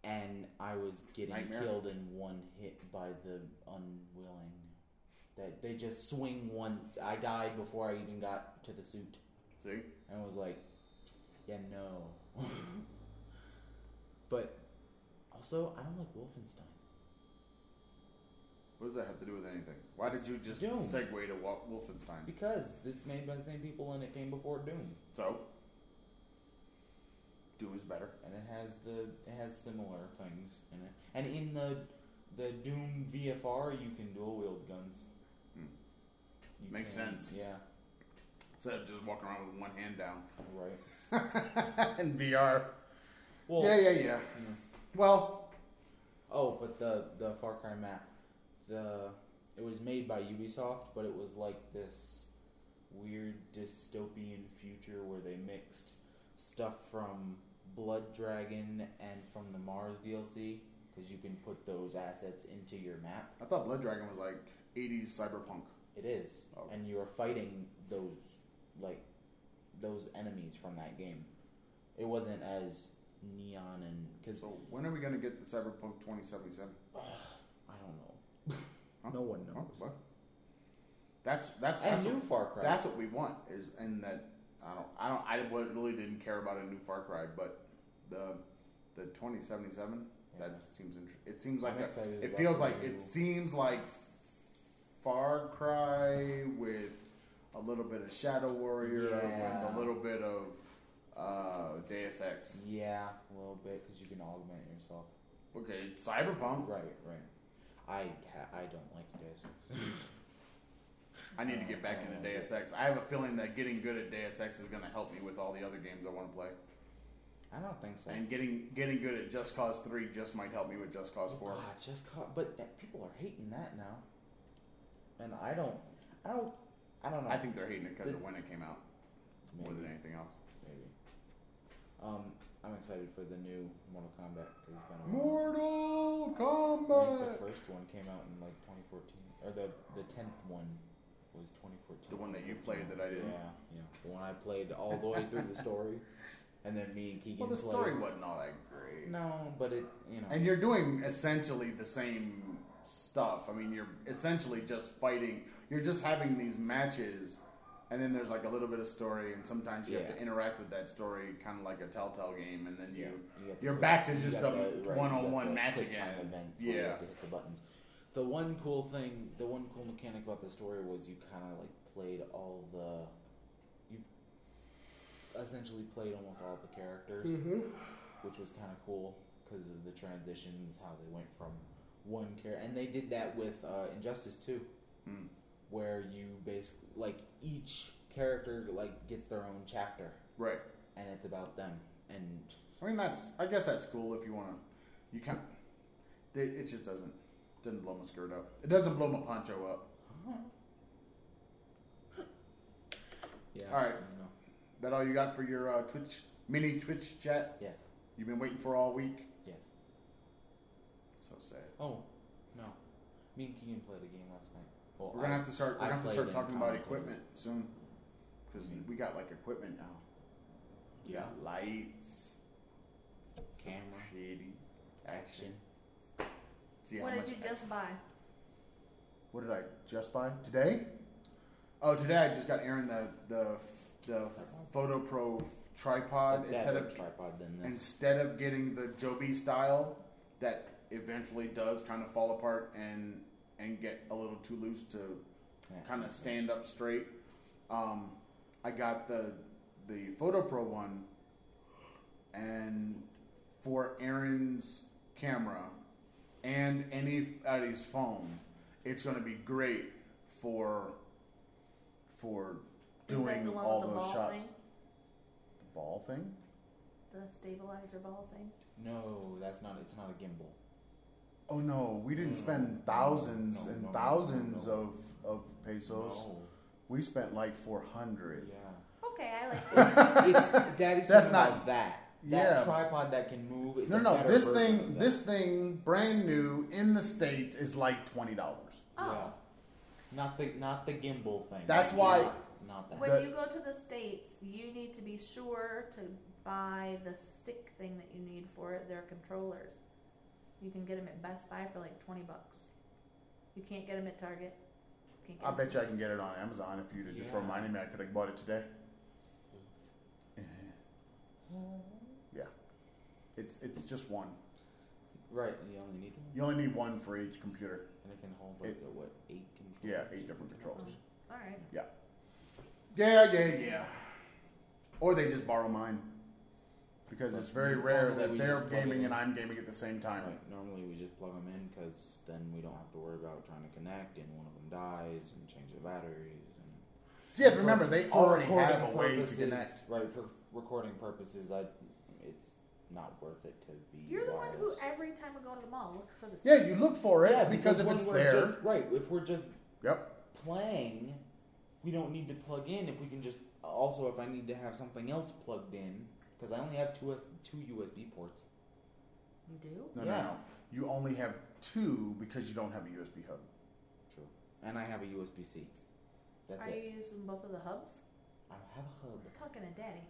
[SPEAKER 4] and I was getting
[SPEAKER 2] Nightmare.
[SPEAKER 4] killed in one hit by the unwilling. That they just swing once. I died before I even got to the suit
[SPEAKER 2] see
[SPEAKER 4] and I was like, yeah, no. but also, I don't like Wolfenstein.
[SPEAKER 2] What does that have to do with anything? Why did you just
[SPEAKER 4] Doom.
[SPEAKER 2] segue to Wa- Wolfenstein?
[SPEAKER 4] Because it's made by the same people and it came before Doom.
[SPEAKER 2] So, Doom is better.
[SPEAKER 4] And it has the it has similar things in it. And in the the Doom VFR you can dual wield guns.
[SPEAKER 2] Hmm.
[SPEAKER 4] You
[SPEAKER 2] Makes sense.
[SPEAKER 4] Yeah.
[SPEAKER 2] Instead of just walking around with one hand down *laughs*
[SPEAKER 4] Right.
[SPEAKER 2] in VR.
[SPEAKER 4] Well
[SPEAKER 2] yeah, yeah, yeah.
[SPEAKER 4] yeah.
[SPEAKER 2] Well,
[SPEAKER 4] Oh, but the the Far Cry map, the it was made by Ubisoft, but it was like this weird dystopian future where they mixed stuff from Blood Dragon and from the Mars DLC because you can put those assets into your map.
[SPEAKER 2] I thought Blood Dragon was like 80s cyberpunk.
[SPEAKER 4] It is,
[SPEAKER 2] Oh.
[SPEAKER 4] and you are fighting those like those enemies from that game. It wasn't as neon and because
[SPEAKER 2] So, when are we going to get the Cyberpunk 2077?
[SPEAKER 4] I don't know.
[SPEAKER 2] Huh?
[SPEAKER 4] No one knows.
[SPEAKER 2] Oh, what? That's that's
[SPEAKER 4] And
[SPEAKER 2] that's,
[SPEAKER 4] new
[SPEAKER 2] what,
[SPEAKER 4] Far Cry.
[SPEAKER 2] that's what we want is and that I don't I don't I w- really didn't care about a new Far Cry, but the the twenty seventy seven that seems inter- it seems like
[SPEAKER 4] I'm
[SPEAKER 2] a-
[SPEAKER 4] excited
[SPEAKER 2] it
[SPEAKER 4] about
[SPEAKER 2] feels
[SPEAKER 4] the
[SPEAKER 2] like
[SPEAKER 4] new-
[SPEAKER 2] it seems like Far Cry with a little bit of Shadow Warrior with a
[SPEAKER 4] Yeah.
[SPEAKER 2] little bit of uh, Deus Ex.
[SPEAKER 4] yeah, a little bit because you can augment yourself.
[SPEAKER 2] Okay, it's Cyberpunk.
[SPEAKER 4] Right, right. I ha- I don't like Deus Ex.
[SPEAKER 2] I need to get back into
[SPEAKER 4] Uh,
[SPEAKER 2] Deus Ex. I have a feeling that getting good at Deus Ex is going to help me with all the other games I want to play.
[SPEAKER 4] *laughs* I don't think so.
[SPEAKER 2] And getting getting good at Just Cause 3 just might help me with Just Cause 4.
[SPEAKER 4] God, Ah, just caught. But uh, people are hating that now, and I don't, I don't, I don't know.
[SPEAKER 2] I think they're hating it because of
[SPEAKER 4] Did-
[SPEAKER 2] when it came out more
[SPEAKER 4] maybe,
[SPEAKER 2] than anything else.
[SPEAKER 4] maybe. Um, I'm excited for the new Mortal Kombat. 'cause It's been a while.
[SPEAKER 2] Mortal
[SPEAKER 4] I think the
[SPEAKER 2] Kombat!
[SPEAKER 4] first one came out in like 2014, or the the tenth one was 2014.
[SPEAKER 2] The one that you played that I
[SPEAKER 4] Yeah,
[SPEAKER 2] didn't.
[SPEAKER 4] yeah, the one I played all the way *laughs* through the story, and then me and Keegan.
[SPEAKER 2] Well, the
[SPEAKER 4] played.
[SPEAKER 2] story wasn't all that great.
[SPEAKER 4] No, but it you know.
[SPEAKER 2] And you're doing essentially the same stuff. I mean, you're essentially just fighting. You're just having these matches, and then there's like a little bit of story, and sometimes you have
[SPEAKER 4] Yeah.
[SPEAKER 2] to interact with that story, kind of like a Telltale game, and then you.
[SPEAKER 4] You got the
[SPEAKER 2] You're
[SPEAKER 4] quick-
[SPEAKER 2] back to
[SPEAKER 4] you
[SPEAKER 2] just
[SPEAKER 4] got
[SPEAKER 2] a
[SPEAKER 4] the- right, you got
[SPEAKER 2] one-on-one
[SPEAKER 4] the
[SPEAKER 2] match
[SPEAKER 4] quick time
[SPEAKER 2] again.
[SPEAKER 4] Events where you
[SPEAKER 2] Yeah.
[SPEAKER 4] have to hit the buttons. The one cool thing, the one cool mechanic about the story was you kind of like played all the, you essentially played almost all the characters,
[SPEAKER 2] Mm-hmm.
[SPEAKER 4] which was kind of cool because of the transitions, how they went from one character, and they did that with uh, Injustice too,
[SPEAKER 2] Hmm.
[SPEAKER 4] where you basically like each character like gets their own chapter,
[SPEAKER 2] Right.
[SPEAKER 4] and it's about them and.
[SPEAKER 2] I mean, that's. I guess that's cool if you want to. You can. It, it just doesn't. Doesn't blow my skirt up. It doesn't blow my poncho up.
[SPEAKER 4] Yeah.
[SPEAKER 2] All right.
[SPEAKER 4] I don't know.
[SPEAKER 2] That all you got for your uh, Twitch mini Twitch chat?
[SPEAKER 4] Yes.
[SPEAKER 2] You've been waiting for all week.
[SPEAKER 4] Yes.
[SPEAKER 2] So sad.
[SPEAKER 4] Oh, no. Me and Keegan played a game last night. Well,
[SPEAKER 2] We're gonna
[SPEAKER 4] I-
[SPEAKER 2] have to start. We're
[SPEAKER 4] I
[SPEAKER 2] gonna have to
[SPEAKER 4] played
[SPEAKER 2] start
[SPEAKER 4] and
[SPEAKER 2] talking about
[SPEAKER 4] commented.
[SPEAKER 2] equipment soon, because we got like equipment now.
[SPEAKER 4] Yeah.
[SPEAKER 2] Lights, some
[SPEAKER 4] Camera.
[SPEAKER 2] shitty
[SPEAKER 4] Action. *laughs*
[SPEAKER 2] See how
[SPEAKER 3] what
[SPEAKER 2] much
[SPEAKER 3] did you just buy?
[SPEAKER 2] What did I just buy today? Oh, today I just got Aaron the the the Photo Pro tripod
[SPEAKER 4] But that
[SPEAKER 2] instead
[SPEAKER 4] would
[SPEAKER 2] of
[SPEAKER 4] tripod than this.
[SPEAKER 2] instead of getting the Joby style that eventually does kind of fall apart and and get a little too loose to
[SPEAKER 4] Yeah.
[SPEAKER 2] kind of stand up straight. Um, I got the the Photo Pro one, and for Aaron's camera and anybody's phone, it's going to be great for for
[SPEAKER 3] Is that
[SPEAKER 2] doing
[SPEAKER 3] the one
[SPEAKER 2] all
[SPEAKER 3] with the
[SPEAKER 2] those
[SPEAKER 3] ball
[SPEAKER 2] shots.
[SPEAKER 3] thing?
[SPEAKER 2] The ball thing.
[SPEAKER 3] The stabilizer ball thing?
[SPEAKER 4] No, that's not. It's not a gimbal.
[SPEAKER 2] Oh no, we didn't
[SPEAKER 4] Mm. No,
[SPEAKER 2] spend
[SPEAKER 4] no,
[SPEAKER 2] thousands
[SPEAKER 4] no,
[SPEAKER 2] and
[SPEAKER 4] no, no,
[SPEAKER 2] thousands
[SPEAKER 4] no.
[SPEAKER 2] of of pesos.
[SPEAKER 4] No.
[SPEAKER 2] We spent like four hundred.
[SPEAKER 4] Yeah.
[SPEAKER 3] Okay, *laughs* I like that.
[SPEAKER 4] it's, Daddy's
[SPEAKER 2] That's
[SPEAKER 4] talking
[SPEAKER 2] not-
[SPEAKER 4] about that. That
[SPEAKER 2] Yeah.
[SPEAKER 4] tripod that can move. It's
[SPEAKER 2] No,
[SPEAKER 4] a
[SPEAKER 2] no,
[SPEAKER 4] better
[SPEAKER 2] this
[SPEAKER 4] version
[SPEAKER 2] thing,
[SPEAKER 4] of that.
[SPEAKER 2] this thing, brand new in the states, is like twenty dollars.
[SPEAKER 4] Yeah.
[SPEAKER 3] Oh.
[SPEAKER 4] Not the not the gimbal thing.
[SPEAKER 2] That's
[SPEAKER 4] not,
[SPEAKER 2] why-
[SPEAKER 4] Not that.
[SPEAKER 3] When
[SPEAKER 2] The-
[SPEAKER 3] you go to the States, you need to be sure to buy the stick thing that you need for their controllers. You can get them at Best Buy for like 20 bucks. You can't get them at Target. Can't get
[SPEAKER 2] I
[SPEAKER 3] 'em-
[SPEAKER 2] bet you I can get it on Amazon if you'd have just
[SPEAKER 4] Yeah.
[SPEAKER 2] reminded me I could have bought it today.
[SPEAKER 4] Mm.
[SPEAKER 2] Yeah, it's it's just one.
[SPEAKER 4] Right. You only need one,
[SPEAKER 2] You only need one for each computer.
[SPEAKER 4] and it can hold like
[SPEAKER 2] It-
[SPEAKER 4] what eight controllers.
[SPEAKER 2] Yeah, eight different controllers.
[SPEAKER 3] All right.
[SPEAKER 2] Yeah, yeah, yeah. Or they just borrow mine because it's very rare
[SPEAKER 4] Normally
[SPEAKER 2] that
[SPEAKER 4] we
[SPEAKER 2] they're
[SPEAKER 4] just plug it
[SPEAKER 2] gaming
[SPEAKER 4] in.
[SPEAKER 2] and I'm gaming at the same time.
[SPEAKER 4] Right. Normally we just plug them in because then we don't have to worry about trying to connect and one of them dies and change the batteries. And
[SPEAKER 2] See, you have to remember they
[SPEAKER 4] For
[SPEAKER 2] already have a
[SPEAKER 4] recording
[SPEAKER 2] way to
[SPEAKER 4] purposes-
[SPEAKER 2] connect.
[SPEAKER 4] Right for recording purposes, I it's not worth it to be.
[SPEAKER 3] You're the one who
[SPEAKER 4] wireless.
[SPEAKER 3] every time we go to the mall looks for the stick.
[SPEAKER 2] Yeah, you look for it
[SPEAKER 4] yeah
[SPEAKER 2] because, if
[SPEAKER 4] when
[SPEAKER 2] it's
[SPEAKER 4] we're
[SPEAKER 2] there.
[SPEAKER 4] just- right? If we're just
[SPEAKER 2] Yep.
[SPEAKER 4] playing, we don't need to plug in. If we can just also, if I need to have something else plugged in, because I only have two S, two USB ports.
[SPEAKER 3] You do?
[SPEAKER 2] No, no,
[SPEAKER 4] Yeah.
[SPEAKER 2] no. You only have two because you don't have a USB hub.
[SPEAKER 4] True. And I have a USB C. That's
[SPEAKER 3] Are
[SPEAKER 4] it.
[SPEAKER 3] you using both of the hubs?
[SPEAKER 4] I don't have a hub.
[SPEAKER 3] Talking to daddy.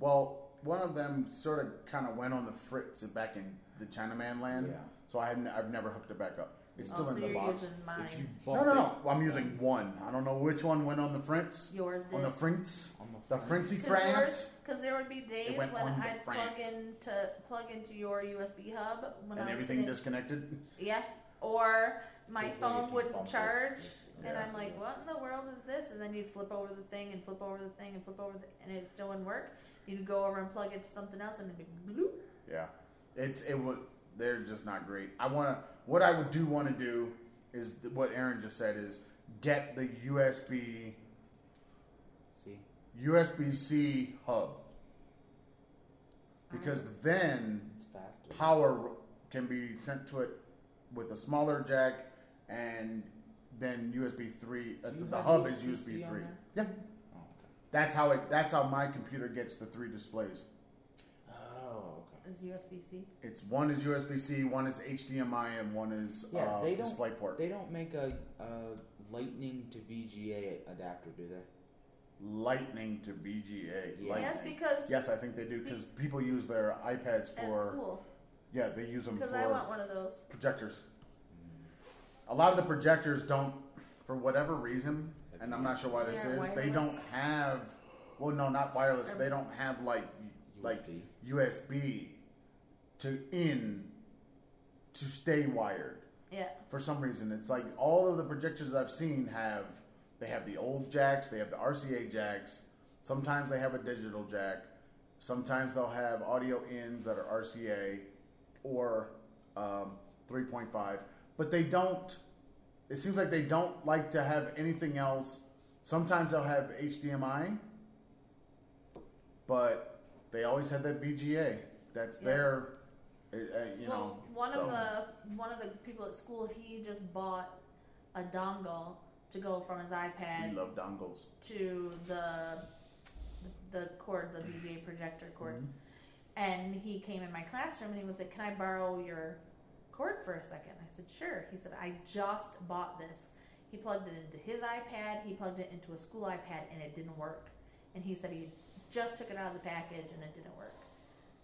[SPEAKER 2] Well, one of them sort of kind of went on the fritz back in the Chinaman land,
[SPEAKER 4] Yeah.
[SPEAKER 2] so I had n- I've never hooked it back up. It's
[SPEAKER 3] Oh,
[SPEAKER 2] still
[SPEAKER 3] so
[SPEAKER 2] in the
[SPEAKER 3] you're
[SPEAKER 2] box.
[SPEAKER 3] using mine.
[SPEAKER 4] If you bump
[SPEAKER 2] No, no,
[SPEAKER 4] it
[SPEAKER 2] no. I'm using one. I don't know which one went on the frints.
[SPEAKER 3] Yours did.
[SPEAKER 2] On the frints.
[SPEAKER 4] on
[SPEAKER 2] The
[SPEAKER 4] front-
[SPEAKER 2] frincy
[SPEAKER 3] Cause
[SPEAKER 2] France.
[SPEAKER 3] yours- Cause there would be days
[SPEAKER 2] went
[SPEAKER 3] when
[SPEAKER 2] on the
[SPEAKER 3] I'd plug
[SPEAKER 2] France.
[SPEAKER 3] into plug into your USB hub when
[SPEAKER 2] And
[SPEAKER 3] I was
[SPEAKER 2] everything
[SPEAKER 3] sitting-
[SPEAKER 2] disconnected.
[SPEAKER 3] yeah, or my
[SPEAKER 4] Hopefully you
[SPEAKER 3] phone
[SPEAKER 4] can
[SPEAKER 3] wouldn't
[SPEAKER 4] bump it.
[SPEAKER 3] charge, and
[SPEAKER 2] Yeah.
[SPEAKER 3] I'm like, what in the world is this? And then you'd flip over the thing and flip over the thing and flip over the, and it still wouldn't work. You'd go over and plug it to something else, and it'd be bloop.
[SPEAKER 2] Yeah, it's it would. They're just not great. I want to. What I would do want to do is th- what Aaron just said is get the USB
[SPEAKER 4] See,
[SPEAKER 2] USB C hub because
[SPEAKER 3] Oh.
[SPEAKER 2] then
[SPEAKER 4] it's faster.
[SPEAKER 2] power can be sent to it with a smaller jack and then USB three. That's,
[SPEAKER 4] you
[SPEAKER 2] the
[SPEAKER 4] have
[SPEAKER 2] hub is
[SPEAKER 4] USB-C
[SPEAKER 2] USB
[SPEAKER 4] on
[SPEAKER 2] three.
[SPEAKER 4] there?
[SPEAKER 2] Yeah,
[SPEAKER 4] Oh, okay.
[SPEAKER 2] that's how it. That's how my computer gets the three displays.
[SPEAKER 4] Oh, okay.
[SPEAKER 3] Is USB C?
[SPEAKER 2] It's one is USB C, one is HDMI, and one is
[SPEAKER 4] Yeah,
[SPEAKER 2] uh,
[SPEAKER 4] they don't-
[SPEAKER 2] DisplayPort.
[SPEAKER 4] They don't make a, a lightning to VGA adapter, do they?
[SPEAKER 2] Lightning to VGA.
[SPEAKER 4] Yeah.
[SPEAKER 2] Lightning.
[SPEAKER 3] Yes, because
[SPEAKER 2] Yes, I think they do because people use their iPads
[SPEAKER 3] at
[SPEAKER 2] for
[SPEAKER 3] school,
[SPEAKER 2] yeah they use them
[SPEAKER 3] because I
[SPEAKER 2] for
[SPEAKER 3] want one of those.
[SPEAKER 2] projectors. A lot of the projectors don't, for whatever reason, and I'm not sure why this
[SPEAKER 3] They're
[SPEAKER 2] is. They don't
[SPEAKER 3] wireless.
[SPEAKER 2] have. Well, no, not wireless.
[SPEAKER 3] Or-
[SPEAKER 2] They don't have like like
[SPEAKER 4] USB.
[SPEAKER 2] USB to in to stay wired.
[SPEAKER 3] Yeah,
[SPEAKER 2] for some reason. It's like all of the projectors I've seen have they have the old jacks, they have the RCA jacks. Sometimes they have a digital jack. Sometimes they'll have audio ins that are RCA or um, 3.5, but they don't. It seems like they don't like to have anything else. Sometimes they'll have HDMI, but they always have that VGA. That's
[SPEAKER 3] Yeah.
[SPEAKER 2] their, uh, uh, you know.
[SPEAKER 3] well, one of
[SPEAKER 2] so-
[SPEAKER 3] the one of the people at school, he just bought a dongle to go from his iPad
[SPEAKER 2] we love dongles.
[SPEAKER 3] to the the cord, the VGA projector cord.
[SPEAKER 2] Mm-hmm.
[SPEAKER 3] And he came in my classroom and he was like, "Can I borrow your cord for a second? I said, "Sure." He said, "I just bought this." He plugged it into his iPad. He plugged it into a school iPad, and it didn't work. And he said he just took it out of the package, and it didn't work.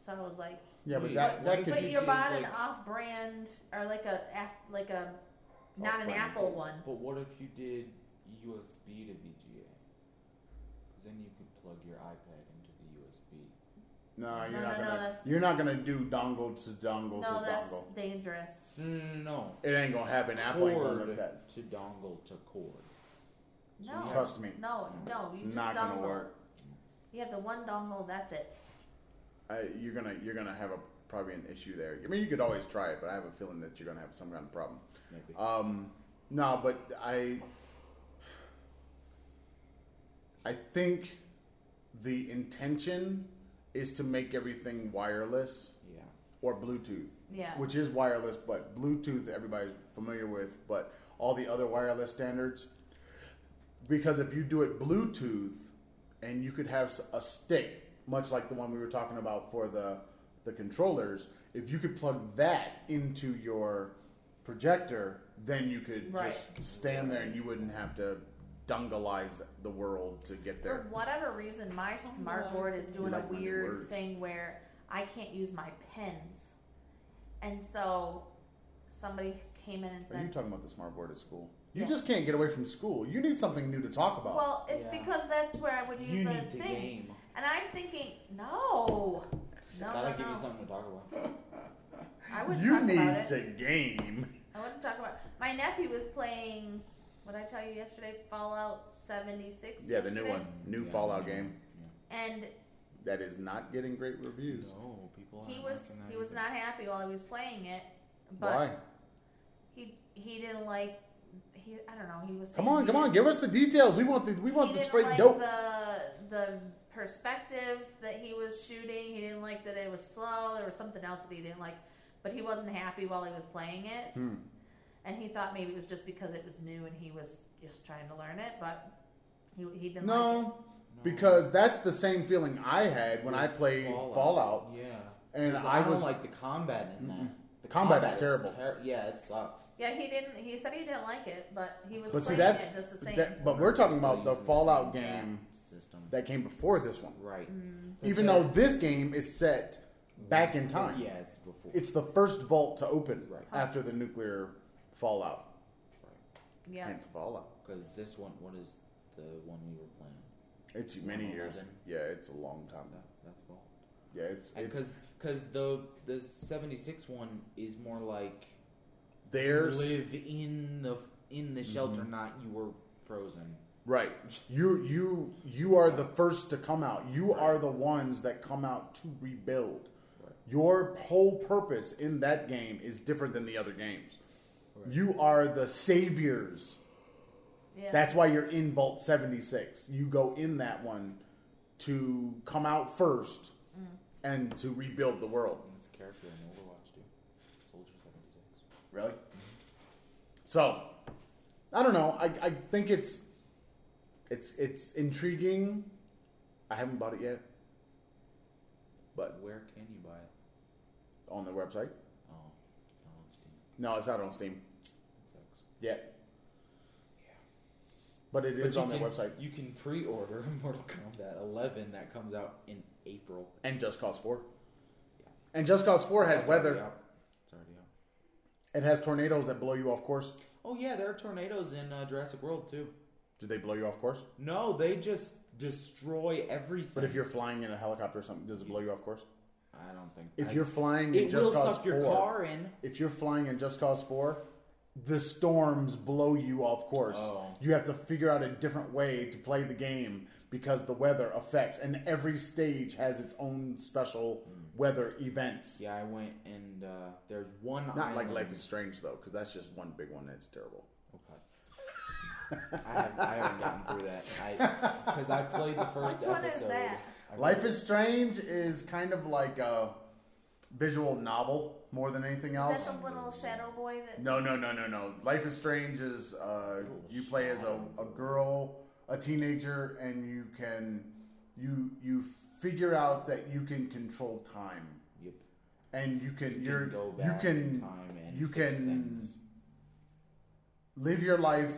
[SPEAKER 3] So I was like,
[SPEAKER 2] Yeah, but
[SPEAKER 4] Wait,
[SPEAKER 2] that,
[SPEAKER 4] what-
[SPEAKER 2] that
[SPEAKER 4] what
[SPEAKER 2] could
[SPEAKER 4] if
[SPEAKER 3] "But
[SPEAKER 4] you
[SPEAKER 2] be,
[SPEAKER 3] you're
[SPEAKER 4] do,
[SPEAKER 3] buying an
[SPEAKER 4] like-
[SPEAKER 3] off-brand or like a af- like a not an
[SPEAKER 2] Off-brand.
[SPEAKER 3] Apple one."
[SPEAKER 4] But what if you did USB to VGA? Because then you could plug your iPad into the USB.
[SPEAKER 2] no,
[SPEAKER 3] No,
[SPEAKER 2] you're not
[SPEAKER 3] no, no,
[SPEAKER 2] gonna
[SPEAKER 3] that's-
[SPEAKER 2] you're not gonna do dongle to dongle
[SPEAKER 3] No,
[SPEAKER 2] to
[SPEAKER 3] that's
[SPEAKER 2] dongle.
[SPEAKER 3] dangerous.
[SPEAKER 4] No, no, no, no.
[SPEAKER 2] It ain't gonna happen. Apple ain't gonna
[SPEAKER 4] Cord
[SPEAKER 2] let that.
[SPEAKER 4] to dongle to cord.
[SPEAKER 3] No,
[SPEAKER 4] Yeah.
[SPEAKER 2] Trust me,
[SPEAKER 3] No, no,
[SPEAKER 2] it's
[SPEAKER 3] you just
[SPEAKER 2] not
[SPEAKER 3] dongle.
[SPEAKER 2] gonna work.
[SPEAKER 3] You have the one dongle, that's it.
[SPEAKER 2] I, you're gonna you're gonna have a probably an issue there. I mean, you could always try it, but I have a feeling that you're gonna have some kind of problem.
[SPEAKER 4] Maybe.
[SPEAKER 2] Um, no, but I I think the intention is to make everything wireless.
[SPEAKER 4] yeah.
[SPEAKER 2] or Bluetooth.
[SPEAKER 3] Yeah.
[SPEAKER 2] Which is wireless, but Bluetooth everybody's familiar with, but all the other wireless standards. Because if you do it Bluetooth, and you could have s- a stick, much like the one we were talking about for the the controllers, if you could plug that into your projector, then you could
[SPEAKER 3] Right.
[SPEAKER 2] just stand there and you wouldn't have to dungleize the world to get
[SPEAKER 3] For
[SPEAKER 2] there.
[SPEAKER 3] whatever reason, my smart board is doing a
[SPEAKER 2] like my new
[SPEAKER 3] weird
[SPEAKER 2] words.
[SPEAKER 3] thing where I can't use my pens. And so somebody came in and
[SPEAKER 2] Are you
[SPEAKER 3] said,
[SPEAKER 2] talking about the smart board at school? You
[SPEAKER 3] Yeah.
[SPEAKER 2] just can't get away from school. You need something new to talk about.
[SPEAKER 3] Well, it's
[SPEAKER 4] Yeah.
[SPEAKER 3] because that's where I would use
[SPEAKER 4] You
[SPEAKER 3] the
[SPEAKER 4] need to
[SPEAKER 3] thing.
[SPEAKER 4] game.
[SPEAKER 3] And I'm thinking, no. No,
[SPEAKER 4] Gotta
[SPEAKER 3] no,
[SPEAKER 4] give you
[SPEAKER 3] no.
[SPEAKER 4] something to talk about.
[SPEAKER 3] I wouldn't
[SPEAKER 2] you
[SPEAKER 3] talk
[SPEAKER 2] need
[SPEAKER 3] about it.
[SPEAKER 2] to game.
[SPEAKER 3] I wouldn't talk about My nephew was playing, what did I tell you yesterday? Fallout 76.
[SPEAKER 2] Yeah, the new
[SPEAKER 3] yesterday.
[SPEAKER 2] one, new
[SPEAKER 4] Yeah,
[SPEAKER 2] Fallout
[SPEAKER 4] yeah,
[SPEAKER 2] game
[SPEAKER 3] And
[SPEAKER 2] that is not getting great
[SPEAKER 4] Yeah.
[SPEAKER 2] reviews.
[SPEAKER 4] No, people.
[SPEAKER 3] he
[SPEAKER 4] aren't
[SPEAKER 3] was
[SPEAKER 4] liking that
[SPEAKER 3] he was
[SPEAKER 4] either.
[SPEAKER 3] not happy while he was playing it. But
[SPEAKER 2] Why?
[SPEAKER 3] He he didn't like he I don't know he was
[SPEAKER 2] Come
[SPEAKER 3] saying
[SPEAKER 2] on,
[SPEAKER 3] he
[SPEAKER 2] come on,
[SPEAKER 3] didn't-
[SPEAKER 2] give us the details. We want the we want
[SPEAKER 3] he
[SPEAKER 2] the
[SPEAKER 3] didn't
[SPEAKER 2] straight
[SPEAKER 3] like
[SPEAKER 2] dope.
[SPEAKER 3] the the perspective that he was shooting he didn't like that it was slow there was something else that he didn't like but he wasn't happy while he was playing it
[SPEAKER 2] Hmm.
[SPEAKER 3] and he thought maybe it was just because it was new and he was just trying to learn it but he he didn't like it.
[SPEAKER 2] No,
[SPEAKER 4] No.
[SPEAKER 2] because that's the same feeling I had when I
[SPEAKER 4] With
[SPEAKER 2] played
[SPEAKER 4] Fallout.
[SPEAKER 2] Fallout.
[SPEAKER 4] Yeah.
[SPEAKER 2] and
[SPEAKER 4] Because
[SPEAKER 2] I
[SPEAKER 4] don't
[SPEAKER 2] was-
[SPEAKER 4] like the combat in that. The
[SPEAKER 2] Combat is terrible.
[SPEAKER 4] ter- yeah, it sucks.
[SPEAKER 3] yeah he didn't he said he didn't like it but he was
[SPEAKER 2] But see,
[SPEAKER 3] playing
[SPEAKER 2] that's
[SPEAKER 3] it just the same
[SPEAKER 2] that, but we're talking
[SPEAKER 4] Still
[SPEAKER 2] about the
[SPEAKER 4] using
[SPEAKER 2] Fallout
[SPEAKER 4] same
[SPEAKER 2] game
[SPEAKER 4] bat system.
[SPEAKER 2] that came before this one.
[SPEAKER 4] right.
[SPEAKER 2] Even
[SPEAKER 4] Okay.
[SPEAKER 2] though this game is set back in time,
[SPEAKER 4] Yeah, it's before.
[SPEAKER 2] it's the first vault to open
[SPEAKER 4] Right.
[SPEAKER 2] after the nuclear Fallout.
[SPEAKER 3] Yeah.
[SPEAKER 2] Hence Fallout.
[SPEAKER 4] Because this one, what is the one we were playing?
[SPEAKER 2] It's many years.
[SPEAKER 4] 11.
[SPEAKER 2] Yeah, it's a long time now.
[SPEAKER 4] That, that's all.
[SPEAKER 2] Yeah, it's it's
[SPEAKER 4] Because because the the seventy six one is more like
[SPEAKER 2] theirs.
[SPEAKER 4] live in the in the shelter, not you were frozen.
[SPEAKER 2] Right. You you you are the first to come out. You are the ones that come out to rebuild.
[SPEAKER 4] Right.
[SPEAKER 2] Your whole purpose in that game is different than the other games.
[SPEAKER 4] Right.
[SPEAKER 2] You are the saviors.
[SPEAKER 3] yeah.
[SPEAKER 2] That's why you're in Vault 76. You go in that one to come out first and to rebuild the world.
[SPEAKER 4] And it's a character in Overwatch too. Soldier seventy six.
[SPEAKER 2] Really? So, I don't know. I, I think it's it's it's intriguing. I haven't bought it yet, but
[SPEAKER 4] Where can you buy it?
[SPEAKER 2] on the website.
[SPEAKER 4] Oh, not on Steam.
[SPEAKER 2] No, it's not on Steam
[SPEAKER 4] It sucks.
[SPEAKER 2] yet. But it
[SPEAKER 4] But
[SPEAKER 2] is
[SPEAKER 4] you
[SPEAKER 2] on their
[SPEAKER 4] can-
[SPEAKER 2] website
[SPEAKER 4] You can pre-order *laughs* Mortal Kombat 11 that comes out in April.
[SPEAKER 2] and Just Cause Four.
[SPEAKER 4] Yeah.
[SPEAKER 2] And Just Cause Four has
[SPEAKER 4] It's already
[SPEAKER 2] weather.
[SPEAKER 4] out. It's already out.
[SPEAKER 2] It has tornadoes that blow you off course.
[SPEAKER 4] Oh yeah, there are tornadoes in uh, Jurassic World too.
[SPEAKER 2] Do they blow you off course?
[SPEAKER 4] No, they just destroy everything.
[SPEAKER 2] But if you're flying in a helicopter or something, does it blow you off course?
[SPEAKER 4] I don't think
[SPEAKER 2] If
[SPEAKER 4] I-
[SPEAKER 2] you're flying in
[SPEAKER 4] it
[SPEAKER 2] Just
[SPEAKER 4] will
[SPEAKER 2] Cause
[SPEAKER 4] suck
[SPEAKER 2] 4,
[SPEAKER 4] your car in.
[SPEAKER 2] if you're flying in Just Cause 4, the storms blow you off course.
[SPEAKER 4] Oh.
[SPEAKER 2] You have to figure out a different way to play the game because the weather affects, and every stage has its own special weather events.
[SPEAKER 4] Yeah, I went and uh, there's one.
[SPEAKER 2] Not like
[SPEAKER 4] island-
[SPEAKER 2] Life is Strange, though, because that's just one big one that's terrible.
[SPEAKER 4] Oh, God. I, have, I haven't gotten through that because I, played the first
[SPEAKER 3] Which
[SPEAKER 4] episode.
[SPEAKER 3] one is that?
[SPEAKER 4] I
[SPEAKER 2] Life
[SPEAKER 4] played-
[SPEAKER 2] is Strange is kind of like a visual novel more than anything else.
[SPEAKER 3] Is that the little shadow boy that?
[SPEAKER 2] No, no, no, no, no. Life is Strange is
[SPEAKER 4] Oh,
[SPEAKER 2] uh, you play as a, a girl, a teenager, and you can you you figure out that you can control time,
[SPEAKER 4] Yep.
[SPEAKER 2] and you can
[SPEAKER 4] You
[SPEAKER 2] you are
[SPEAKER 4] can go
[SPEAKER 2] you
[SPEAKER 4] back
[SPEAKER 2] can
[SPEAKER 4] in time and
[SPEAKER 2] you
[SPEAKER 4] fix
[SPEAKER 2] can
[SPEAKER 4] things.
[SPEAKER 2] live your life,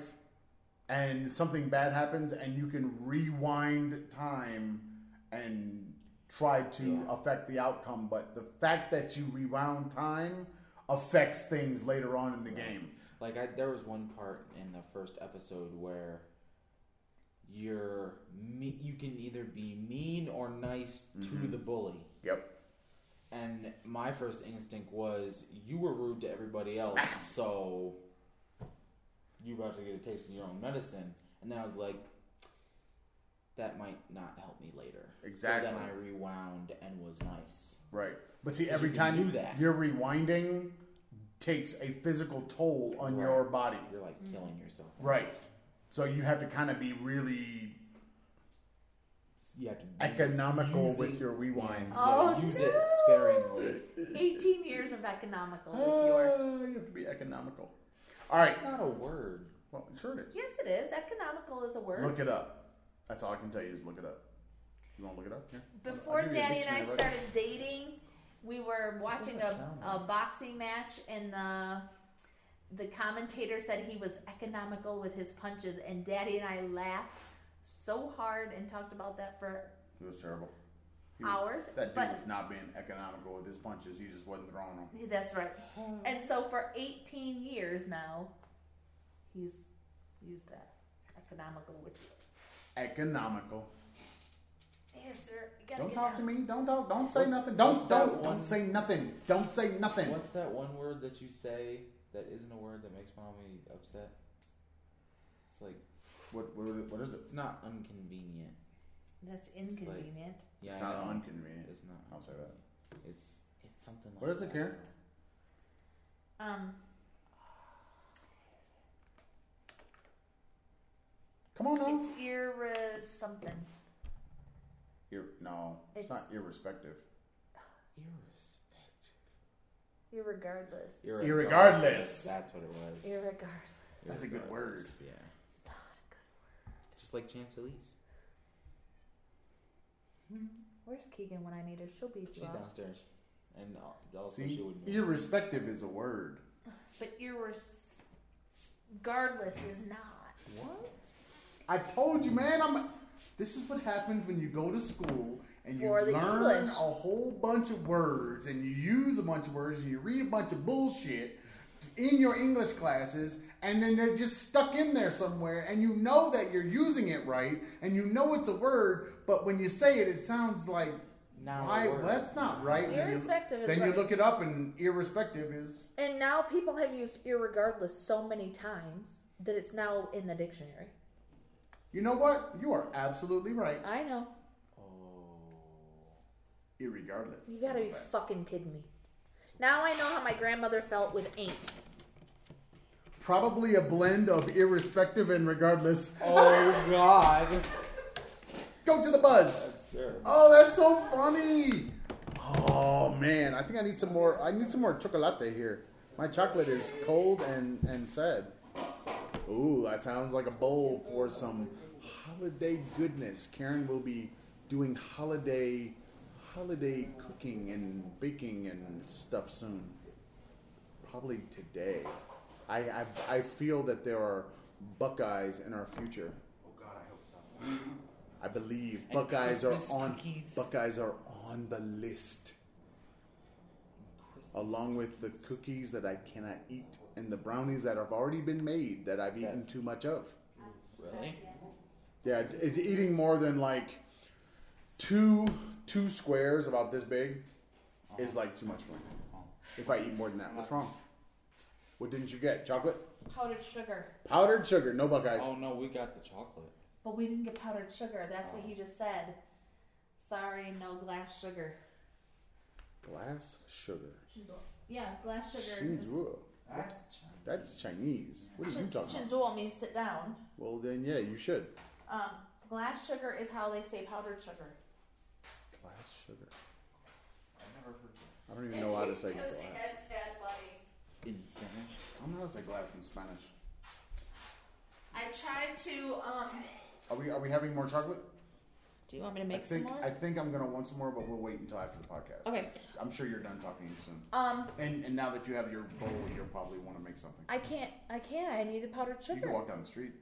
[SPEAKER 2] and something bad happens, and you can rewind time and try to
[SPEAKER 4] Yeah.
[SPEAKER 2] affect the outcome. But the fact that you rewound time affects things later on in the game.
[SPEAKER 4] Like I, there was one part in the first episode where you're me- you can either be mean or nice
[SPEAKER 2] Mm-hmm.
[SPEAKER 4] to the bully.
[SPEAKER 2] Yep.
[SPEAKER 4] And my first instinct was you were rude to
[SPEAKER 2] *laughs*
[SPEAKER 4] everybody else, so you about to get a taste of your own medicine. And then I was like, that might not help me later. So
[SPEAKER 2] Exactly.
[SPEAKER 4] then I rewound and was nice.
[SPEAKER 2] Right. But see,
[SPEAKER 4] Because
[SPEAKER 2] every
[SPEAKER 4] you can
[SPEAKER 2] time
[SPEAKER 4] do that.
[SPEAKER 2] you're rewinding takes a physical toll on
[SPEAKER 4] Right.
[SPEAKER 2] your body.
[SPEAKER 4] You're like
[SPEAKER 3] Mm.
[SPEAKER 4] killing yourself.
[SPEAKER 2] Right. So you have to kind of be really
[SPEAKER 4] You have to use it-
[SPEAKER 2] economical
[SPEAKER 4] use
[SPEAKER 2] with
[SPEAKER 4] it-
[SPEAKER 2] your rewinds.
[SPEAKER 4] Yeah,
[SPEAKER 3] Oh,
[SPEAKER 4] use
[SPEAKER 3] no.
[SPEAKER 4] it sparingly.
[SPEAKER 3] Eighteen years of economical Oh, with your.
[SPEAKER 2] Uh, you have to be economical. All right.
[SPEAKER 4] It's not a word.
[SPEAKER 2] Well, sure it is.
[SPEAKER 3] Yes, it is. Economical is a word.
[SPEAKER 2] Look it up. That's all I can tell you is look it up. You want to look it up? Here.
[SPEAKER 3] Before
[SPEAKER 2] I'll give you a
[SPEAKER 3] Daddy and I
[SPEAKER 2] dictionary right
[SPEAKER 3] started dating, we were watching a,
[SPEAKER 4] doesn't sound
[SPEAKER 3] a
[SPEAKER 4] right.
[SPEAKER 3] boxing match, and the the commentator said he was economical with his punches, and Daddy and I laughed so hard and talked about that for
[SPEAKER 2] It was terrible. He was-
[SPEAKER 3] hours.
[SPEAKER 2] That dude
[SPEAKER 3] but
[SPEAKER 2] was not being economical with his punches. He just wasn't throwing them.
[SPEAKER 3] that's right. And so for 18 years now, he's used that economical. Which
[SPEAKER 2] Economical.
[SPEAKER 3] there, sir, you gotta
[SPEAKER 2] Don't
[SPEAKER 3] get
[SPEAKER 2] talk
[SPEAKER 3] down.
[SPEAKER 2] to me. Don't talk. Don't say
[SPEAKER 4] What's-
[SPEAKER 2] nothing. Don't
[SPEAKER 4] what's that
[SPEAKER 2] don't
[SPEAKER 4] one-
[SPEAKER 2] don't say nothing. Don't say nothing.
[SPEAKER 4] What's that one word that you say that isn't a word that makes mommy upset? It's like
[SPEAKER 2] What, what, what is it?
[SPEAKER 4] it's not inconvenient.
[SPEAKER 3] That's inconvenient.
[SPEAKER 4] Yeah,
[SPEAKER 2] it's
[SPEAKER 4] I
[SPEAKER 2] not
[SPEAKER 4] know.
[SPEAKER 2] inconvenient.
[SPEAKER 4] It's not.
[SPEAKER 2] I'll say that.
[SPEAKER 4] inconvenient. It's it's something. Like
[SPEAKER 2] What is it,
[SPEAKER 4] that.
[SPEAKER 2] Karen?
[SPEAKER 3] Um,
[SPEAKER 2] Come on now.
[SPEAKER 3] it's irre something.
[SPEAKER 2] Ir- no, it's,
[SPEAKER 3] It's-
[SPEAKER 2] not irrespective.
[SPEAKER 4] Irrespective.
[SPEAKER 3] Irregardless.
[SPEAKER 2] Irregardless.
[SPEAKER 4] That's what it was.
[SPEAKER 3] Irregardless.
[SPEAKER 2] That's a good word.
[SPEAKER 4] Irregardless, Yeah.
[SPEAKER 3] It's not a good.
[SPEAKER 4] Just like Champs Elise.
[SPEAKER 3] Where's Keegan when I need her? She'll beat you
[SPEAKER 4] She's
[SPEAKER 3] up.
[SPEAKER 4] downstairs, and uh, al- also
[SPEAKER 2] See,
[SPEAKER 4] she
[SPEAKER 2] *laughs*
[SPEAKER 4] would. know.
[SPEAKER 2] irrespective is a word.
[SPEAKER 3] But irregardless is not.
[SPEAKER 2] What? I told you, man. I'm. This is what happens when you go to school and you
[SPEAKER 3] For the
[SPEAKER 2] learn
[SPEAKER 3] English.
[SPEAKER 2] a whole bunch of words and you use a bunch of words and you read a bunch of bullshit in your English classes, and then they're just stuck in there somewhere, and you know that you're using it right, and you know it's a word, but when you say it, it sounds like
[SPEAKER 4] Not a
[SPEAKER 2] why?
[SPEAKER 4] word.
[SPEAKER 2] Well, that's not right. And then you-
[SPEAKER 3] Irrespective is
[SPEAKER 2] Then you
[SPEAKER 3] right.
[SPEAKER 2] look it up, and irrespective is
[SPEAKER 3] And now people have used irregardless so many times that it's now in the dictionary.
[SPEAKER 2] You know what? You are absolutely right.
[SPEAKER 3] I know.
[SPEAKER 4] Oh.
[SPEAKER 2] Irregardless.
[SPEAKER 3] You gotta be fucking kidding me. Now I know how my grandmother felt with ain't.
[SPEAKER 2] Probably a blend of irrespective and regardless.
[SPEAKER 4] Oh God,
[SPEAKER 2] Go to the buzz.
[SPEAKER 4] that's terrible.
[SPEAKER 2] Oh, that's so funny. Oh man, I think I need some more. I need some more chocolate here. My chocolate is cold and and sad. Ooh, that sounds like a bowl for some holiday goodness. Karen will be doing holiday holiday cooking and baking and stuff soon. Probably today. I I, I feel that there are Buckeyes in our future.
[SPEAKER 6] Oh God, I hope so.
[SPEAKER 2] I believe Buckeyes are
[SPEAKER 4] Christmas
[SPEAKER 2] on
[SPEAKER 4] cookies.
[SPEAKER 2] Buckeyes are on the list along with the cookies that I cannot eat and the brownies that have already been made that I've eaten too much of.
[SPEAKER 4] Really?
[SPEAKER 2] Yeah, it, eating more than like two two squares about this big
[SPEAKER 4] Uh-huh.
[SPEAKER 2] is like too much for me. If I eat more than that, what's wrong? What didn't you get? Chocolate?
[SPEAKER 3] Powdered sugar.
[SPEAKER 2] Powdered sugar, no Buckeyes.
[SPEAKER 4] Oh no, we got the chocolate.
[SPEAKER 3] But we didn't get powdered sugar. That's what he just said. Sorry, no glass sugar.
[SPEAKER 2] Glass sugar.
[SPEAKER 3] Yeah, glass sugar.
[SPEAKER 2] Shinjuo.
[SPEAKER 6] That's China.
[SPEAKER 2] That's Chinese. What are you talking about?
[SPEAKER 3] Shinzuo means sit down.
[SPEAKER 2] Well, then, yeah, you should.
[SPEAKER 3] Um, glass sugar is how they say powdered sugar.
[SPEAKER 2] Glass sugar.
[SPEAKER 6] I've never heard that.
[SPEAKER 2] I don't even know how to say
[SPEAKER 5] It was
[SPEAKER 2] glass.
[SPEAKER 5] Ed's dad buddy.
[SPEAKER 4] In Spanish.
[SPEAKER 2] I don't know how to say glass in Spanish.
[SPEAKER 3] I tried to. Um,
[SPEAKER 2] Are we are we having more chocolate?
[SPEAKER 3] do you want me to
[SPEAKER 2] I
[SPEAKER 3] make
[SPEAKER 2] think
[SPEAKER 3] some more?
[SPEAKER 2] I think I'm gonna want some more, but we'll wait until after the podcast.
[SPEAKER 3] okay.
[SPEAKER 2] I'm sure you're done talking soon.
[SPEAKER 3] Um,
[SPEAKER 2] And and now that you have your bowl, you'll probably want to make something.
[SPEAKER 3] I can't. I can't. I need the powdered
[SPEAKER 2] You can
[SPEAKER 3] sugar.
[SPEAKER 2] walk down the street.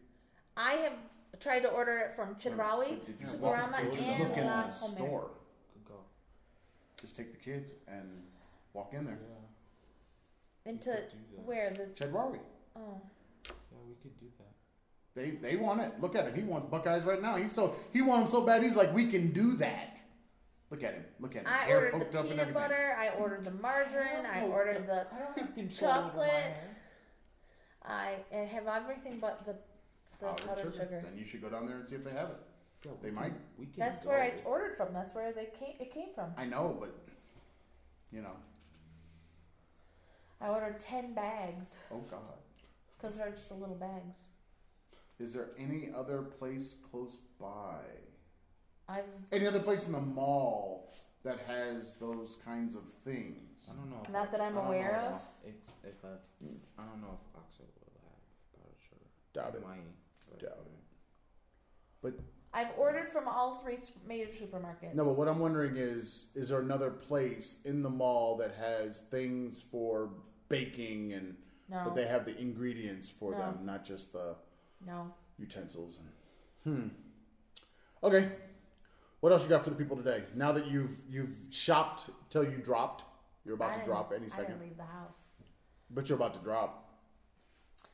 [SPEAKER 3] I have tried to order it from Chedraui,
[SPEAKER 2] But did you walk-
[SPEAKER 3] Superama,
[SPEAKER 2] did you
[SPEAKER 3] and
[SPEAKER 2] look in
[SPEAKER 3] La
[SPEAKER 2] the
[SPEAKER 3] Comer.
[SPEAKER 2] store?
[SPEAKER 4] Good go.
[SPEAKER 2] Just take the kids and walk in
[SPEAKER 4] Yeah.
[SPEAKER 2] there.
[SPEAKER 3] Into
[SPEAKER 4] You could do that.
[SPEAKER 3] where the
[SPEAKER 2] Chad Rory.
[SPEAKER 3] oh
[SPEAKER 4] Yeah, we could do that.
[SPEAKER 2] They they want it. Look at him. He wants Buckeyes right now. He's so he wants them so bad. He's like, we can do that. Look at him. Look at him.
[SPEAKER 3] I
[SPEAKER 2] Hair
[SPEAKER 3] ordered the
[SPEAKER 2] poked up and
[SPEAKER 3] peanut
[SPEAKER 2] everything.
[SPEAKER 3] butter. I ordered the margarine. I
[SPEAKER 4] No,
[SPEAKER 3] ordered the.
[SPEAKER 4] Oh, I don't have control over my
[SPEAKER 3] chocolate.
[SPEAKER 4] hair.
[SPEAKER 3] I, I have everything but the, the powdered, sugar.
[SPEAKER 2] Oh, Then you should go down there and see if they have it.
[SPEAKER 4] Yeah, we
[SPEAKER 2] They
[SPEAKER 4] can-
[SPEAKER 2] might.
[SPEAKER 4] We can
[SPEAKER 3] That's
[SPEAKER 4] go.
[SPEAKER 3] where I ordered from. That's where they came. It came from.
[SPEAKER 2] I know, but you know.
[SPEAKER 3] I ordered ten bags
[SPEAKER 2] Oh God.
[SPEAKER 3] because they're just the little bags.
[SPEAKER 2] Is there any other place close by?
[SPEAKER 3] I've
[SPEAKER 2] Any other place in the mall that has those kinds of things?
[SPEAKER 4] I don't know. If
[SPEAKER 3] Not
[SPEAKER 4] Ox-
[SPEAKER 3] that I'm
[SPEAKER 4] I don't
[SPEAKER 3] aware
[SPEAKER 4] know
[SPEAKER 3] of.
[SPEAKER 4] If, it's- if I, I don't know if Oxo will have powdered sugar. Might, but-
[SPEAKER 2] Doubt it.
[SPEAKER 3] I've ordered from all three s- major supermarkets.
[SPEAKER 2] No, but what I'm wondering is is there another place in the mall that has things for baking and
[SPEAKER 3] no,
[SPEAKER 2] that they have the ingredients for
[SPEAKER 3] No.
[SPEAKER 2] them, not just the
[SPEAKER 3] no.
[SPEAKER 2] utensils and hmm. Okay. What else you got for the people today? Now that you've you've shopped till you dropped. You're
[SPEAKER 3] I
[SPEAKER 2] about to
[SPEAKER 3] didn't-
[SPEAKER 2] drop any
[SPEAKER 3] I
[SPEAKER 2] second.
[SPEAKER 3] didn't leave the house.
[SPEAKER 2] But you're about to drop.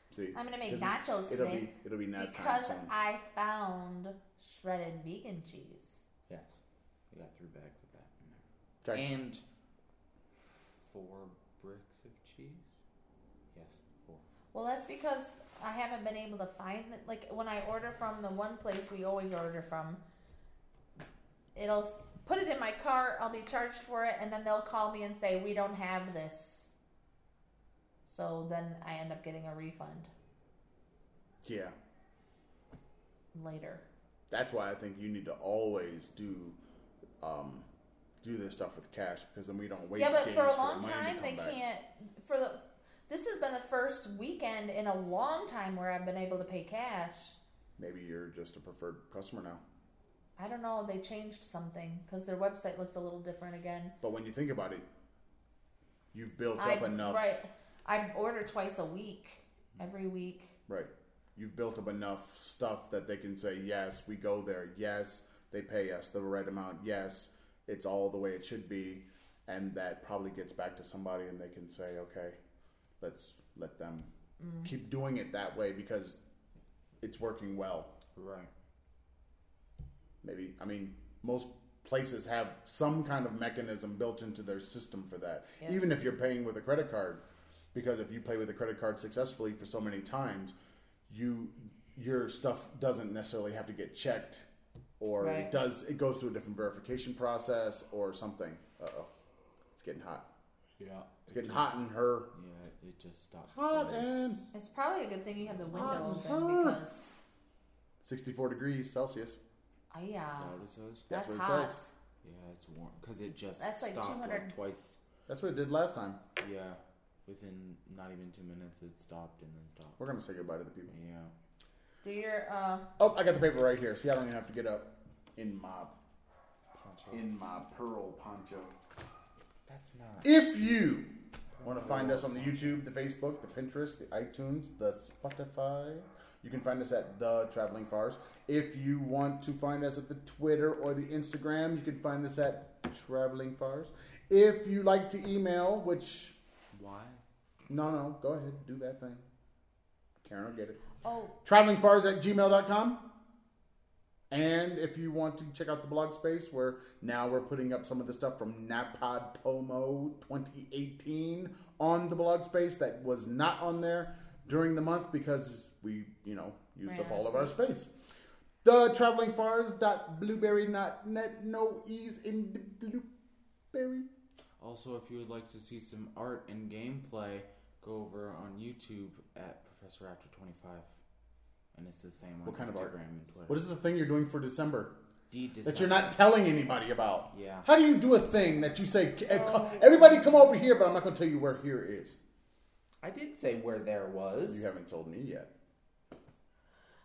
[SPEAKER 2] See,
[SPEAKER 3] I'm gonna make
[SPEAKER 2] this is-
[SPEAKER 3] nachos
[SPEAKER 2] it'll
[SPEAKER 3] today
[SPEAKER 2] be it'll be nap time
[SPEAKER 3] because
[SPEAKER 2] soon.
[SPEAKER 3] I found shredded vegan cheese.
[SPEAKER 4] Yes. We got three bags of that in there.
[SPEAKER 2] Okay.
[SPEAKER 4] And four bricks of cheese? Yes, four.
[SPEAKER 3] Well, that's because I haven't been able to find it. Like when I order from the one place we always order from, it'll s- put it in my cart. I'll be charged for it, and then they'll call me and say we don't have this. So then I end up getting a refund
[SPEAKER 2] Yeah,
[SPEAKER 3] later.
[SPEAKER 2] that's why I think you need to always do, um, do this stuff with cash because then we don't wait.
[SPEAKER 3] yeah, but
[SPEAKER 2] days
[SPEAKER 3] for a
[SPEAKER 2] the
[SPEAKER 3] long
[SPEAKER 2] money to
[SPEAKER 3] time
[SPEAKER 2] come
[SPEAKER 3] they
[SPEAKER 2] back.
[SPEAKER 3] can't. For the this has been the first weekend in a long time where I've been able to pay cash.
[SPEAKER 2] Maybe you're just a preferred customer now.
[SPEAKER 3] I don't know. They changed something because their website looks a little different again.
[SPEAKER 2] But when you think about it, you've built
[SPEAKER 3] I,
[SPEAKER 2] up enough.
[SPEAKER 3] Right. I order twice a week, every week.
[SPEAKER 2] Right. You've built up enough stuff that they can say, yes, we go there. Yes, they pay us the right amount. Yes, it's all the way it should be. And that probably gets back to somebody and they can say, okay, let's let them
[SPEAKER 3] Mm-hmm.
[SPEAKER 2] keep doing it that way because it's working well.
[SPEAKER 4] Right.
[SPEAKER 2] Maybe I mean most places have some kind of mechanism built into their system for that.
[SPEAKER 3] Yeah.
[SPEAKER 2] Even if you're paying with a credit card, because if you pay with a credit card successfully for so many times, you your stuff doesn't necessarily have to get checked or
[SPEAKER 3] Right.
[SPEAKER 2] it does it goes through a different verification process or something. Uh oh. It's getting hot.
[SPEAKER 4] Yeah.
[SPEAKER 2] It's getting hot in her.
[SPEAKER 4] Yeah, it just stopped.
[SPEAKER 2] Hot
[SPEAKER 4] place.
[SPEAKER 2] and-
[SPEAKER 3] It's probably a good thing you have the window
[SPEAKER 2] Hot
[SPEAKER 3] open
[SPEAKER 2] and hot.
[SPEAKER 3] because,
[SPEAKER 2] 64 degrees Celsius.
[SPEAKER 3] oh, yeah,
[SPEAKER 4] Is that what it says?
[SPEAKER 2] That's
[SPEAKER 3] that's
[SPEAKER 2] what it
[SPEAKER 3] hot.
[SPEAKER 2] says.
[SPEAKER 4] Yeah, it's warm because it just
[SPEAKER 3] That's like
[SPEAKER 4] stopped
[SPEAKER 3] 200
[SPEAKER 4] like twice.
[SPEAKER 2] That's what it did last time.
[SPEAKER 4] Yeah, within not even two minutes, it stopped and then stopped.
[SPEAKER 2] We're gonna say goodbye to the people.
[SPEAKER 4] Yeah.
[SPEAKER 3] Do your uh,
[SPEAKER 2] Oh, I got the paper right here. See, I don't even have to get up. In my in my pearl poncho.
[SPEAKER 4] That's not.
[SPEAKER 2] If you want to find us on the YouTube, the Facebook, the Pinterest, the iTunes, the Spotify, you can find us at the Traveling Fars. If you want to find us at the Twitter or the Instagram, you can find us at Traveling Fars. If you like to email, which
[SPEAKER 4] Why?
[SPEAKER 2] no, no, go ahead, do that thing. Karen will get it.
[SPEAKER 3] oh,
[SPEAKER 2] travelingfars at gmail.com. And if you want to check out the blog space, where now we're putting up some of the stuff from Napod Pomo 2018 on the blog space that was not on there during the month because we, you know, used
[SPEAKER 3] Ran
[SPEAKER 2] up
[SPEAKER 3] out
[SPEAKER 2] all
[SPEAKER 3] of
[SPEAKER 2] of our space. The travelingfars.blueberry.net, no ease in the blueberry.
[SPEAKER 4] Also, if you would like to see some art and gameplay, go over on YouTube at Professor Raptor Twenty Five, and it's the same on
[SPEAKER 2] What kind
[SPEAKER 4] Instagram
[SPEAKER 2] of art?
[SPEAKER 4] and Twitter.
[SPEAKER 2] What is the thing you're doing for December?
[SPEAKER 4] D
[SPEAKER 2] that you're not telling anybody about.
[SPEAKER 4] Yeah.
[SPEAKER 2] How do you do a thing that you say, everybody come over here, but I'm not going to tell you where here is?
[SPEAKER 6] I did say where there was.
[SPEAKER 2] You haven't told me yet.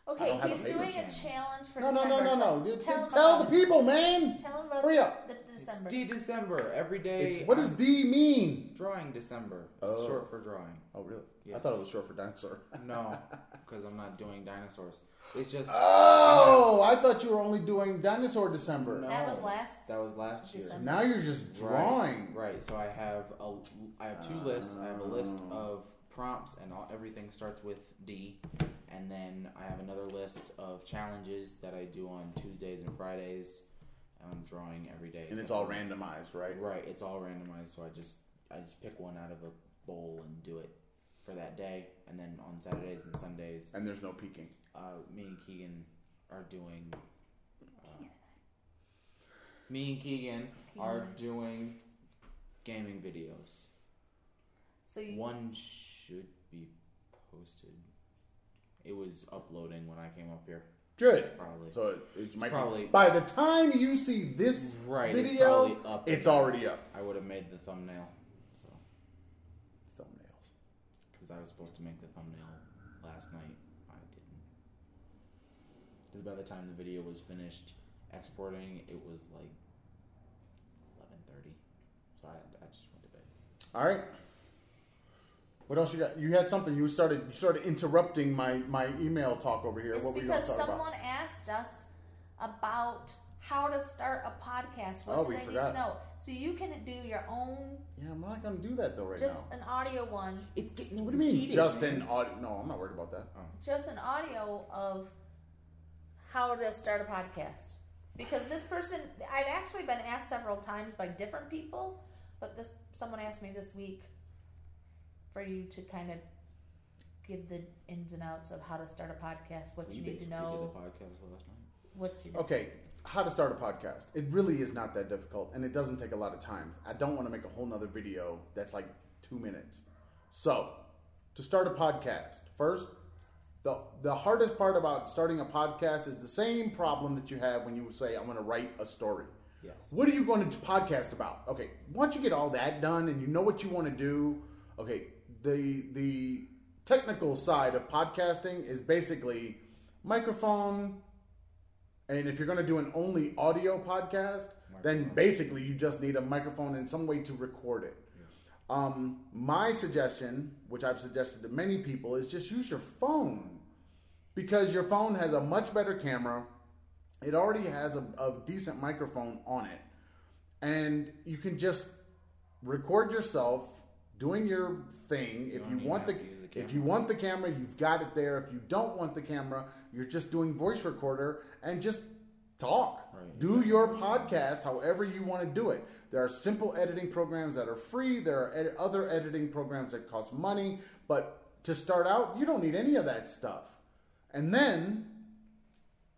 [SPEAKER 3] okay,
[SPEAKER 2] don't have a
[SPEAKER 3] he's
[SPEAKER 2] paper
[SPEAKER 3] doing a
[SPEAKER 2] channel.
[SPEAKER 3] challenge for
[SPEAKER 2] No, no,
[SPEAKER 3] December.
[SPEAKER 2] no, no,
[SPEAKER 3] so
[SPEAKER 2] no. You-
[SPEAKER 3] Tell,
[SPEAKER 2] Tell,
[SPEAKER 3] him
[SPEAKER 2] the
[SPEAKER 3] about-
[SPEAKER 2] people, man.
[SPEAKER 3] Tell him about
[SPEAKER 2] Hurry up.
[SPEAKER 3] the the
[SPEAKER 4] It's
[SPEAKER 3] December.
[SPEAKER 4] D December every day.
[SPEAKER 2] It's, what does
[SPEAKER 4] I'm
[SPEAKER 2] D mean?
[SPEAKER 4] drawing December? It's
[SPEAKER 2] Oh.
[SPEAKER 4] short for drawing.
[SPEAKER 2] Oh, really? I
[SPEAKER 4] Yes.
[SPEAKER 2] thought it was short for dinosaur.
[SPEAKER 4] No,
[SPEAKER 6] *laughs*
[SPEAKER 4] because I'm not doing dinosaurs. It's just
[SPEAKER 6] Uh,
[SPEAKER 2] Oh, I thought you were only doing dinosaur December.
[SPEAKER 4] No.
[SPEAKER 3] That was last.
[SPEAKER 4] that was last year.
[SPEAKER 3] December.
[SPEAKER 2] Now you're just drawing.
[SPEAKER 4] Right, right. So I have a I have two lists. I have a list
[SPEAKER 6] Oh.
[SPEAKER 4] of prompts and all, everything starts with D, and then I have another list of challenges that I do on Tuesdays and Fridays, and I'm drawing every day.
[SPEAKER 2] And it's
[SPEAKER 4] except
[SPEAKER 2] all
[SPEAKER 4] for-
[SPEAKER 2] randomized, right?
[SPEAKER 4] Right. It's all randomized. So I just I just pick one out of a bowl and do it for that day, and then on Saturdays and Sundays,
[SPEAKER 2] And there's no peeking.
[SPEAKER 4] uh, me and Keegan are doing. Uh, me and Keegan are doing gaming videos.
[SPEAKER 3] So you,
[SPEAKER 4] One should be posted. It was uploading when I came up here,
[SPEAKER 2] Good.
[SPEAKER 4] probably.
[SPEAKER 2] So it, it might
[SPEAKER 4] probably-
[SPEAKER 2] be, by the time you see this
[SPEAKER 4] right, it's
[SPEAKER 2] video,
[SPEAKER 4] probably up.
[SPEAKER 2] it's already up.
[SPEAKER 4] I would have made the thumbnail, so
[SPEAKER 2] Thumbnails.
[SPEAKER 4] because I was supposed to make the thumbnail last night, I didn't. Because by the time the video was finished exporting, it was like eleven thirty, so I, I just went to bed.
[SPEAKER 2] All right. What else you got? You had something. You started. You started interrupting my my email talk over here.
[SPEAKER 3] it's
[SPEAKER 2] what were you going
[SPEAKER 3] because
[SPEAKER 2] to talk
[SPEAKER 3] someone
[SPEAKER 2] about?
[SPEAKER 3] asked us about how to start a podcast. What
[SPEAKER 2] Oh,
[SPEAKER 3] do
[SPEAKER 2] we
[SPEAKER 3] they need
[SPEAKER 2] forgot.
[SPEAKER 3] to know? So you can do your own,
[SPEAKER 2] Yeah, I'm not going to do that though right
[SPEAKER 3] just *laughs*
[SPEAKER 2] now.
[SPEAKER 3] an audio one,
[SPEAKER 4] It's getting.
[SPEAKER 2] What do you mean? Just an audio? No, I'm not worried about that.
[SPEAKER 3] just an audio of how to start a podcast. Because this person, I've actually been asked several times by different people, but this someone asked me this week for you to kind of give the ins and outs of how to start a podcast, what
[SPEAKER 4] We
[SPEAKER 3] you need to
[SPEAKER 4] basically
[SPEAKER 3] know,
[SPEAKER 4] did the podcast last night.
[SPEAKER 3] what you
[SPEAKER 2] Okay, how to start a podcast? It really is not that difficult, and it doesn't take a lot of time. I don't want to make a whole nother video that's like two minutes. So, to start a podcast, first, the the hardest part about starting a podcast is the same problem that you have when you say, "I'm going to write a story."
[SPEAKER 4] Yes.
[SPEAKER 2] What are you going to podcast about? Okay, once you get all that done and you know what you want to do, okay, the the technical side of podcasting is basically microphone and if you're going to do an only audio podcast, then basically you just need a microphone and some way to record it. Um, my suggestion, which I've suggested to many people, is just use your phone because your phone has a much better camera. It already has a, a decent microphone on it, and you can just record yourself doing your thing. if
[SPEAKER 4] don't
[SPEAKER 2] you
[SPEAKER 4] even
[SPEAKER 2] want the,
[SPEAKER 4] have to use the
[SPEAKER 2] if you want the camera, you've got it there. If you don't want the camera, you're just doing voice recorder and just talk.
[SPEAKER 4] Right.
[SPEAKER 2] Do your podcast however you want to do it. There are simple editing programs that are free. There are ed- other editing programs that cost money, but to start out, you don't need any of that stuff. And then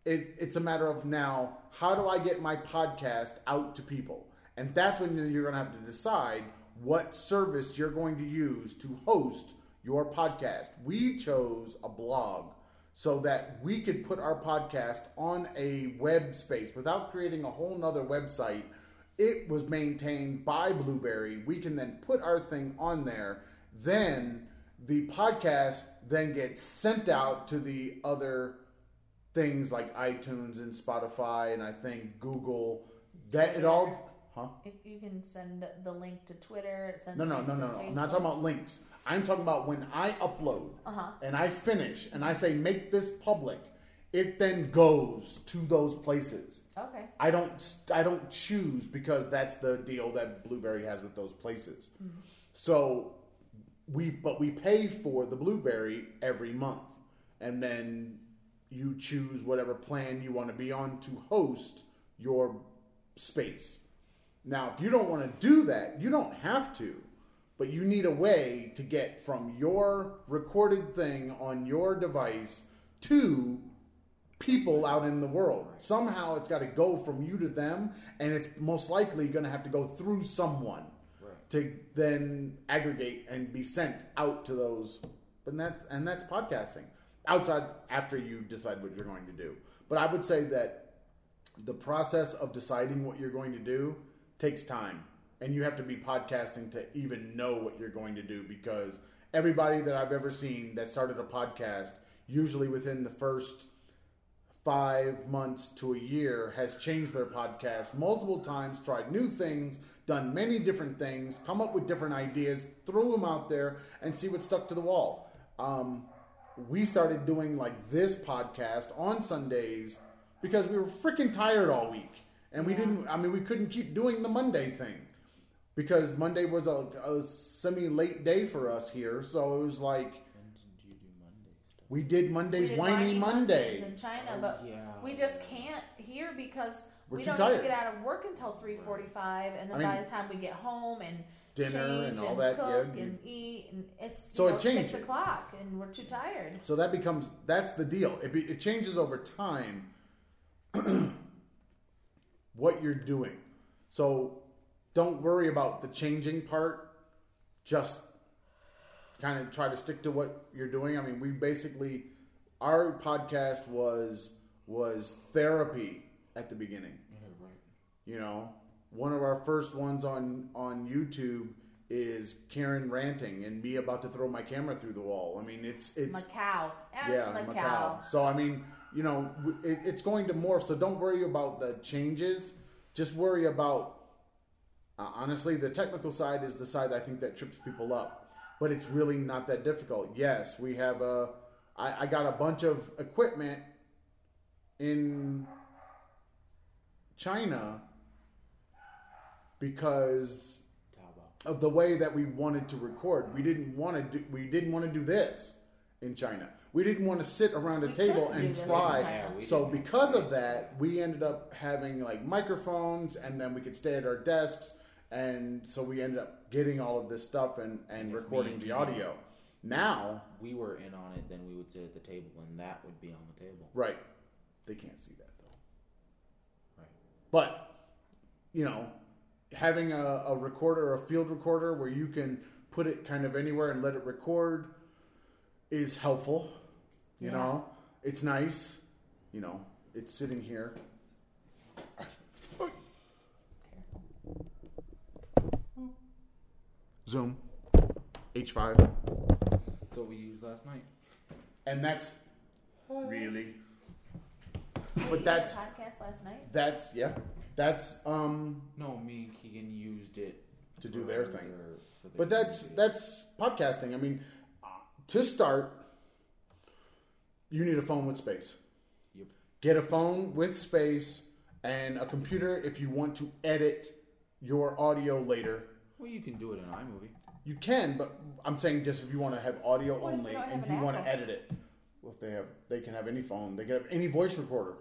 [SPEAKER 2] it, it's a matter of now how do i get my podcast out to people and that's when you're going to have to decide what service you're going to use to host your podcast we chose a blog so that we could put our podcast on a web space without creating a whole nother website it was maintained by blueberry we can then put our thing on there then the podcast then gets sent out to the other things like iTunes and Spotify and I think Google that it all huh
[SPEAKER 3] If you can send the link to Twitter. Send
[SPEAKER 2] no no no no no I'm not talking about links I'm talking about when I upload
[SPEAKER 3] Uh-huh.
[SPEAKER 2] and I finish and I say make this public it then goes to those places
[SPEAKER 3] Okay.
[SPEAKER 2] I don't I don't choose because that's the deal that Blueberry has with those places. So we but we pay for the Blueberry every month, and then you choose whatever plan you want to be on to host your space. Now, if you don't want to do that, you don't have to, but you need a way to get from your recorded thing on your device to people out in the world. Somehow it's got to go from you to them, and it's most likely going to have to go through someone
[SPEAKER 4] Right.
[SPEAKER 2] to then aggregate and be sent out to those. But that and that's podcasting outside after you decide what you're going to do. But I would say that the process of deciding what you're going to do takes time and you have to be podcasting to even know what you're going to do because everybody that i've ever seen that started a podcast usually within the first five months to a year has changed their podcast multiple times tried new things done many different things come up with different ideas threw them out there and see what stuck to the wall um, we started doing like this podcast on sundays because we were freaking tired all week and we didn't i mean we couldn't keep doing the monday thing because monday was a, a semi late day for us here so it was like
[SPEAKER 4] When did you do Monday?
[SPEAKER 2] we did
[SPEAKER 3] We
[SPEAKER 2] monday's
[SPEAKER 3] did
[SPEAKER 2] whiny
[SPEAKER 3] Whiny Mondays
[SPEAKER 2] monday
[SPEAKER 3] in China,
[SPEAKER 4] Oh,
[SPEAKER 3] but
[SPEAKER 4] yeah.
[SPEAKER 3] we just can't here because
[SPEAKER 2] We're
[SPEAKER 3] we
[SPEAKER 2] too
[SPEAKER 3] don't
[SPEAKER 2] tired.
[SPEAKER 3] even get out of work until three forty-five, and then
[SPEAKER 2] I
[SPEAKER 3] by
[SPEAKER 2] mean-
[SPEAKER 3] the time we get home and
[SPEAKER 2] dinner
[SPEAKER 3] change
[SPEAKER 2] and all that
[SPEAKER 3] cook
[SPEAKER 2] yeah, you-
[SPEAKER 3] and eat, and it's you
[SPEAKER 2] So it
[SPEAKER 3] know,
[SPEAKER 2] changes.
[SPEAKER 3] six o'clock, and we're too tired.
[SPEAKER 2] So that becomes that's the deal. It, be, it changes over time *clears throat* what you're doing. So don't worry about the changing part. Just kind of try to stick to what you're doing. I mean, we basically our podcast was was therapy at the beginning.
[SPEAKER 4] Yeah, right.
[SPEAKER 2] You know, one of our first ones on on YouTube is Karen ranting and me about to throw my camera through the wall. I mean, it's it's
[SPEAKER 3] Macau, that's
[SPEAKER 2] yeah,
[SPEAKER 3] Macau.
[SPEAKER 2] Macau. So I mean, you know, w- it, it's going to morph. So don't worry about the changes. Just worry about uh, honestly, the technical side is the side I think that trips people up. But it's really not that difficult. Yes, we have a. I, I got a bunch of equipment in China because
[SPEAKER 4] Taobao.
[SPEAKER 2] of the way that we wanted to record. We didn't want to do we didn't want to do this in China. We didn't want to sit around a
[SPEAKER 3] We
[SPEAKER 2] table
[SPEAKER 3] couldn't do
[SPEAKER 2] and
[SPEAKER 3] this in
[SPEAKER 2] try.
[SPEAKER 3] China.
[SPEAKER 4] Yeah, we
[SPEAKER 2] So
[SPEAKER 4] didn't have
[SPEAKER 2] because of
[SPEAKER 4] space.
[SPEAKER 2] that, we ended up having like microphones and then we could stay at our desks and so we ended up getting all of this stuff and, and
[SPEAKER 4] If
[SPEAKER 2] recording
[SPEAKER 4] we-
[SPEAKER 2] the audio. Now,
[SPEAKER 4] we were in on it, then we would sit at the table, and that would be on the table.
[SPEAKER 2] right. They can't see that though.
[SPEAKER 4] Right.
[SPEAKER 2] But you know, having a, a recorder, a field recorder, where you can put it kind of anywhere and let it record, is helpful. You
[SPEAKER 3] Yeah.
[SPEAKER 2] know, it's nice. You know, it's sitting here. Zoom, H five,
[SPEAKER 4] That's what we used last night.
[SPEAKER 2] and that's really
[SPEAKER 3] Wait,
[SPEAKER 2] but
[SPEAKER 3] you
[SPEAKER 2] that's-
[SPEAKER 3] did a podcast last night.
[SPEAKER 2] that's yeah, that's um
[SPEAKER 4] No, me and Keegan used it
[SPEAKER 2] to do their
[SPEAKER 4] for
[SPEAKER 2] thing.
[SPEAKER 4] their- for their
[SPEAKER 2] But that's
[SPEAKER 4] community.
[SPEAKER 2] that's podcasting. I mean, uh, to start, you need a phone with space.
[SPEAKER 4] Yep.
[SPEAKER 2] Get a phone with space and a computer if you want to edit your audio later.
[SPEAKER 4] Well, you can do it in iMovie.
[SPEAKER 2] You can, but I'm saying just if you want to have audio
[SPEAKER 3] What if
[SPEAKER 2] only
[SPEAKER 3] they don't
[SPEAKER 2] and
[SPEAKER 3] have
[SPEAKER 2] you
[SPEAKER 3] an
[SPEAKER 2] want to
[SPEAKER 3] Apple?
[SPEAKER 2] edit it. Well, if they have, they can have any phone. They can have any voice recorder.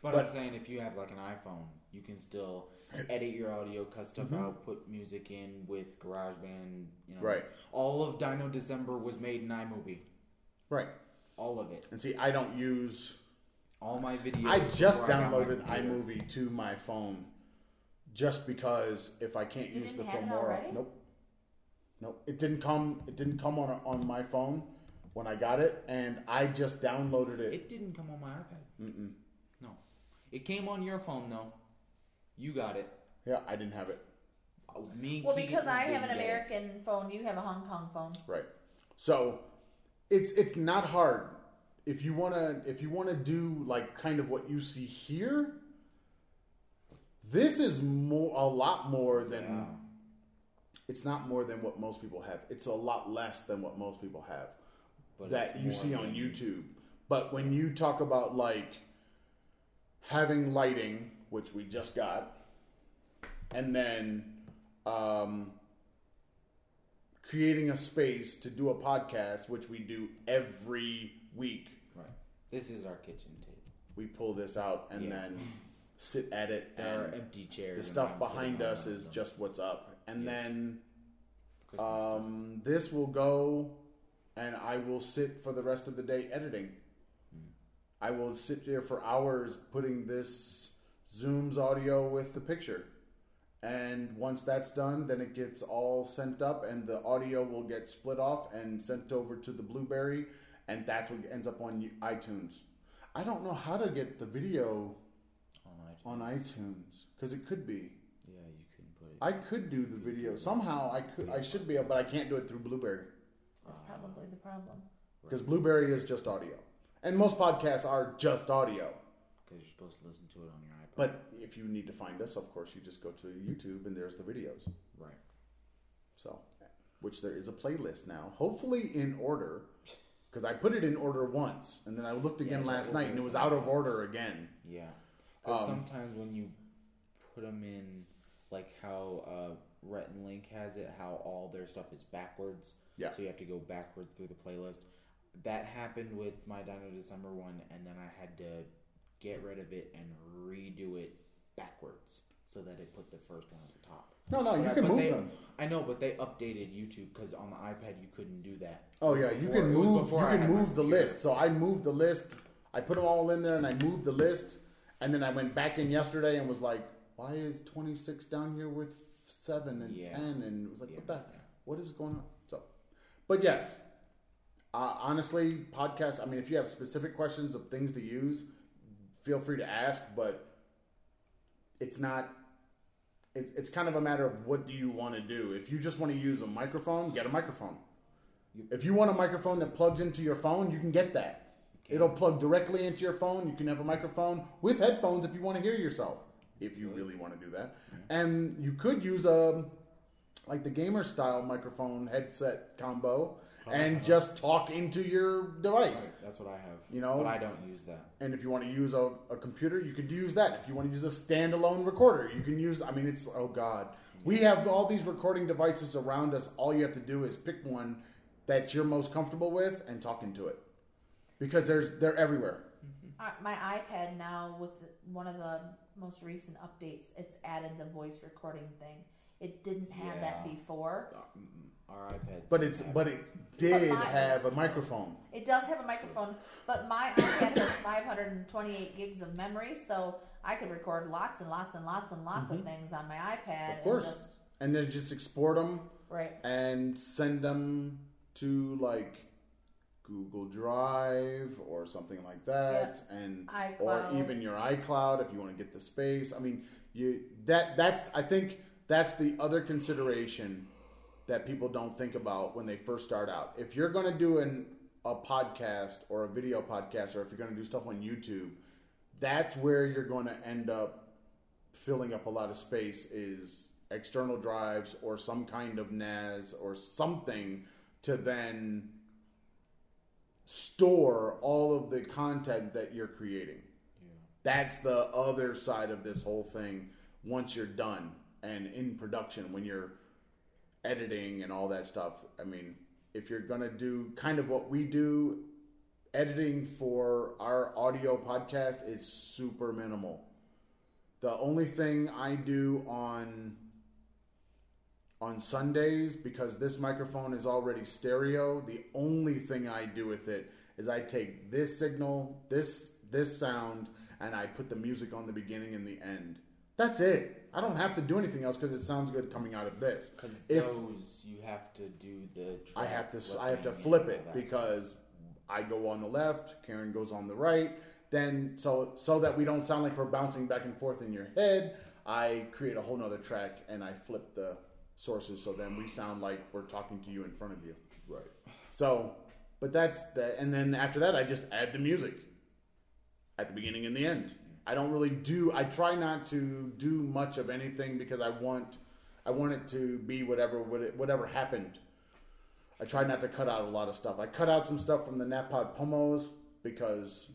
[SPEAKER 4] But,
[SPEAKER 2] But-
[SPEAKER 4] I'm saying if you have like an iPhone, you can still
[SPEAKER 2] *coughs*
[SPEAKER 4] edit your audio, cut stuff
[SPEAKER 2] Mm-hmm.
[SPEAKER 4] out, put music in with GarageBand. You know,
[SPEAKER 2] Right.
[SPEAKER 4] All of Dino December was made in iMovie.
[SPEAKER 2] Right.
[SPEAKER 4] All of it.
[SPEAKER 2] And see, I don't use.
[SPEAKER 4] All my videos.
[SPEAKER 2] I just
[SPEAKER 4] were on my
[SPEAKER 2] downloaded
[SPEAKER 4] computer.
[SPEAKER 2] iMovie to my phone, just because if I can't
[SPEAKER 3] You
[SPEAKER 2] use the
[SPEAKER 3] didn't have it
[SPEAKER 2] Filmora,
[SPEAKER 3] already?
[SPEAKER 2] nope, nope, it didn't come. It didn't come on on my phone when I got it, and I just downloaded it.
[SPEAKER 4] It didn't come on my iPad. Mm-mm. No, it came on your phone though. You got it.
[SPEAKER 2] yeah, I didn't have it.
[SPEAKER 4] Uh, Me. and
[SPEAKER 3] Well,
[SPEAKER 4] Keegan
[SPEAKER 3] because I have
[SPEAKER 4] didn't
[SPEAKER 3] an
[SPEAKER 4] get it.
[SPEAKER 3] American phone, you have a Hong Kong phone.
[SPEAKER 2] Right. So it's it's not hard if you want to if you want to do like kind of what you see here. This is more a lot more than it's not more than what most people have. It's a lot less than what most people have
[SPEAKER 4] But
[SPEAKER 2] that
[SPEAKER 4] it's
[SPEAKER 2] you
[SPEAKER 4] more
[SPEAKER 2] see on
[SPEAKER 4] than-
[SPEAKER 2] YouTube. But when you talk about like having lighting, which we just got, and then um, creating a space to do a podcast, which we do every week,
[SPEAKER 4] Right. This is our kitchen table.
[SPEAKER 2] we pull this out and
[SPEAKER 4] Yeah.
[SPEAKER 2] then sit at it.
[SPEAKER 4] There are
[SPEAKER 2] And
[SPEAKER 4] empty chairs.
[SPEAKER 2] the
[SPEAKER 4] and
[SPEAKER 2] stuff
[SPEAKER 4] I'm
[SPEAKER 2] behind
[SPEAKER 4] sitting on
[SPEAKER 2] us
[SPEAKER 4] one of
[SPEAKER 2] is
[SPEAKER 4] them.
[SPEAKER 2] just what's up, and
[SPEAKER 4] Yeah.
[SPEAKER 2] then.
[SPEAKER 4] Christmas stuff.
[SPEAKER 2] Um, this will go, and I will sit for the rest of the day editing.
[SPEAKER 4] Hmm.
[SPEAKER 2] I will sit there for hours putting this Zoom's audio with the picture. And once that's done, then it gets all sent up, and the audio will get split off and sent over to the Blueberry, and that's what ends up on iTunes. I don't know how to get the video
[SPEAKER 4] on
[SPEAKER 2] on
[SPEAKER 4] iTunes.
[SPEAKER 2] iTunes because it could be.
[SPEAKER 4] Yeah, you can put it.
[SPEAKER 2] I could do the video somehow. I could. I should be able, but I can't do it through Blueberry.
[SPEAKER 3] That's probably the problem.
[SPEAKER 2] because Blueberry is just audio, and most podcasts are just audio.
[SPEAKER 4] Because you're supposed to listen to it on your iPod.
[SPEAKER 2] But if you need to find us, of course, you just go to YouTube and there's the videos.
[SPEAKER 4] right.
[SPEAKER 2] So, which there is a playlist now, hopefully in order, because I put it in order once, and then I looked again
[SPEAKER 4] Yeah,
[SPEAKER 2] last
[SPEAKER 4] order
[SPEAKER 2] night and it was
[SPEAKER 4] is
[SPEAKER 2] out of
[SPEAKER 4] nice.
[SPEAKER 2] order again.
[SPEAKER 4] Yeah. 'Cause
[SPEAKER 2] Um,
[SPEAKER 4] sometimes when you put them in, like how uh, Rhett and Link has it, how all their stuff is backwards.
[SPEAKER 2] Yeah.
[SPEAKER 4] So you have to go backwards through the playlist. That happened with my Dino December one, and then I had to get rid of it and redo it backwards so that it put the first one at the top.
[SPEAKER 2] No, no,
[SPEAKER 4] But
[SPEAKER 2] Oh, you
[SPEAKER 4] I-
[SPEAKER 2] can
[SPEAKER 4] but
[SPEAKER 2] move
[SPEAKER 4] they-
[SPEAKER 2] them.
[SPEAKER 4] I know, but they updated YouTube because on the iPad you couldn't do that.
[SPEAKER 2] Oh yeah, you
[SPEAKER 4] Before-
[SPEAKER 2] can
[SPEAKER 4] it was
[SPEAKER 2] move. You
[SPEAKER 4] before I
[SPEAKER 2] can
[SPEAKER 4] had my
[SPEAKER 2] move the
[SPEAKER 4] computer.
[SPEAKER 2] list. So I moved the list. I put them all in there, and I moved the list. And then I went back in yesterday and was like, "Why is twenty six down here with seven and
[SPEAKER 4] Yeah.
[SPEAKER 2] ten? And it was like, "What
[SPEAKER 4] Yeah.
[SPEAKER 2] the? What is going on?" So, but yes, uh, honestly, podcasts. I mean, if you have specific questions of things to use, feel free to ask. But it's not. It's, it's kind of a matter of what do you want to do. If you just want to use a microphone, get a microphone. If you want a microphone that plugs into your phone, you can get that. It'll plug directly into your phone. You can have a microphone with headphones if you want to hear yourself, if you really want to do that. And you could use a like the gamer style microphone headset combo and just talk into your device.
[SPEAKER 4] Oh, Right, that's what I have.
[SPEAKER 2] You know?
[SPEAKER 4] but I don't use that.
[SPEAKER 2] And if you want to use a, a computer, you could use that. If you want to use a standalone recorder, you can use. I mean, it's oh god, we have all these recording devices around us. All you have to do is pick one that you're most comfortable with and talk into it, because there's they're everywhere.
[SPEAKER 3] Uh, my iPad now with the, one of the most recent updates, it's added the voice recording thing. It didn't have that
[SPEAKER 4] Yeah.
[SPEAKER 3] before.
[SPEAKER 4] Uh, mm, Our iPads.
[SPEAKER 2] But
[SPEAKER 4] don't
[SPEAKER 2] it's
[SPEAKER 4] have
[SPEAKER 2] but it did
[SPEAKER 3] mine
[SPEAKER 2] have a
[SPEAKER 3] was-
[SPEAKER 2] microphone.
[SPEAKER 3] It does have a microphone, but my iPad has 528 gigs of memory, so I could record lots and lots and lots and lots of things on my iPad.
[SPEAKER 2] Mm-hmm. Of course.
[SPEAKER 3] And just,
[SPEAKER 2] And then just export them
[SPEAKER 3] right.
[SPEAKER 2] and send them to like Google Drive or something like that, and
[SPEAKER 3] iCloud.
[SPEAKER 2] or even your iCloud if you want to get the space. I mean, you that that's I think that's the other consideration that people don't think about when they first start out. If you're going to do an a podcast or a video podcast, or if you're going to do stuff on YouTube, that's where you're going to end up filling up a lot of space is external drives or some kind of NAS or something to then store all of the content that you're creating. That's the other side of this whole thing once you're done and in production when you're editing and all that stuff. I mean, if you're gonna do kind of what we do, editing for our audio podcast is super minimal. The only thing I do on on Sundays because this microphone is already stereo. The only thing I do with it is I take this signal, this this sound, and I put the music on the beginning and the end. That's it. I don't have to do anything else because it sounds good coming out of this.
[SPEAKER 4] Because
[SPEAKER 2] If-
[SPEAKER 4] those you have to do the.
[SPEAKER 2] I
[SPEAKER 4] track
[SPEAKER 2] have to I
[SPEAKER 4] flipping
[SPEAKER 2] have to
[SPEAKER 4] and
[SPEAKER 2] flip
[SPEAKER 4] all
[SPEAKER 2] it
[SPEAKER 4] that stuff.
[SPEAKER 2] because I go on the left, Karen goes on the right. Then so so that we don't sound like we're bouncing back and forth in your head, I create a whole nother track and I flip the sources so then we sound like we're talking to you in front of you.
[SPEAKER 4] right.
[SPEAKER 2] So, but that's the and then after that I just add the music at the beginning and the end. I don't really do I try not to do much of anything because I want I want it to be whatever what it- whatever happened. I try not to cut out a lot of stuff. I cut out some stuff from the Napod Pomos because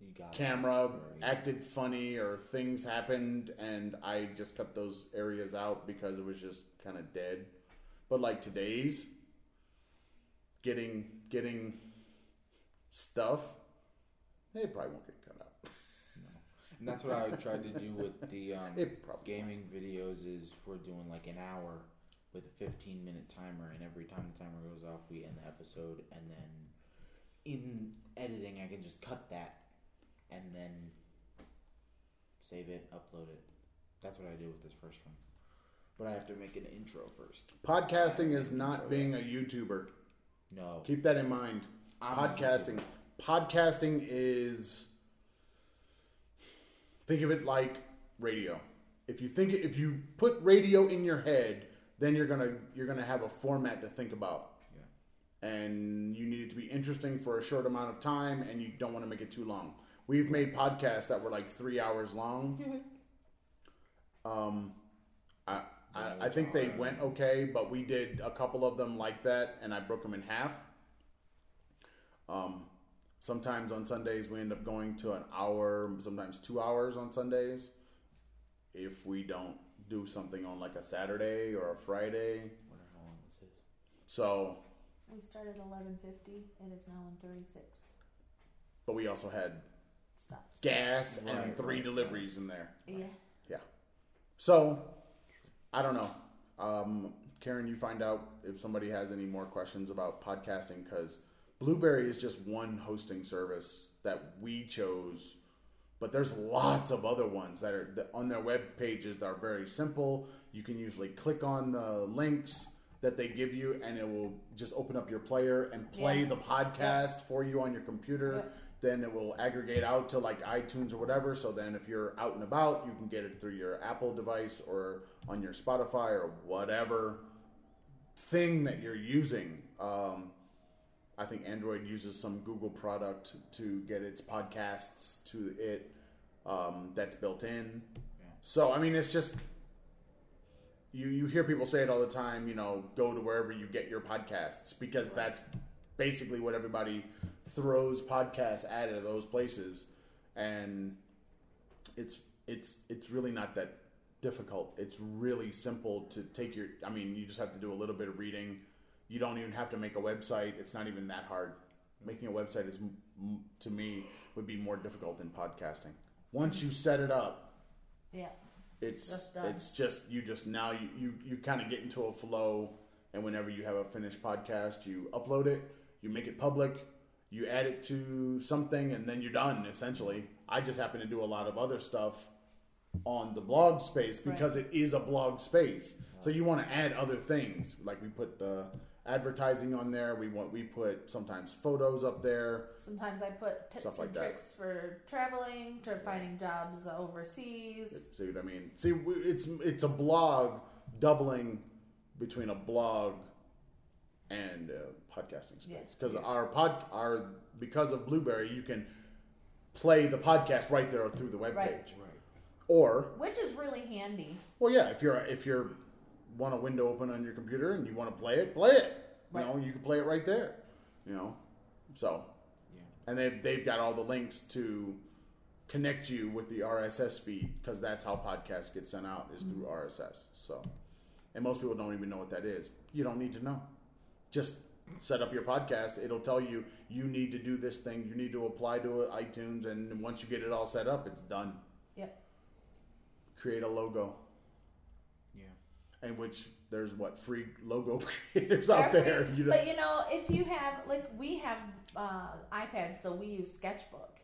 [SPEAKER 4] You got it.
[SPEAKER 2] camera
[SPEAKER 4] Right.
[SPEAKER 2] acted funny or things happened and I just cut those areas out because it was just kind of dead. But like today's getting getting stuff, it probably won't get cut out.
[SPEAKER 4] And that's what I tried to do
[SPEAKER 2] *laughs*
[SPEAKER 4] with the um,
[SPEAKER 2] It probably
[SPEAKER 4] gaming videos is we're doing like an hour with a 15 minute timer and every time the timer goes off we end the episode and then in editing i can just cut that and then save it upload it that's what i do with this first one but i have to make an intro first
[SPEAKER 2] Podcasting is not being a YouTuber.
[SPEAKER 4] no
[SPEAKER 2] Keep that in mind.
[SPEAKER 4] I'm a
[SPEAKER 2] podcasting. Podcasting is think of it like radio. If you think if you put radio in your head, then you're gonna you're gonna have a format to think about. And you need it to be interesting for a short amount of time, and you don't want to make it too long. We've made podcasts that were like three hours long. um, I, I, I think they went okay, but we did a couple of them like that, and I broke them in half. Um, sometimes on Sundays we end up going to an hour, sometimes two hours on Sundays, if we don't do something on like a Saturday or a Friday.
[SPEAKER 4] I wonder how long this is
[SPEAKER 2] So,
[SPEAKER 3] We started at 11:50 and it's now 1:36.
[SPEAKER 2] but we also had
[SPEAKER 3] Stops.
[SPEAKER 2] gas and
[SPEAKER 4] Right,
[SPEAKER 2] three
[SPEAKER 4] right,
[SPEAKER 2] deliveries in there.
[SPEAKER 3] Yeah.
[SPEAKER 2] So, I don't know. Um, Karen, you find out if somebody has any more questions about podcasting because Blueberry is just one hosting service that we chose, but there's lots of other ones that are that on their web pages that are very simple. You can usually click on the links that they give you, and it will just open up your player and play
[SPEAKER 3] Yeah.
[SPEAKER 2] the podcast for you on your computer.
[SPEAKER 3] Yep.
[SPEAKER 2] Then it will aggregate out to like iTunes or whatever. So then, if you're out and about, you can get it through your Apple device or on your Spotify or whatever thing that you're using. Um, I think Android uses some Google product to get its podcasts to it um, that's built in.
[SPEAKER 4] Yeah.
[SPEAKER 2] So I mean, it's just you you hear people say it all the time. You know, go to wherever you get your podcasts because that's basically what everybody throws podcasts at at those places, and it's it's it's really not that difficult. It's really simple to take your. I mean, you just have to do a little bit of reading. You don't even have to make a website. It's not even that hard. Making a website is, m- m- to me, would be more difficult than podcasting. Once you set it up,
[SPEAKER 3] Yeah.
[SPEAKER 2] it's
[SPEAKER 3] Just done.
[SPEAKER 2] it's just you just now you you, you kind of get into a flow and whenever you have a finished podcast you upload it you make it public you add it to something and then you're done essentially i just happen to do a lot of other stuff on the blog space because it is a blog space so you want to add other things like we put the advertising on there we want we put sometimes photos up there
[SPEAKER 3] Sometimes I put tips
[SPEAKER 2] Stuff like
[SPEAKER 3] and
[SPEAKER 2] that.
[SPEAKER 3] tricks for traveling, to finding jobs overseas.
[SPEAKER 2] See what I mean? See, w- it's it's a blog doubling between a blog and uh, podcasting space
[SPEAKER 3] Yeah.
[SPEAKER 2] because our pod our because of Blueberry, you can play the podcast right there through the webpage.
[SPEAKER 3] Right.
[SPEAKER 2] Or
[SPEAKER 3] Which is really handy.
[SPEAKER 2] well, yeah, if you're if you're want a window open on your computer and you want to play it, play it.
[SPEAKER 3] Right.
[SPEAKER 2] You know, you can play it right there. You know, so
[SPEAKER 4] yeah
[SPEAKER 2] and they've they've got all the links to connect you with the RSS feed because that's how podcasts get sent out is through RSS. So and most people don't even know what that is. You don't need to know. Just set up your podcast. It'll tell you you need to do this thing. You need to apply to iTunes, and once you get it all set up, it's done.
[SPEAKER 3] Yep.
[SPEAKER 2] Create a logo,
[SPEAKER 4] Yeah.
[SPEAKER 2] and which there's what free logo *laughs* creators
[SPEAKER 3] They're
[SPEAKER 2] out there.
[SPEAKER 3] free.
[SPEAKER 2] You know,
[SPEAKER 3] But you know, if you have like we have uh, iPads, so we use Sketchbook,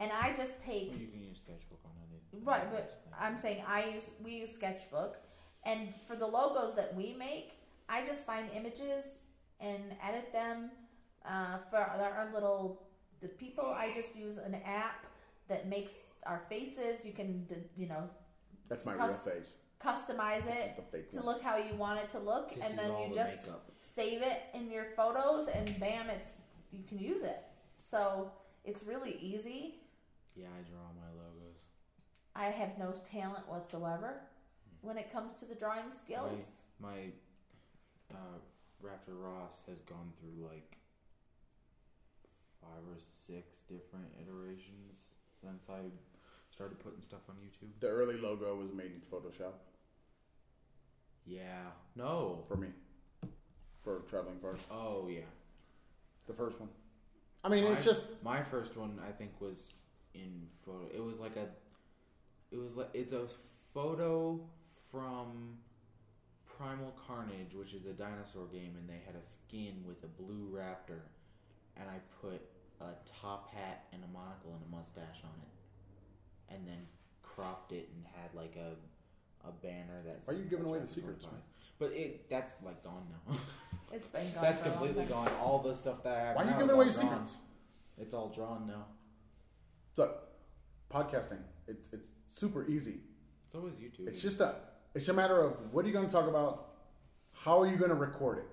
[SPEAKER 3] and I just take
[SPEAKER 4] Well, you can use sketchbook on any.
[SPEAKER 3] Right, but I'm saying I use we use Sketchbook, and for the logos that we make, I just find images and edit them. Uh, for our our little the people, I just use an app that makes our faces. You can d- you know
[SPEAKER 2] that's my
[SPEAKER 3] cus-
[SPEAKER 2] real face.
[SPEAKER 3] customize
[SPEAKER 2] This is
[SPEAKER 3] it
[SPEAKER 2] the fake
[SPEAKER 3] to
[SPEAKER 2] one.
[SPEAKER 3] look how you want it to look,
[SPEAKER 4] This
[SPEAKER 3] and
[SPEAKER 4] is
[SPEAKER 3] then
[SPEAKER 4] all
[SPEAKER 3] you
[SPEAKER 4] the
[SPEAKER 3] just
[SPEAKER 4] makeup.
[SPEAKER 3] save it in your photos, and bam, it's you can use it. So it's really easy.
[SPEAKER 4] Yeah, I draw my logos.
[SPEAKER 3] I have no talent whatsoever when it comes to the drawing skills.
[SPEAKER 4] My uh, Raptor Ross has gone through like five or six different iterations since I started putting stuff on YouTube.
[SPEAKER 2] The early logo was made in Photoshop
[SPEAKER 4] Yeah. No.
[SPEAKER 2] for me, for traveling first.
[SPEAKER 4] Oh yeah.
[SPEAKER 2] The first one. I mean, it's
[SPEAKER 4] My-
[SPEAKER 2] just
[SPEAKER 4] my first one. I think was in photo. It was like a. It was like it's a photo from Primal Carnage, which is a dinosaur game, and they had a skin with a blue raptor, and I put a top hat and a monocle and a mustache on it, and then cropped it and had like a a banner that.
[SPEAKER 2] Why are you
[SPEAKER 4] said
[SPEAKER 2] giving away
[SPEAKER 4] Raptor
[SPEAKER 2] the secrets,
[SPEAKER 4] 45. But it that's like gone now. *laughs*
[SPEAKER 3] It's been gone.
[SPEAKER 4] that's
[SPEAKER 3] for a long
[SPEAKER 4] completely
[SPEAKER 3] time.
[SPEAKER 4] gone. All the stuff that I have.
[SPEAKER 2] why are
[SPEAKER 4] now
[SPEAKER 2] you
[SPEAKER 4] is
[SPEAKER 2] giving
[SPEAKER 4] all
[SPEAKER 2] away
[SPEAKER 4] drawn.
[SPEAKER 2] secrets?
[SPEAKER 4] It's all drawn now.
[SPEAKER 2] Look, podcasting. It's it's super easy.
[SPEAKER 4] So is YouTube.
[SPEAKER 2] It's just a it's a matter of what are you going to talk about, how are you going to record it.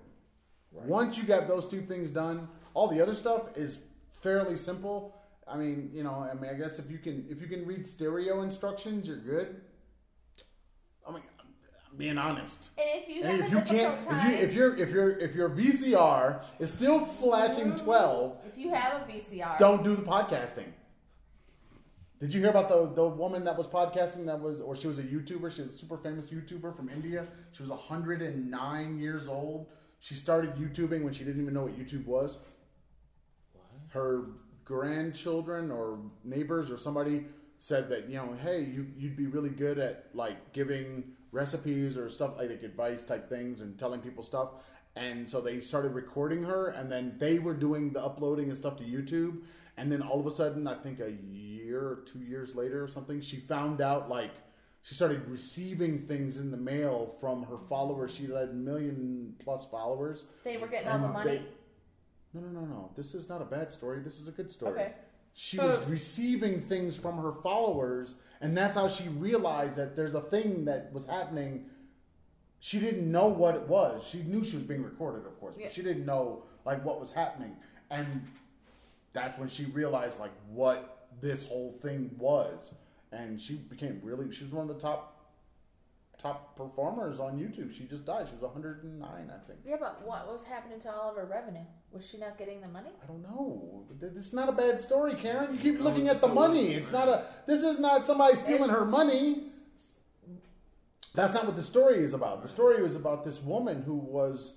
[SPEAKER 4] Right.
[SPEAKER 2] Once you get those two things done, all the other stuff is fairly simple. I mean, you know, I mean, I guess if you can if you can read stereo instructions, you're good. I mean, I'm being honest.
[SPEAKER 3] And if you
[SPEAKER 2] And
[SPEAKER 3] have
[SPEAKER 2] if
[SPEAKER 3] a
[SPEAKER 2] you
[SPEAKER 3] difficult
[SPEAKER 2] can't,
[SPEAKER 3] time,
[SPEAKER 2] if you if your if your if your VCR is still flashing twelve,
[SPEAKER 3] have a VCR,
[SPEAKER 2] don't do the podcasting. Did you hear about the the woman that was podcasting that was or she was a YouTuber, she was a super famous YouTuber from India. She was 109 years old. She started YouTubing when she didn't even know what YouTube was.
[SPEAKER 4] What?
[SPEAKER 2] Her grandchildren or neighbors or somebody said that, you know, hey, you you'd be really good at like giving recipes or stuff like advice type things and telling people stuff. And so they started recording her and then they were doing the uploading and stuff to YouTube. And then all of a sudden, I think a year or two years later or something, she found out like she started receiving things in the mail from her followers. She had a million plus followers.
[SPEAKER 3] they were getting all the
[SPEAKER 2] And
[SPEAKER 3] money.
[SPEAKER 2] they- no, no, no, no. This is not a bad story. This is a good story.
[SPEAKER 3] Okay.
[SPEAKER 2] She was receiving things from her followers, and that's how she realized that there's a thing that was happening. She didn't know what it was. She knew she was being recorded, of course,
[SPEAKER 3] Yeah.
[SPEAKER 2] but she didn't know like what was happening. And that's when she realized like what this whole thing was. And she became really she was one of the top top performers on YouTube. She just died. She was 109, I think.
[SPEAKER 3] Yeah, but what was happening to all of her revenue? Was she not getting the money?
[SPEAKER 2] I don't know. Th- It's not a bad story, Karen. You keep looking at the money. It's not a. This is not somebody stealing her money. That's not what the story is about. The story was about this woman who was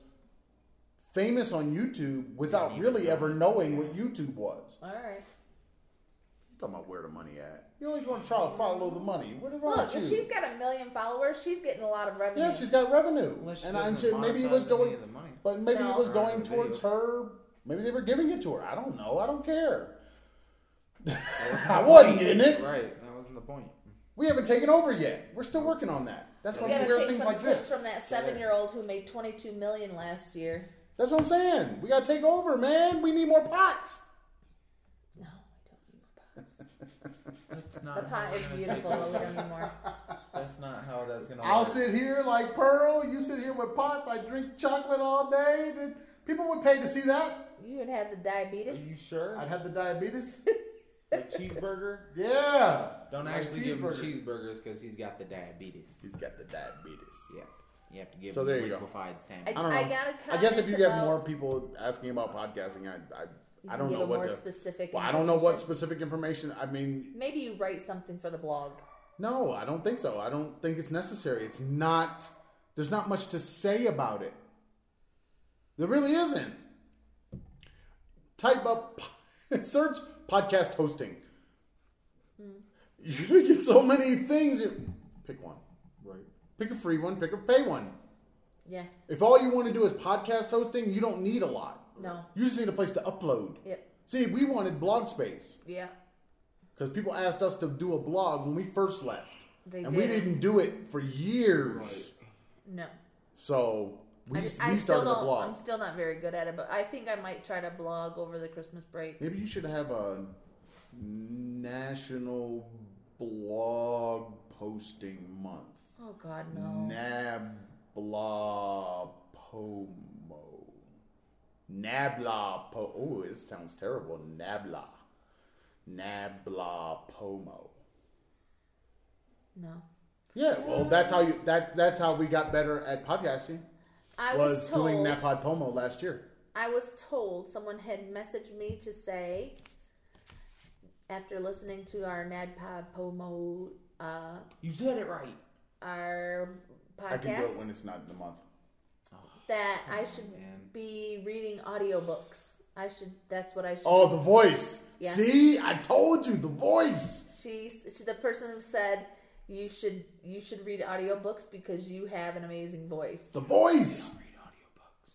[SPEAKER 2] famous on YouTube without really ever knowing what YouTube was.
[SPEAKER 3] All right.
[SPEAKER 2] You're talking about where the money at? You always want to try to follow the money. What wrong
[SPEAKER 3] Look, if
[SPEAKER 2] with
[SPEAKER 3] she's
[SPEAKER 2] you?
[SPEAKER 3] got a million followers, she's getting a lot of revenue.
[SPEAKER 2] Yeah, she's got revenue,
[SPEAKER 4] Unless she
[SPEAKER 2] and, I, and
[SPEAKER 4] doesn't
[SPEAKER 2] she- maybe it
[SPEAKER 4] monetize
[SPEAKER 2] was
[SPEAKER 4] any
[SPEAKER 2] going.
[SPEAKER 4] of the money.
[SPEAKER 2] But maybe
[SPEAKER 3] No.
[SPEAKER 2] it was
[SPEAKER 4] Or out
[SPEAKER 2] going
[SPEAKER 4] of the video.
[SPEAKER 2] towards her. Maybe they were giving it to her. I don't know. I don't care. I wasn't getting it.
[SPEAKER 4] Right. That wasn't the point.
[SPEAKER 2] We haven't taken over yet. We're still working on that. That's
[SPEAKER 3] we
[SPEAKER 2] why we
[SPEAKER 3] gotta
[SPEAKER 2] hear
[SPEAKER 3] take
[SPEAKER 2] things
[SPEAKER 3] some
[SPEAKER 2] like
[SPEAKER 3] tips
[SPEAKER 2] this.
[SPEAKER 3] from that seven-year-old who made twenty-two million last year.
[SPEAKER 2] That's what I'm saying. We gotta take over, man. We need more pots.
[SPEAKER 3] No, I don't need a pot.
[SPEAKER 4] That's not.
[SPEAKER 3] The pot is beautiful, but we don't need more.
[SPEAKER 4] That's not how that's gonna.
[SPEAKER 2] I'll
[SPEAKER 4] work.
[SPEAKER 2] sit here like Pearl. You sit here with pots. I drink chocolate all day. Dude, People would pay to see that.
[SPEAKER 3] You would have the
[SPEAKER 4] Are
[SPEAKER 3] diabetes.
[SPEAKER 4] you sure?
[SPEAKER 2] I'd have the diabetes. *laughs*
[SPEAKER 4] Like cheeseburger.
[SPEAKER 2] Yeah.
[SPEAKER 4] Don't
[SPEAKER 2] Nice
[SPEAKER 4] actually give him
[SPEAKER 2] cheeseburger.
[SPEAKER 4] cheeseburgers because he's got the diabetes.
[SPEAKER 2] He's got the diabetes.
[SPEAKER 4] Yeah. You have to give
[SPEAKER 2] So
[SPEAKER 4] him
[SPEAKER 2] there you go.
[SPEAKER 4] liquefied
[SPEAKER 3] I,
[SPEAKER 4] salmon.
[SPEAKER 2] don't
[SPEAKER 3] I
[SPEAKER 2] know.
[SPEAKER 3] got a
[SPEAKER 2] I
[SPEAKER 3] comment
[SPEAKER 2] guess if you get
[SPEAKER 3] about-
[SPEAKER 2] more people asking about podcasting, I I, I
[SPEAKER 3] You
[SPEAKER 2] don't
[SPEAKER 3] can give
[SPEAKER 2] know
[SPEAKER 3] a
[SPEAKER 2] what
[SPEAKER 3] more
[SPEAKER 2] to.
[SPEAKER 3] specific.
[SPEAKER 2] Well, I don't know what
[SPEAKER 3] information.
[SPEAKER 2] specific information. I mean,
[SPEAKER 3] Maybe you write something for the blog.
[SPEAKER 2] No, I don't think so. I don't think it's necessary. It's not There's not much to say about it. There really isn't. Type up, *laughs* search podcast hosting. You're gonna get so many things. You pick one.
[SPEAKER 4] Right.
[SPEAKER 2] Pick a free one. Pick a pay one.
[SPEAKER 3] Yeah.
[SPEAKER 2] If all you want to do is podcast hosting, you don't need a lot.
[SPEAKER 3] No.
[SPEAKER 2] You just need a place to upload.
[SPEAKER 3] Yep.
[SPEAKER 2] See, we wanted blog space
[SPEAKER 3] Yeah.
[SPEAKER 2] because people asked us to do a blog when we first left,
[SPEAKER 3] They
[SPEAKER 2] and we
[SPEAKER 3] didn't.
[SPEAKER 2] didn't do it for years.
[SPEAKER 3] No.
[SPEAKER 2] So we,
[SPEAKER 3] I, just,
[SPEAKER 2] we
[SPEAKER 3] I still
[SPEAKER 2] started
[SPEAKER 3] don't.
[SPEAKER 2] a blog.
[SPEAKER 3] I'm still not very good at it, but I think I might try to blog over the Christmas break.
[SPEAKER 2] Maybe you should have a national blog posting month.
[SPEAKER 3] Oh God, no.
[SPEAKER 2] Nablapomo. Nablapo. Oh, it sounds terrible. Nabla. Nablapomo.
[SPEAKER 3] No.
[SPEAKER 2] Yeah, well, that's how you that that's how we got better at podcasting.
[SPEAKER 3] I
[SPEAKER 2] was
[SPEAKER 3] was, told.
[SPEAKER 2] doing Napodpomo last year.
[SPEAKER 3] I was told someone had messaged me to say, after listening to our NADPOD Pomo, uh,
[SPEAKER 4] You said it right.
[SPEAKER 3] our podcast,
[SPEAKER 2] I can do it when it's not in the month.
[SPEAKER 3] Oh, that
[SPEAKER 2] Oh,
[SPEAKER 3] I should
[SPEAKER 4] man.
[SPEAKER 3] be reading audiobooks. I should. That's what I should.
[SPEAKER 2] Oh, the voice.
[SPEAKER 3] Yeah.
[SPEAKER 2] See, I told you the voice.
[SPEAKER 3] She, she, the person said you should you should read audiobooks because you have an amazing voice.
[SPEAKER 2] The voice.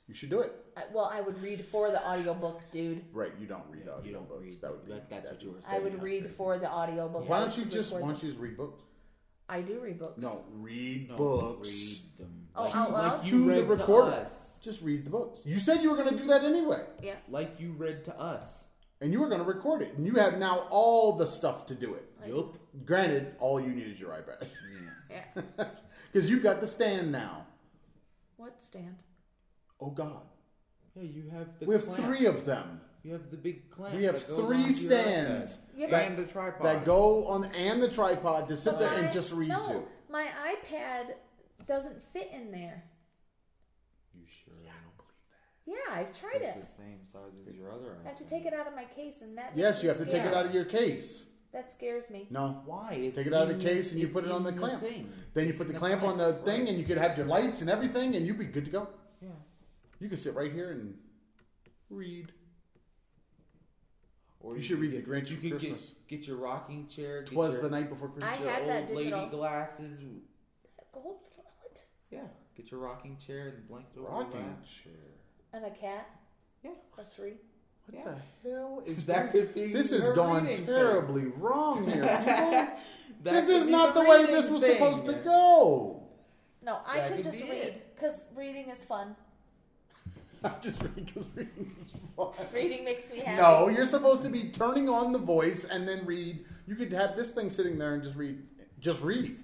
[SPEAKER 2] You should do it.
[SPEAKER 3] I, well, I would read for the audiobook, dude.
[SPEAKER 2] Right, you don't read audiobooks.
[SPEAKER 4] You don't read
[SPEAKER 2] that would be
[SPEAKER 4] but that's
[SPEAKER 2] that'd
[SPEAKER 4] what you
[SPEAKER 2] be-
[SPEAKER 4] were
[SPEAKER 3] I
[SPEAKER 4] saying.
[SPEAKER 3] would
[SPEAKER 4] not
[SPEAKER 3] read
[SPEAKER 4] very-
[SPEAKER 3] for the audiobook.
[SPEAKER 2] Why
[SPEAKER 3] I
[SPEAKER 2] don't you
[SPEAKER 3] would
[SPEAKER 2] just why
[SPEAKER 3] record
[SPEAKER 2] don't you just read books?
[SPEAKER 3] I do read books.
[SPEAKER 2] No, read
[SPEAKER 4] No,
[SPEAKER 2] books.
[SPEAKER 4] read them.
[SPEAKER 3] Oh,
[SPEAKER 4] Like-
[SPEAKER 3] out loud?
[SPEAKER 4] like you
[SPEAKER 2] to the
[SPEAKER 4] read
[SPEAKER 2] recorder.
[SPEAKER 4] us.
[SPEAKER 2] Just read the books. You said you were going to do that anyway,
[SPEAKER 3] Yeah.
[SPEAKER 4] Like you read to us.
[SPEAKER 2] and you were going to record it, and you have now all the stuff to do it.
[SPEAKER 4] Yup.
[SPEAKER 2] Granted, all you need is your iPad *laughs*
[SPEAKER 3] Yeah.
[SPEAKER 2] because you've got the stand now.
[SPEAKER 3] What stand?
[SPEAKER 2] Oh God,
[SPEAKER 4] Yeah, you have the
[SPEAKER 2] we have
[SPEAKER 4] clamp.
[SPEAKER 2] three of them
[SPEAKER 4] You have the big clamp.
[SPEAKER 2] We have
[SPEAKER 4] that goes
[SPEAKER 2] three
[SPEAKER 4] onto your
[SPEAKER 2] stands
[SPEAKER 4] iPad.
[SPEAKER 3] Yeah,
[SPEAKER 2] but-
[SPEAKER 4] and a tripod.
[SPEAKER 2] that go on the, and the tripod to sit there
[SPEAKER 3] My-
[SPEAKER 2] and just read
[SPEAKER 3] no,
[SPEAKER 2] to.
[SPEAKER 3] My iPad doesn't fit in there.
[SPEAKER 4] You sure?
[SPEAKER 2] I don't believe that.
[SPEAKER 3] Yeah, I've tried
[SPEAKER 4] It's
[SPEAKER 3] it.
[SPEAKER 4] the same size as your other
[SPEAKER 3] I have to
[SPEAKER 4] iPad.
[SPEAKER 3] take it out of my case, and that
[SPEAKER 2] Yes,
[SPEAKER 3] makes me
[SPEAKER 2] you have to take it
[SPEAKER 3] scared.
[SPEAKER 2] out of your case.
[SPEAKER 3] That scares me.
[SPEAKER 2] No,
[SPEAKER 4] Why? It's
[SPEAKER 2] Take it out of
[SPEAKER 4] in
[SPEAKER 2] the case and you
[SPEAKER 4] it's
[SPEAKER 2] put it on
[SPEAKER 4] in
[SPEAKER 2] the clamp.
[SPEAKER 4] thing.
[SPEAKER 2] Then you put the clamp on the thing, and you could have your lights and everything, and you'd be good to go. *laughs*
[SPEAKER 4] Yeah.
[SPEAKER 2] You could sit right here and read.
[SPEAKER 4] Or
[SPEAKER 2] You should read
[SPEAKER 4] could
[SPEAKER 2] The Grinch
[SPEAKER 4] you
[SPEAKER 2] for
[SPEAKER 4] could
[SPEAKER 2] Christmas.
[SPEAKER 4] Get, get your rocking chair. Get
[SPEAKER 2] Twas
[SPEAKER 4] your,
[SPEAKER 2] the night before Christmas.
[SPEAKER 3] I
[SPEAKER 4] your
[SPEAKER 3] had that
[SPEAKER 4] old lady
[SPEAKER 3] digital.
[SPEAKER 4] glasses.
[SPEAKER 3] Gold? What?
[SPEAKER 4] Yeah. Get your rocking chair and the blanket over your
[SPEAKER 2] Rocking
[SPEAKER 4] lap.
[SPEAKER 2] chair.
[SPEAKER 3] And a cat?
[SPEAKER 4] Yeah.
[SPEAKER 3] A three?
[SPEAKER 2] What
[SPEAKER 4] Yeah.
[SPEAKER 2] the hell is
[SPEAKER 4] That could be
[SPEAKER 2] This has
[SPEAKER 4] her
[SPEAKER 2] gone
[SPEAKER 4] reading thing.
[SPEAKER 2] terribly wrong
[SPEAKER 4] *laughs*
[SPEAKER 2] here, people.
[SPEAKER 4] That
[SPEAKER 2] this
[SPEAKER 4] could
[SPEAKER 2] is
[SPEAKER 4] be
[SPEAKER 2] not the way this
[SPEAKER 4] reading
[SPEAKER 2] was
[SPEAKER 4] thing.
[SPEAKER 2] supposed to go.
[SPEAKER 3] No, I
[SPEAKER 4] That
[SPEAKER 3] could
[SPEAKER 4] could
[SPEAKER 3] just
[SPEAKER 4] be
[SPEAKER 3] read
[SPEAKER 4] it.
[SPEAKER 3] because reading is fun.
[SPEAKER 2] I'm just reading because reading is fun.
[SPEAKER 3] Reading makes me happy.
[SPEAKER 2] No, you're supposed to be turning on the voice and then read. You could have this thing sitting there and just read. Just read.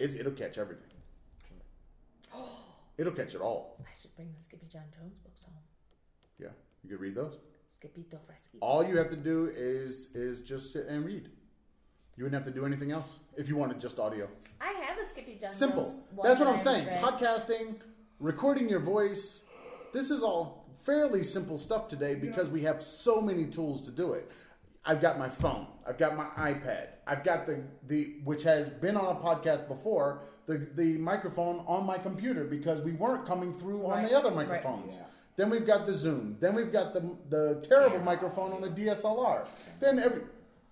[SPEAKER 2] It's, it'll catch everything. It'll catch it all.
[SPEAKER 3] I should bring the Skippy John Jones books home.
[SPEAKER 2] Yeah, you could read those.
[SPEAKER 3] Skippito Fresky.
[SPEAKER 2] All you have to do is is just sit and read. You wouldn't have to do anything else if you wanted just audio.
[SPEAKER 3] I have a Skippy John
[SPEAKER 2] Simple.
[SPEAKER 3] Jones. one
[SPEAKER 2] That's what
[SPEAKER 3] that
[SPEAKER 2] I'm
[SPEAKER 3] I
[SPEAKER 2] saying.
[SPEAKER 3] read.
[SPEAKER 2] Podcasting, recording your voice. This is all fairly simple stuff today because we have so many tools to do it. I've got my phone. I've got my iPad. I've got the the which has been on a podcast before, the the microphone on my computer because we weren't coming through on
[SPEAKER 3] Right,
[SPEAKER 2] the other
[SPEAKER 3] right.
[SPEAKER 2] microphones.
[SPEAKER 4] Yeah.
[SPEAKER 2] Then we've got the Zoom. Then we've got the the terrible
[SPEAKER 4] Yeah.
[SPEAKER 2] microphone on the DSLR. Then every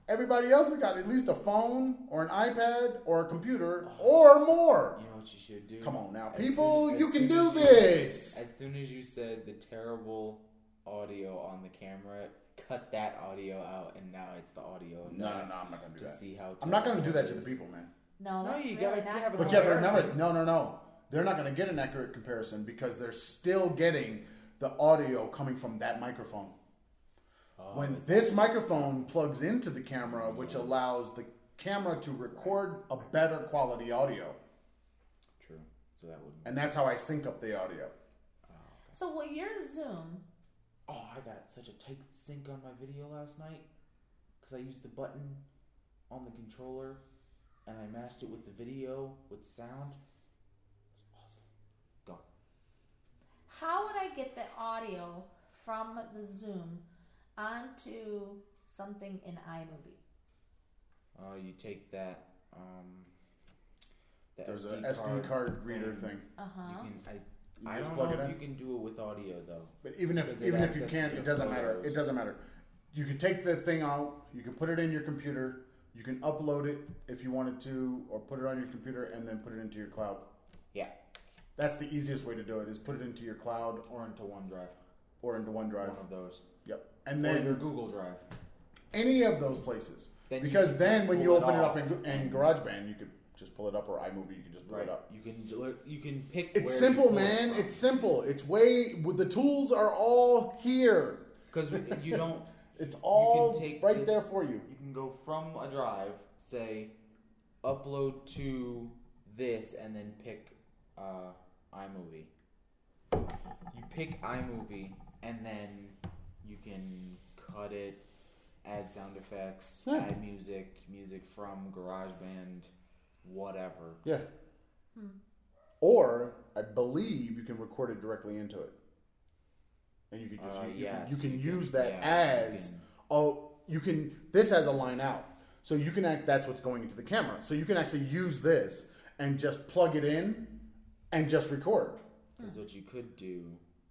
[SPEAKER 2] everybody else has got at least a phone or an iPad or a computer or more.
[SPEAKER 4] You know what you should do?
[SPEAKER 2] Come on now,
[SPEAKER 4] As
[SPEAKER 2] people,
[SPEAKER 4] soon- as
[SPEAKER 2] you can
[SPEAKER 4] soon
[SPEAKER 2] do
[SPEAKER 4] as you-
[SPEAKER 2] this.
[SPEAKER 4] As soon as you said the terrible audio on the camera, cut that audio out, and now it's the audio. Of
[SPEAKER 2] No, no,
[SPEAKER 4] that
[SPEAKER 2] no, I'm not gonna do
[SPEAKER 4] To
[SPEAKER 2] that.
[SPEAKER 4] see how
[SPEAKER 2] I'm not gonna
[SPEAKER 4] terrible
[SPEAKER 2] do that
[SPEAKER 4] it
[SPEAKER 2] to the
[SPEAKER 4] is.
[SPEAKER 2] people, man.
[SPEAKER 3] No,
[SPEAKER 4] No,
[SPEAKER 3] that's
[SPEAKER 4] you
[SPEAKER 3] really
[SPEAKER 4] gotta- you
[SPEAKER 3] not.
[SPEAKER 4] have a
[SPEAKER 3] good.
[SPEAKER 2] But you have to
[SPEAKER 4] Comparison.
[SPEAKER 2] remember, no, no, no, they're not gonna get an accurate comparison because they're still getting the audio coming from that microphone.
[SPEAKER 4] Oh,
[SPEAKER 2] when
[SPEAKER 4] it's-
[SPEAKER 2] this microphone plugs into the camera, which allows the camera to record a better quality audio,
[SPEAKER 4] true, so that wouldn't.
[SPEAKER 2] and that's how I sync up the audio.
[SPEAKER 3] So will your Zoom?
[SPEAKER 4] Oh, I got such a tight sync on my video last night because I used the button on the controller and I matched it with the video with the sound. It's awesome. Go.
[SPEAKER 3] How would I get the audio from the Zoom onto something in iMovie?
[SPEAKER 4] oh, Uh, you take that. Um, The
[SPEAKER 2] There's
[SPEAKER 4] SD
[SPEAKER 2] an SD card reader
[SPEAKER 4] thing.
[SPEAKER 2] thing.
[SPEAKER 3] Uh
[SPEAKER 4] You
[SPEAKER 3] huh.
[SPEAKER 4] can, I,
[SPEAKER 2] You
[SPEAKER 4] I
[SPEAKER 2] just
[SPEAKER 4] don't
[SPEAKER 2] plug
[SPEAKER 4] know
[SPEAKER 2] it
[SPEAKER 4] if
[SPEAKER 2] in.
[SPEAKER 4] you can do it with audio though.
[SPEAKER 2] But even if
[SPEAKER 4] Because it
[SPEAKER 2] even if you
[SPEAKER 4] accesses
[SPEAKER 2] can,
[SPEAKER 4] your
[SPEAKER 2] it doesn't matter. It
[SPEAKER 4] photos.
[SPEAKER 2] doesn't matter. You can take the thing out. You can put it in your computer. You can upload it if you wanted to, or put it on your computer and then put it into your cloud.
[SPEAKER 4] Yeah,
[SPEAKER 2] That's the easiest way to do it. Is put it into your cloud
[SPEAKER 4] or into OneDrive,
[SPEAKER 2] or into OneDrive.
[SPEAKER 4] one of those,
[SPEAKER 2] Yep. And
[SPEAKER 4] or your
[SPEAKER 2] then
[SPEAKER 4] Google Drive.
[SPEAKER 2] any of those places,
[SPEAKER 4] Then you
[SPEAKER 2] because
[SPEAKER 4] can
[SPEAKER 2] then when you
[SPEAKER 4] pull it
[SPEAKER 2] open it up in,
[SPEAKER 4] off.
[SPEAKER 2] in GarageBand, you could just pull it up, or iMovie, you can just pull it up.
[SPEAKER 4] You can j- you can pick.
[SPEAKER 2] It's simple, man. it's simple. It's way the tools are all here.
[SPEAKER 4] because you don't.
[SPEAKER 2] *laughs* It's all right
[SPEAKER 4] you can take this-
[SPEAKER 2] there for you.
[SPEAKER 4] You can go from a drive, say, upload to this, and then pick uh, iMovie. You pick iMovie, and then you can cut it, add sound effects,
[SPEAKER 2] Yeah.
[SPEAKER 4] add music, music from GarageBand, whatever.
[SPEAKER 2] Yeah. Or I believe you can record it directly into it, and you can just
[SPEAKER 4] Uh,
[SPEAKER 2] you,
[SPEAKER 4] yes,
[SPEAKER 2] can, you can
[SPEAKER 4] you can-
[SPEAKER 2] use that
[SPEAKER 4] yeah, you
[SPEAKER 2] as
[SPEAKER 4] can.
[SPEAKER 2] oh you can this has a line out, so you can act that's what's going into the camera, so you can actually use this and just plug it in and just record,
[SPEAKER 4] Because what you could do,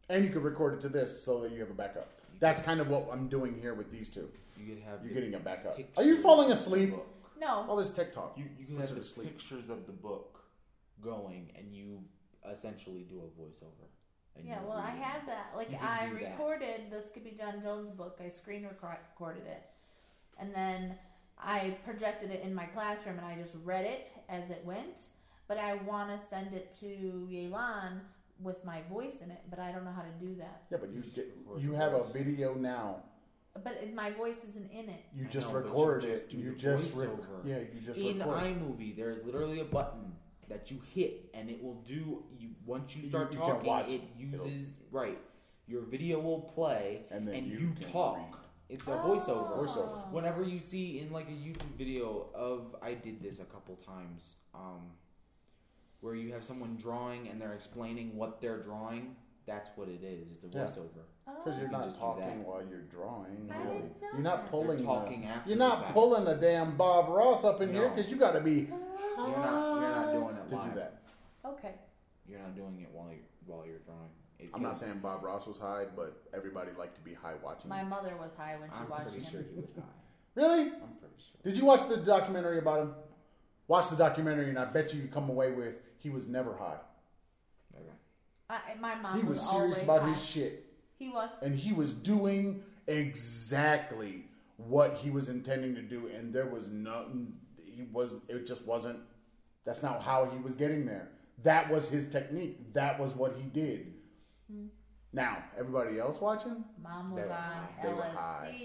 [SPEAKER 2] and you can record it to this so that you have a backup. That's kind of what I'm doing here with these two.
[SPEAKER 4] you could have.
[SPEAKER 2] You're
[SPEAKER 4] the
[SPEAKER 2] getting a backup.
[SPEAKER 4] pictures
[SPEAKER 2] Are you falling
[SPEAKER 4] of the
[SPEAKER 2] asleep?
[SPEAKER 4] book.
[SPEAKER 3] No.
[SPEAKER 2] All this tech talk.
[SPEAKER 4] You, you can
[SPEAKER 2] Puts
[SPEAKER 4] have
[SPEAKER 2] her
[SPEAKER 4] the
[SPEAKER 2] to sleep.
[SPEAKER 4] pictures of the book going, and you essentially do a voiceover. And
[SPEAKER 3] Yeah,
[SPEAKER 4] you
[SPEAKER 3] well, I
[SPEAKER 4] read it.
[SPEAKER 3] have that. Like,
[SPEAKER 4] You can
[SPEAKER 3] I
[SPEAKER 4] do that.
[SPEAKER 3] recorded the Skippy John Jones book. I screen recor- recorded it. And then I projected it in my classroom and I just read it as it went. But I want to send it to Yelan with my voice in it, but I don't know how to do that.
[SPEAKER 2] Yeah, but you
[SPEAKER 4] Just
[SPEAKER 2] get,
[SPEAKER 4] record
[SPEAKER 2] you
[SPEAKER 4] the
[SPEAKER 2] have a
[SPEAKER 4] voice.
[SPEAKER 2] video now.
[SPEAKER 3] But it, my voice isn't in it.
[SPEAKER 2] You
[SPEAKER 4] I
[SPEAKER 2] just
[SPEAKER 4] know, but you
[SPEAKER 2] record
[SPEAKER 4] just
[SPEAKER 2] it.
[SPEAKER 4] do
[SPEAKER 2] You
[SPEAKER 4] the
[SPEAKER 2] just rec-
[SPEAKER 4] voiceover.
[SPEAKER 2] yeah. You just
[SPEAKER 4] In
[SPEAKER 2] record.
[SPEAKER 4] iMovie, there is literally a button that you hit, and it will do. You once you
[SPEAKER 2] You-
[SPEAKER 4] start
[SPEAKER 2] you can
[SPEAKER 4] talking,
[SPEAKER 2] watch
[SPEAKER 4] it
[SPEAKER 2] it.
[SPEAKER 4] uses right. Your video will play,
[SPEAKER 2] And then you
[SPEAKER 4] you
[SPEAKER 2] can
[SPEAKER 4] talk.
[SPEAKER 2] read.
[SPEAKER 4] It's a voiceover.
[SPEAKER 2] Voiceover.
[SPEAKER 4] Whenever you see in like a YouTube video of I did this a couple times, um, where you have someone drawing and they're explaining what they're drawing, that's what it is. It's a
[SPEAKER 2] Yeah.
[SPEAKER 4] voiceover.
[SPEAKER 2] Because you're
[SPEAKER 4] You
[SPEAKER 2] not
[SPEAKER 4] just do that.
[SPEAKER 2] talking while you're drawing.
[SPEAKER 3] Oh, I
[SPEAKER 2] You're-
[SPEAKER 3] didn't know
[SPEAKER 2] you're not
[SPEAKER 3] that.
[SPEAKER 2] pulling.
[SPEAKER 4] They're talking
[SPEAKER 2] the-
[SPEAKER 4] after
[SPEAKER 2] you're
[SPEAKER 4] the
[SPEAKER 2] not
[SPEAKER 4] fact.
[SPEAKER 2] pulling a damn Bob Ross up in here
[SPEAKER 4] No.
[SPEAKER 2] because you got to be
[SPEAKER 4] You're not. You're not doing it
[SPEAKER 2] Ah. to
[SPEAKER 4] live.
[SPEAKER 2] do that.
[SPEAKER 3] *gasps* Okay.
[SPEAKER 4] You're not doing it while you're while you're drawing. It
[SPEAKER 2] I'm not
[SPEAKER 4] goes-
[SPEAKER 2] saying Bob Ross was high, but everybody liked to be high watching.
[SPEAKER 3] My mother was high when she
[SPEAKER 4] I'm
[SPEAKER 3] watched
[SPEAKER 4] pretty
[SPEAKER 3] him.
[SPEAKER 4] sure he was high.
[SPEAKER 2] really?
[SPEAKER 4] I'm pretty sure.
[SPEAKER 2] Did you watch the documentary about him? Watch the documentary, and I bet you you come away with he was never high.
[SPEAKER 4] Okay.
[SPEAKER 3] I, my mom
[SPEAKER 2] He was
[SPEAKER 3] always
[SPEAKER 2] serious about
[SPEAKER 3] high.
[SPEAKER 2] his shit.
[SPEAKER 3] He was.
[SPEAKER 2] and he was doing exactly what he was intending to do and there was no he was it just wasn't that's not how he was getting there that was his technique that was what he did now everybody else watching
[SPEAKER 3] Mom was
[SPEAKER 4] They
[SPEAKER 3] on
[SPEAKER 4] were high.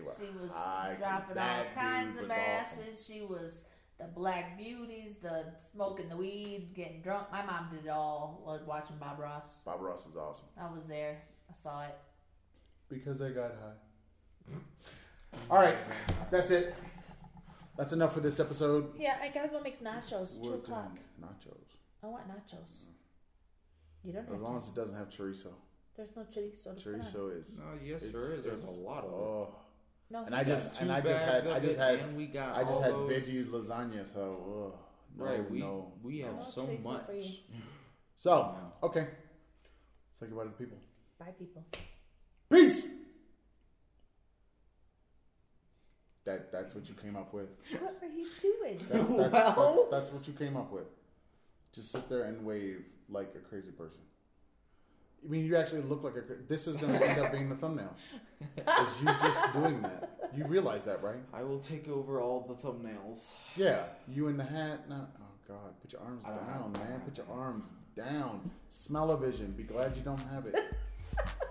[SPEAKER 3] LSD.
[SPEAKER 2] were They were
[SPEAKER 3] she was
[SPEAKER 2] high 'cause
[SPEAKER 3] dropping all
[SPEAKER 2] that dude
[SPEAKER 3] kinds of
[SPEAKER 2] was awesome.
[SPEAKER 3] asses. She was the black beauties, the smoking the weed, getting drunk. My mom did it all while watching Bob Ross.
[SPEAKER 2] bob ross is awesome
[SPEAKER 3] I was there. I saw it.
[SPEAKER 2] because i got high all right that's it that's enough for this episode
[SPEAKER 3] Yeah, I gotta go make nachos. Two
[SPEAKER 2] We're
[SPEAKER 3] o'clock.
[SPEAKER 2] done. nachos
[SPEAKER 3] I want nachos. You don't
[SPEAKER 2] as
[SPEAKER 3] have
[SPEAKER 2] long
[SPEAKER 3] time.
[SPEAKER 2] as it doesn't have chorizo
[SPEAKER 3] There's no chorizo. To put on.
[SPEAKER 2] chorizo is
[SPEAKER 4] No, yes,
[SPEAKER 2] It's-
[SPEAKER 4] there is. There's
[SPEAKER 2] it's-
[SPEAKER 4] a lot of it.
[SPEAKER 2] oh
[SPEAKER 3] No,
[SPEAKER 2] and
[SPEAKER 3] he
[SPEAKER 2] I
[SPEAKER 3] does.
[SPEAKER 2] just
[SPEAKER 4] Two
[SPEAKER 2] and I just
[SPEAKER 4] bags
[SPEAKER 2] had I
[SPEAKER 4] of
[SPEAKER 2] just
[SPEAKER 4] it,
[SPEAKER 2] had
[SPEAKER 4] and we got
[SPEAKER 2] I just
[SPEAKER 4] all
[SPEAKER 2] had
[SPEAKER 4] those-
[SPEAKER 2] veggie lasagna. So ugh, no,
[SPEAKER 4] right. We
[SPEAKER 2] no. Oh.
[SPEAKER 4] we have
[SPEAKER 3] No
[SPEAKER 4] so
[SPEAKER 3] chorizo
[SPEAKER 4] much.
[SPEAKER 3] for you.
[SPEAKER 2] So
[SPEAKER 4] No.
[SPEAKER 2] okay, say goodbye to the people.
[SPEAKER 3] Bye, people.
[SPEAKER 2] Peace. That that's what you came up
[SPEAKER 4] *laughs*
[SPEAKER 2] with.
[SPEAKER 3] What are you doing?
[SPEAKER 2] That's, that's,
[SPEAKER 4] Well?
[SPEAKER 2] that's, that's what you came up with. Just sit there and wave like a crazy person. I mean, you actually look like a. cra- This is going to end up being the
[SPEAKER 4] *laughs*
[SPEAKER 2] thumbnail. Is you just doing that? You realize that, right?
[SPEAKER 4] I will take over all the thumbnails.
[SPEAKER 2] Yeah, you in the hat. No, oh God, put your arms
[SPEAKER 4] I don't
[SPEAKER 2] down,
[SPEAKER 4] have-
[SPEAKER 2] man. Put your arms down. Smell-o-vision. Be glad you don't have it.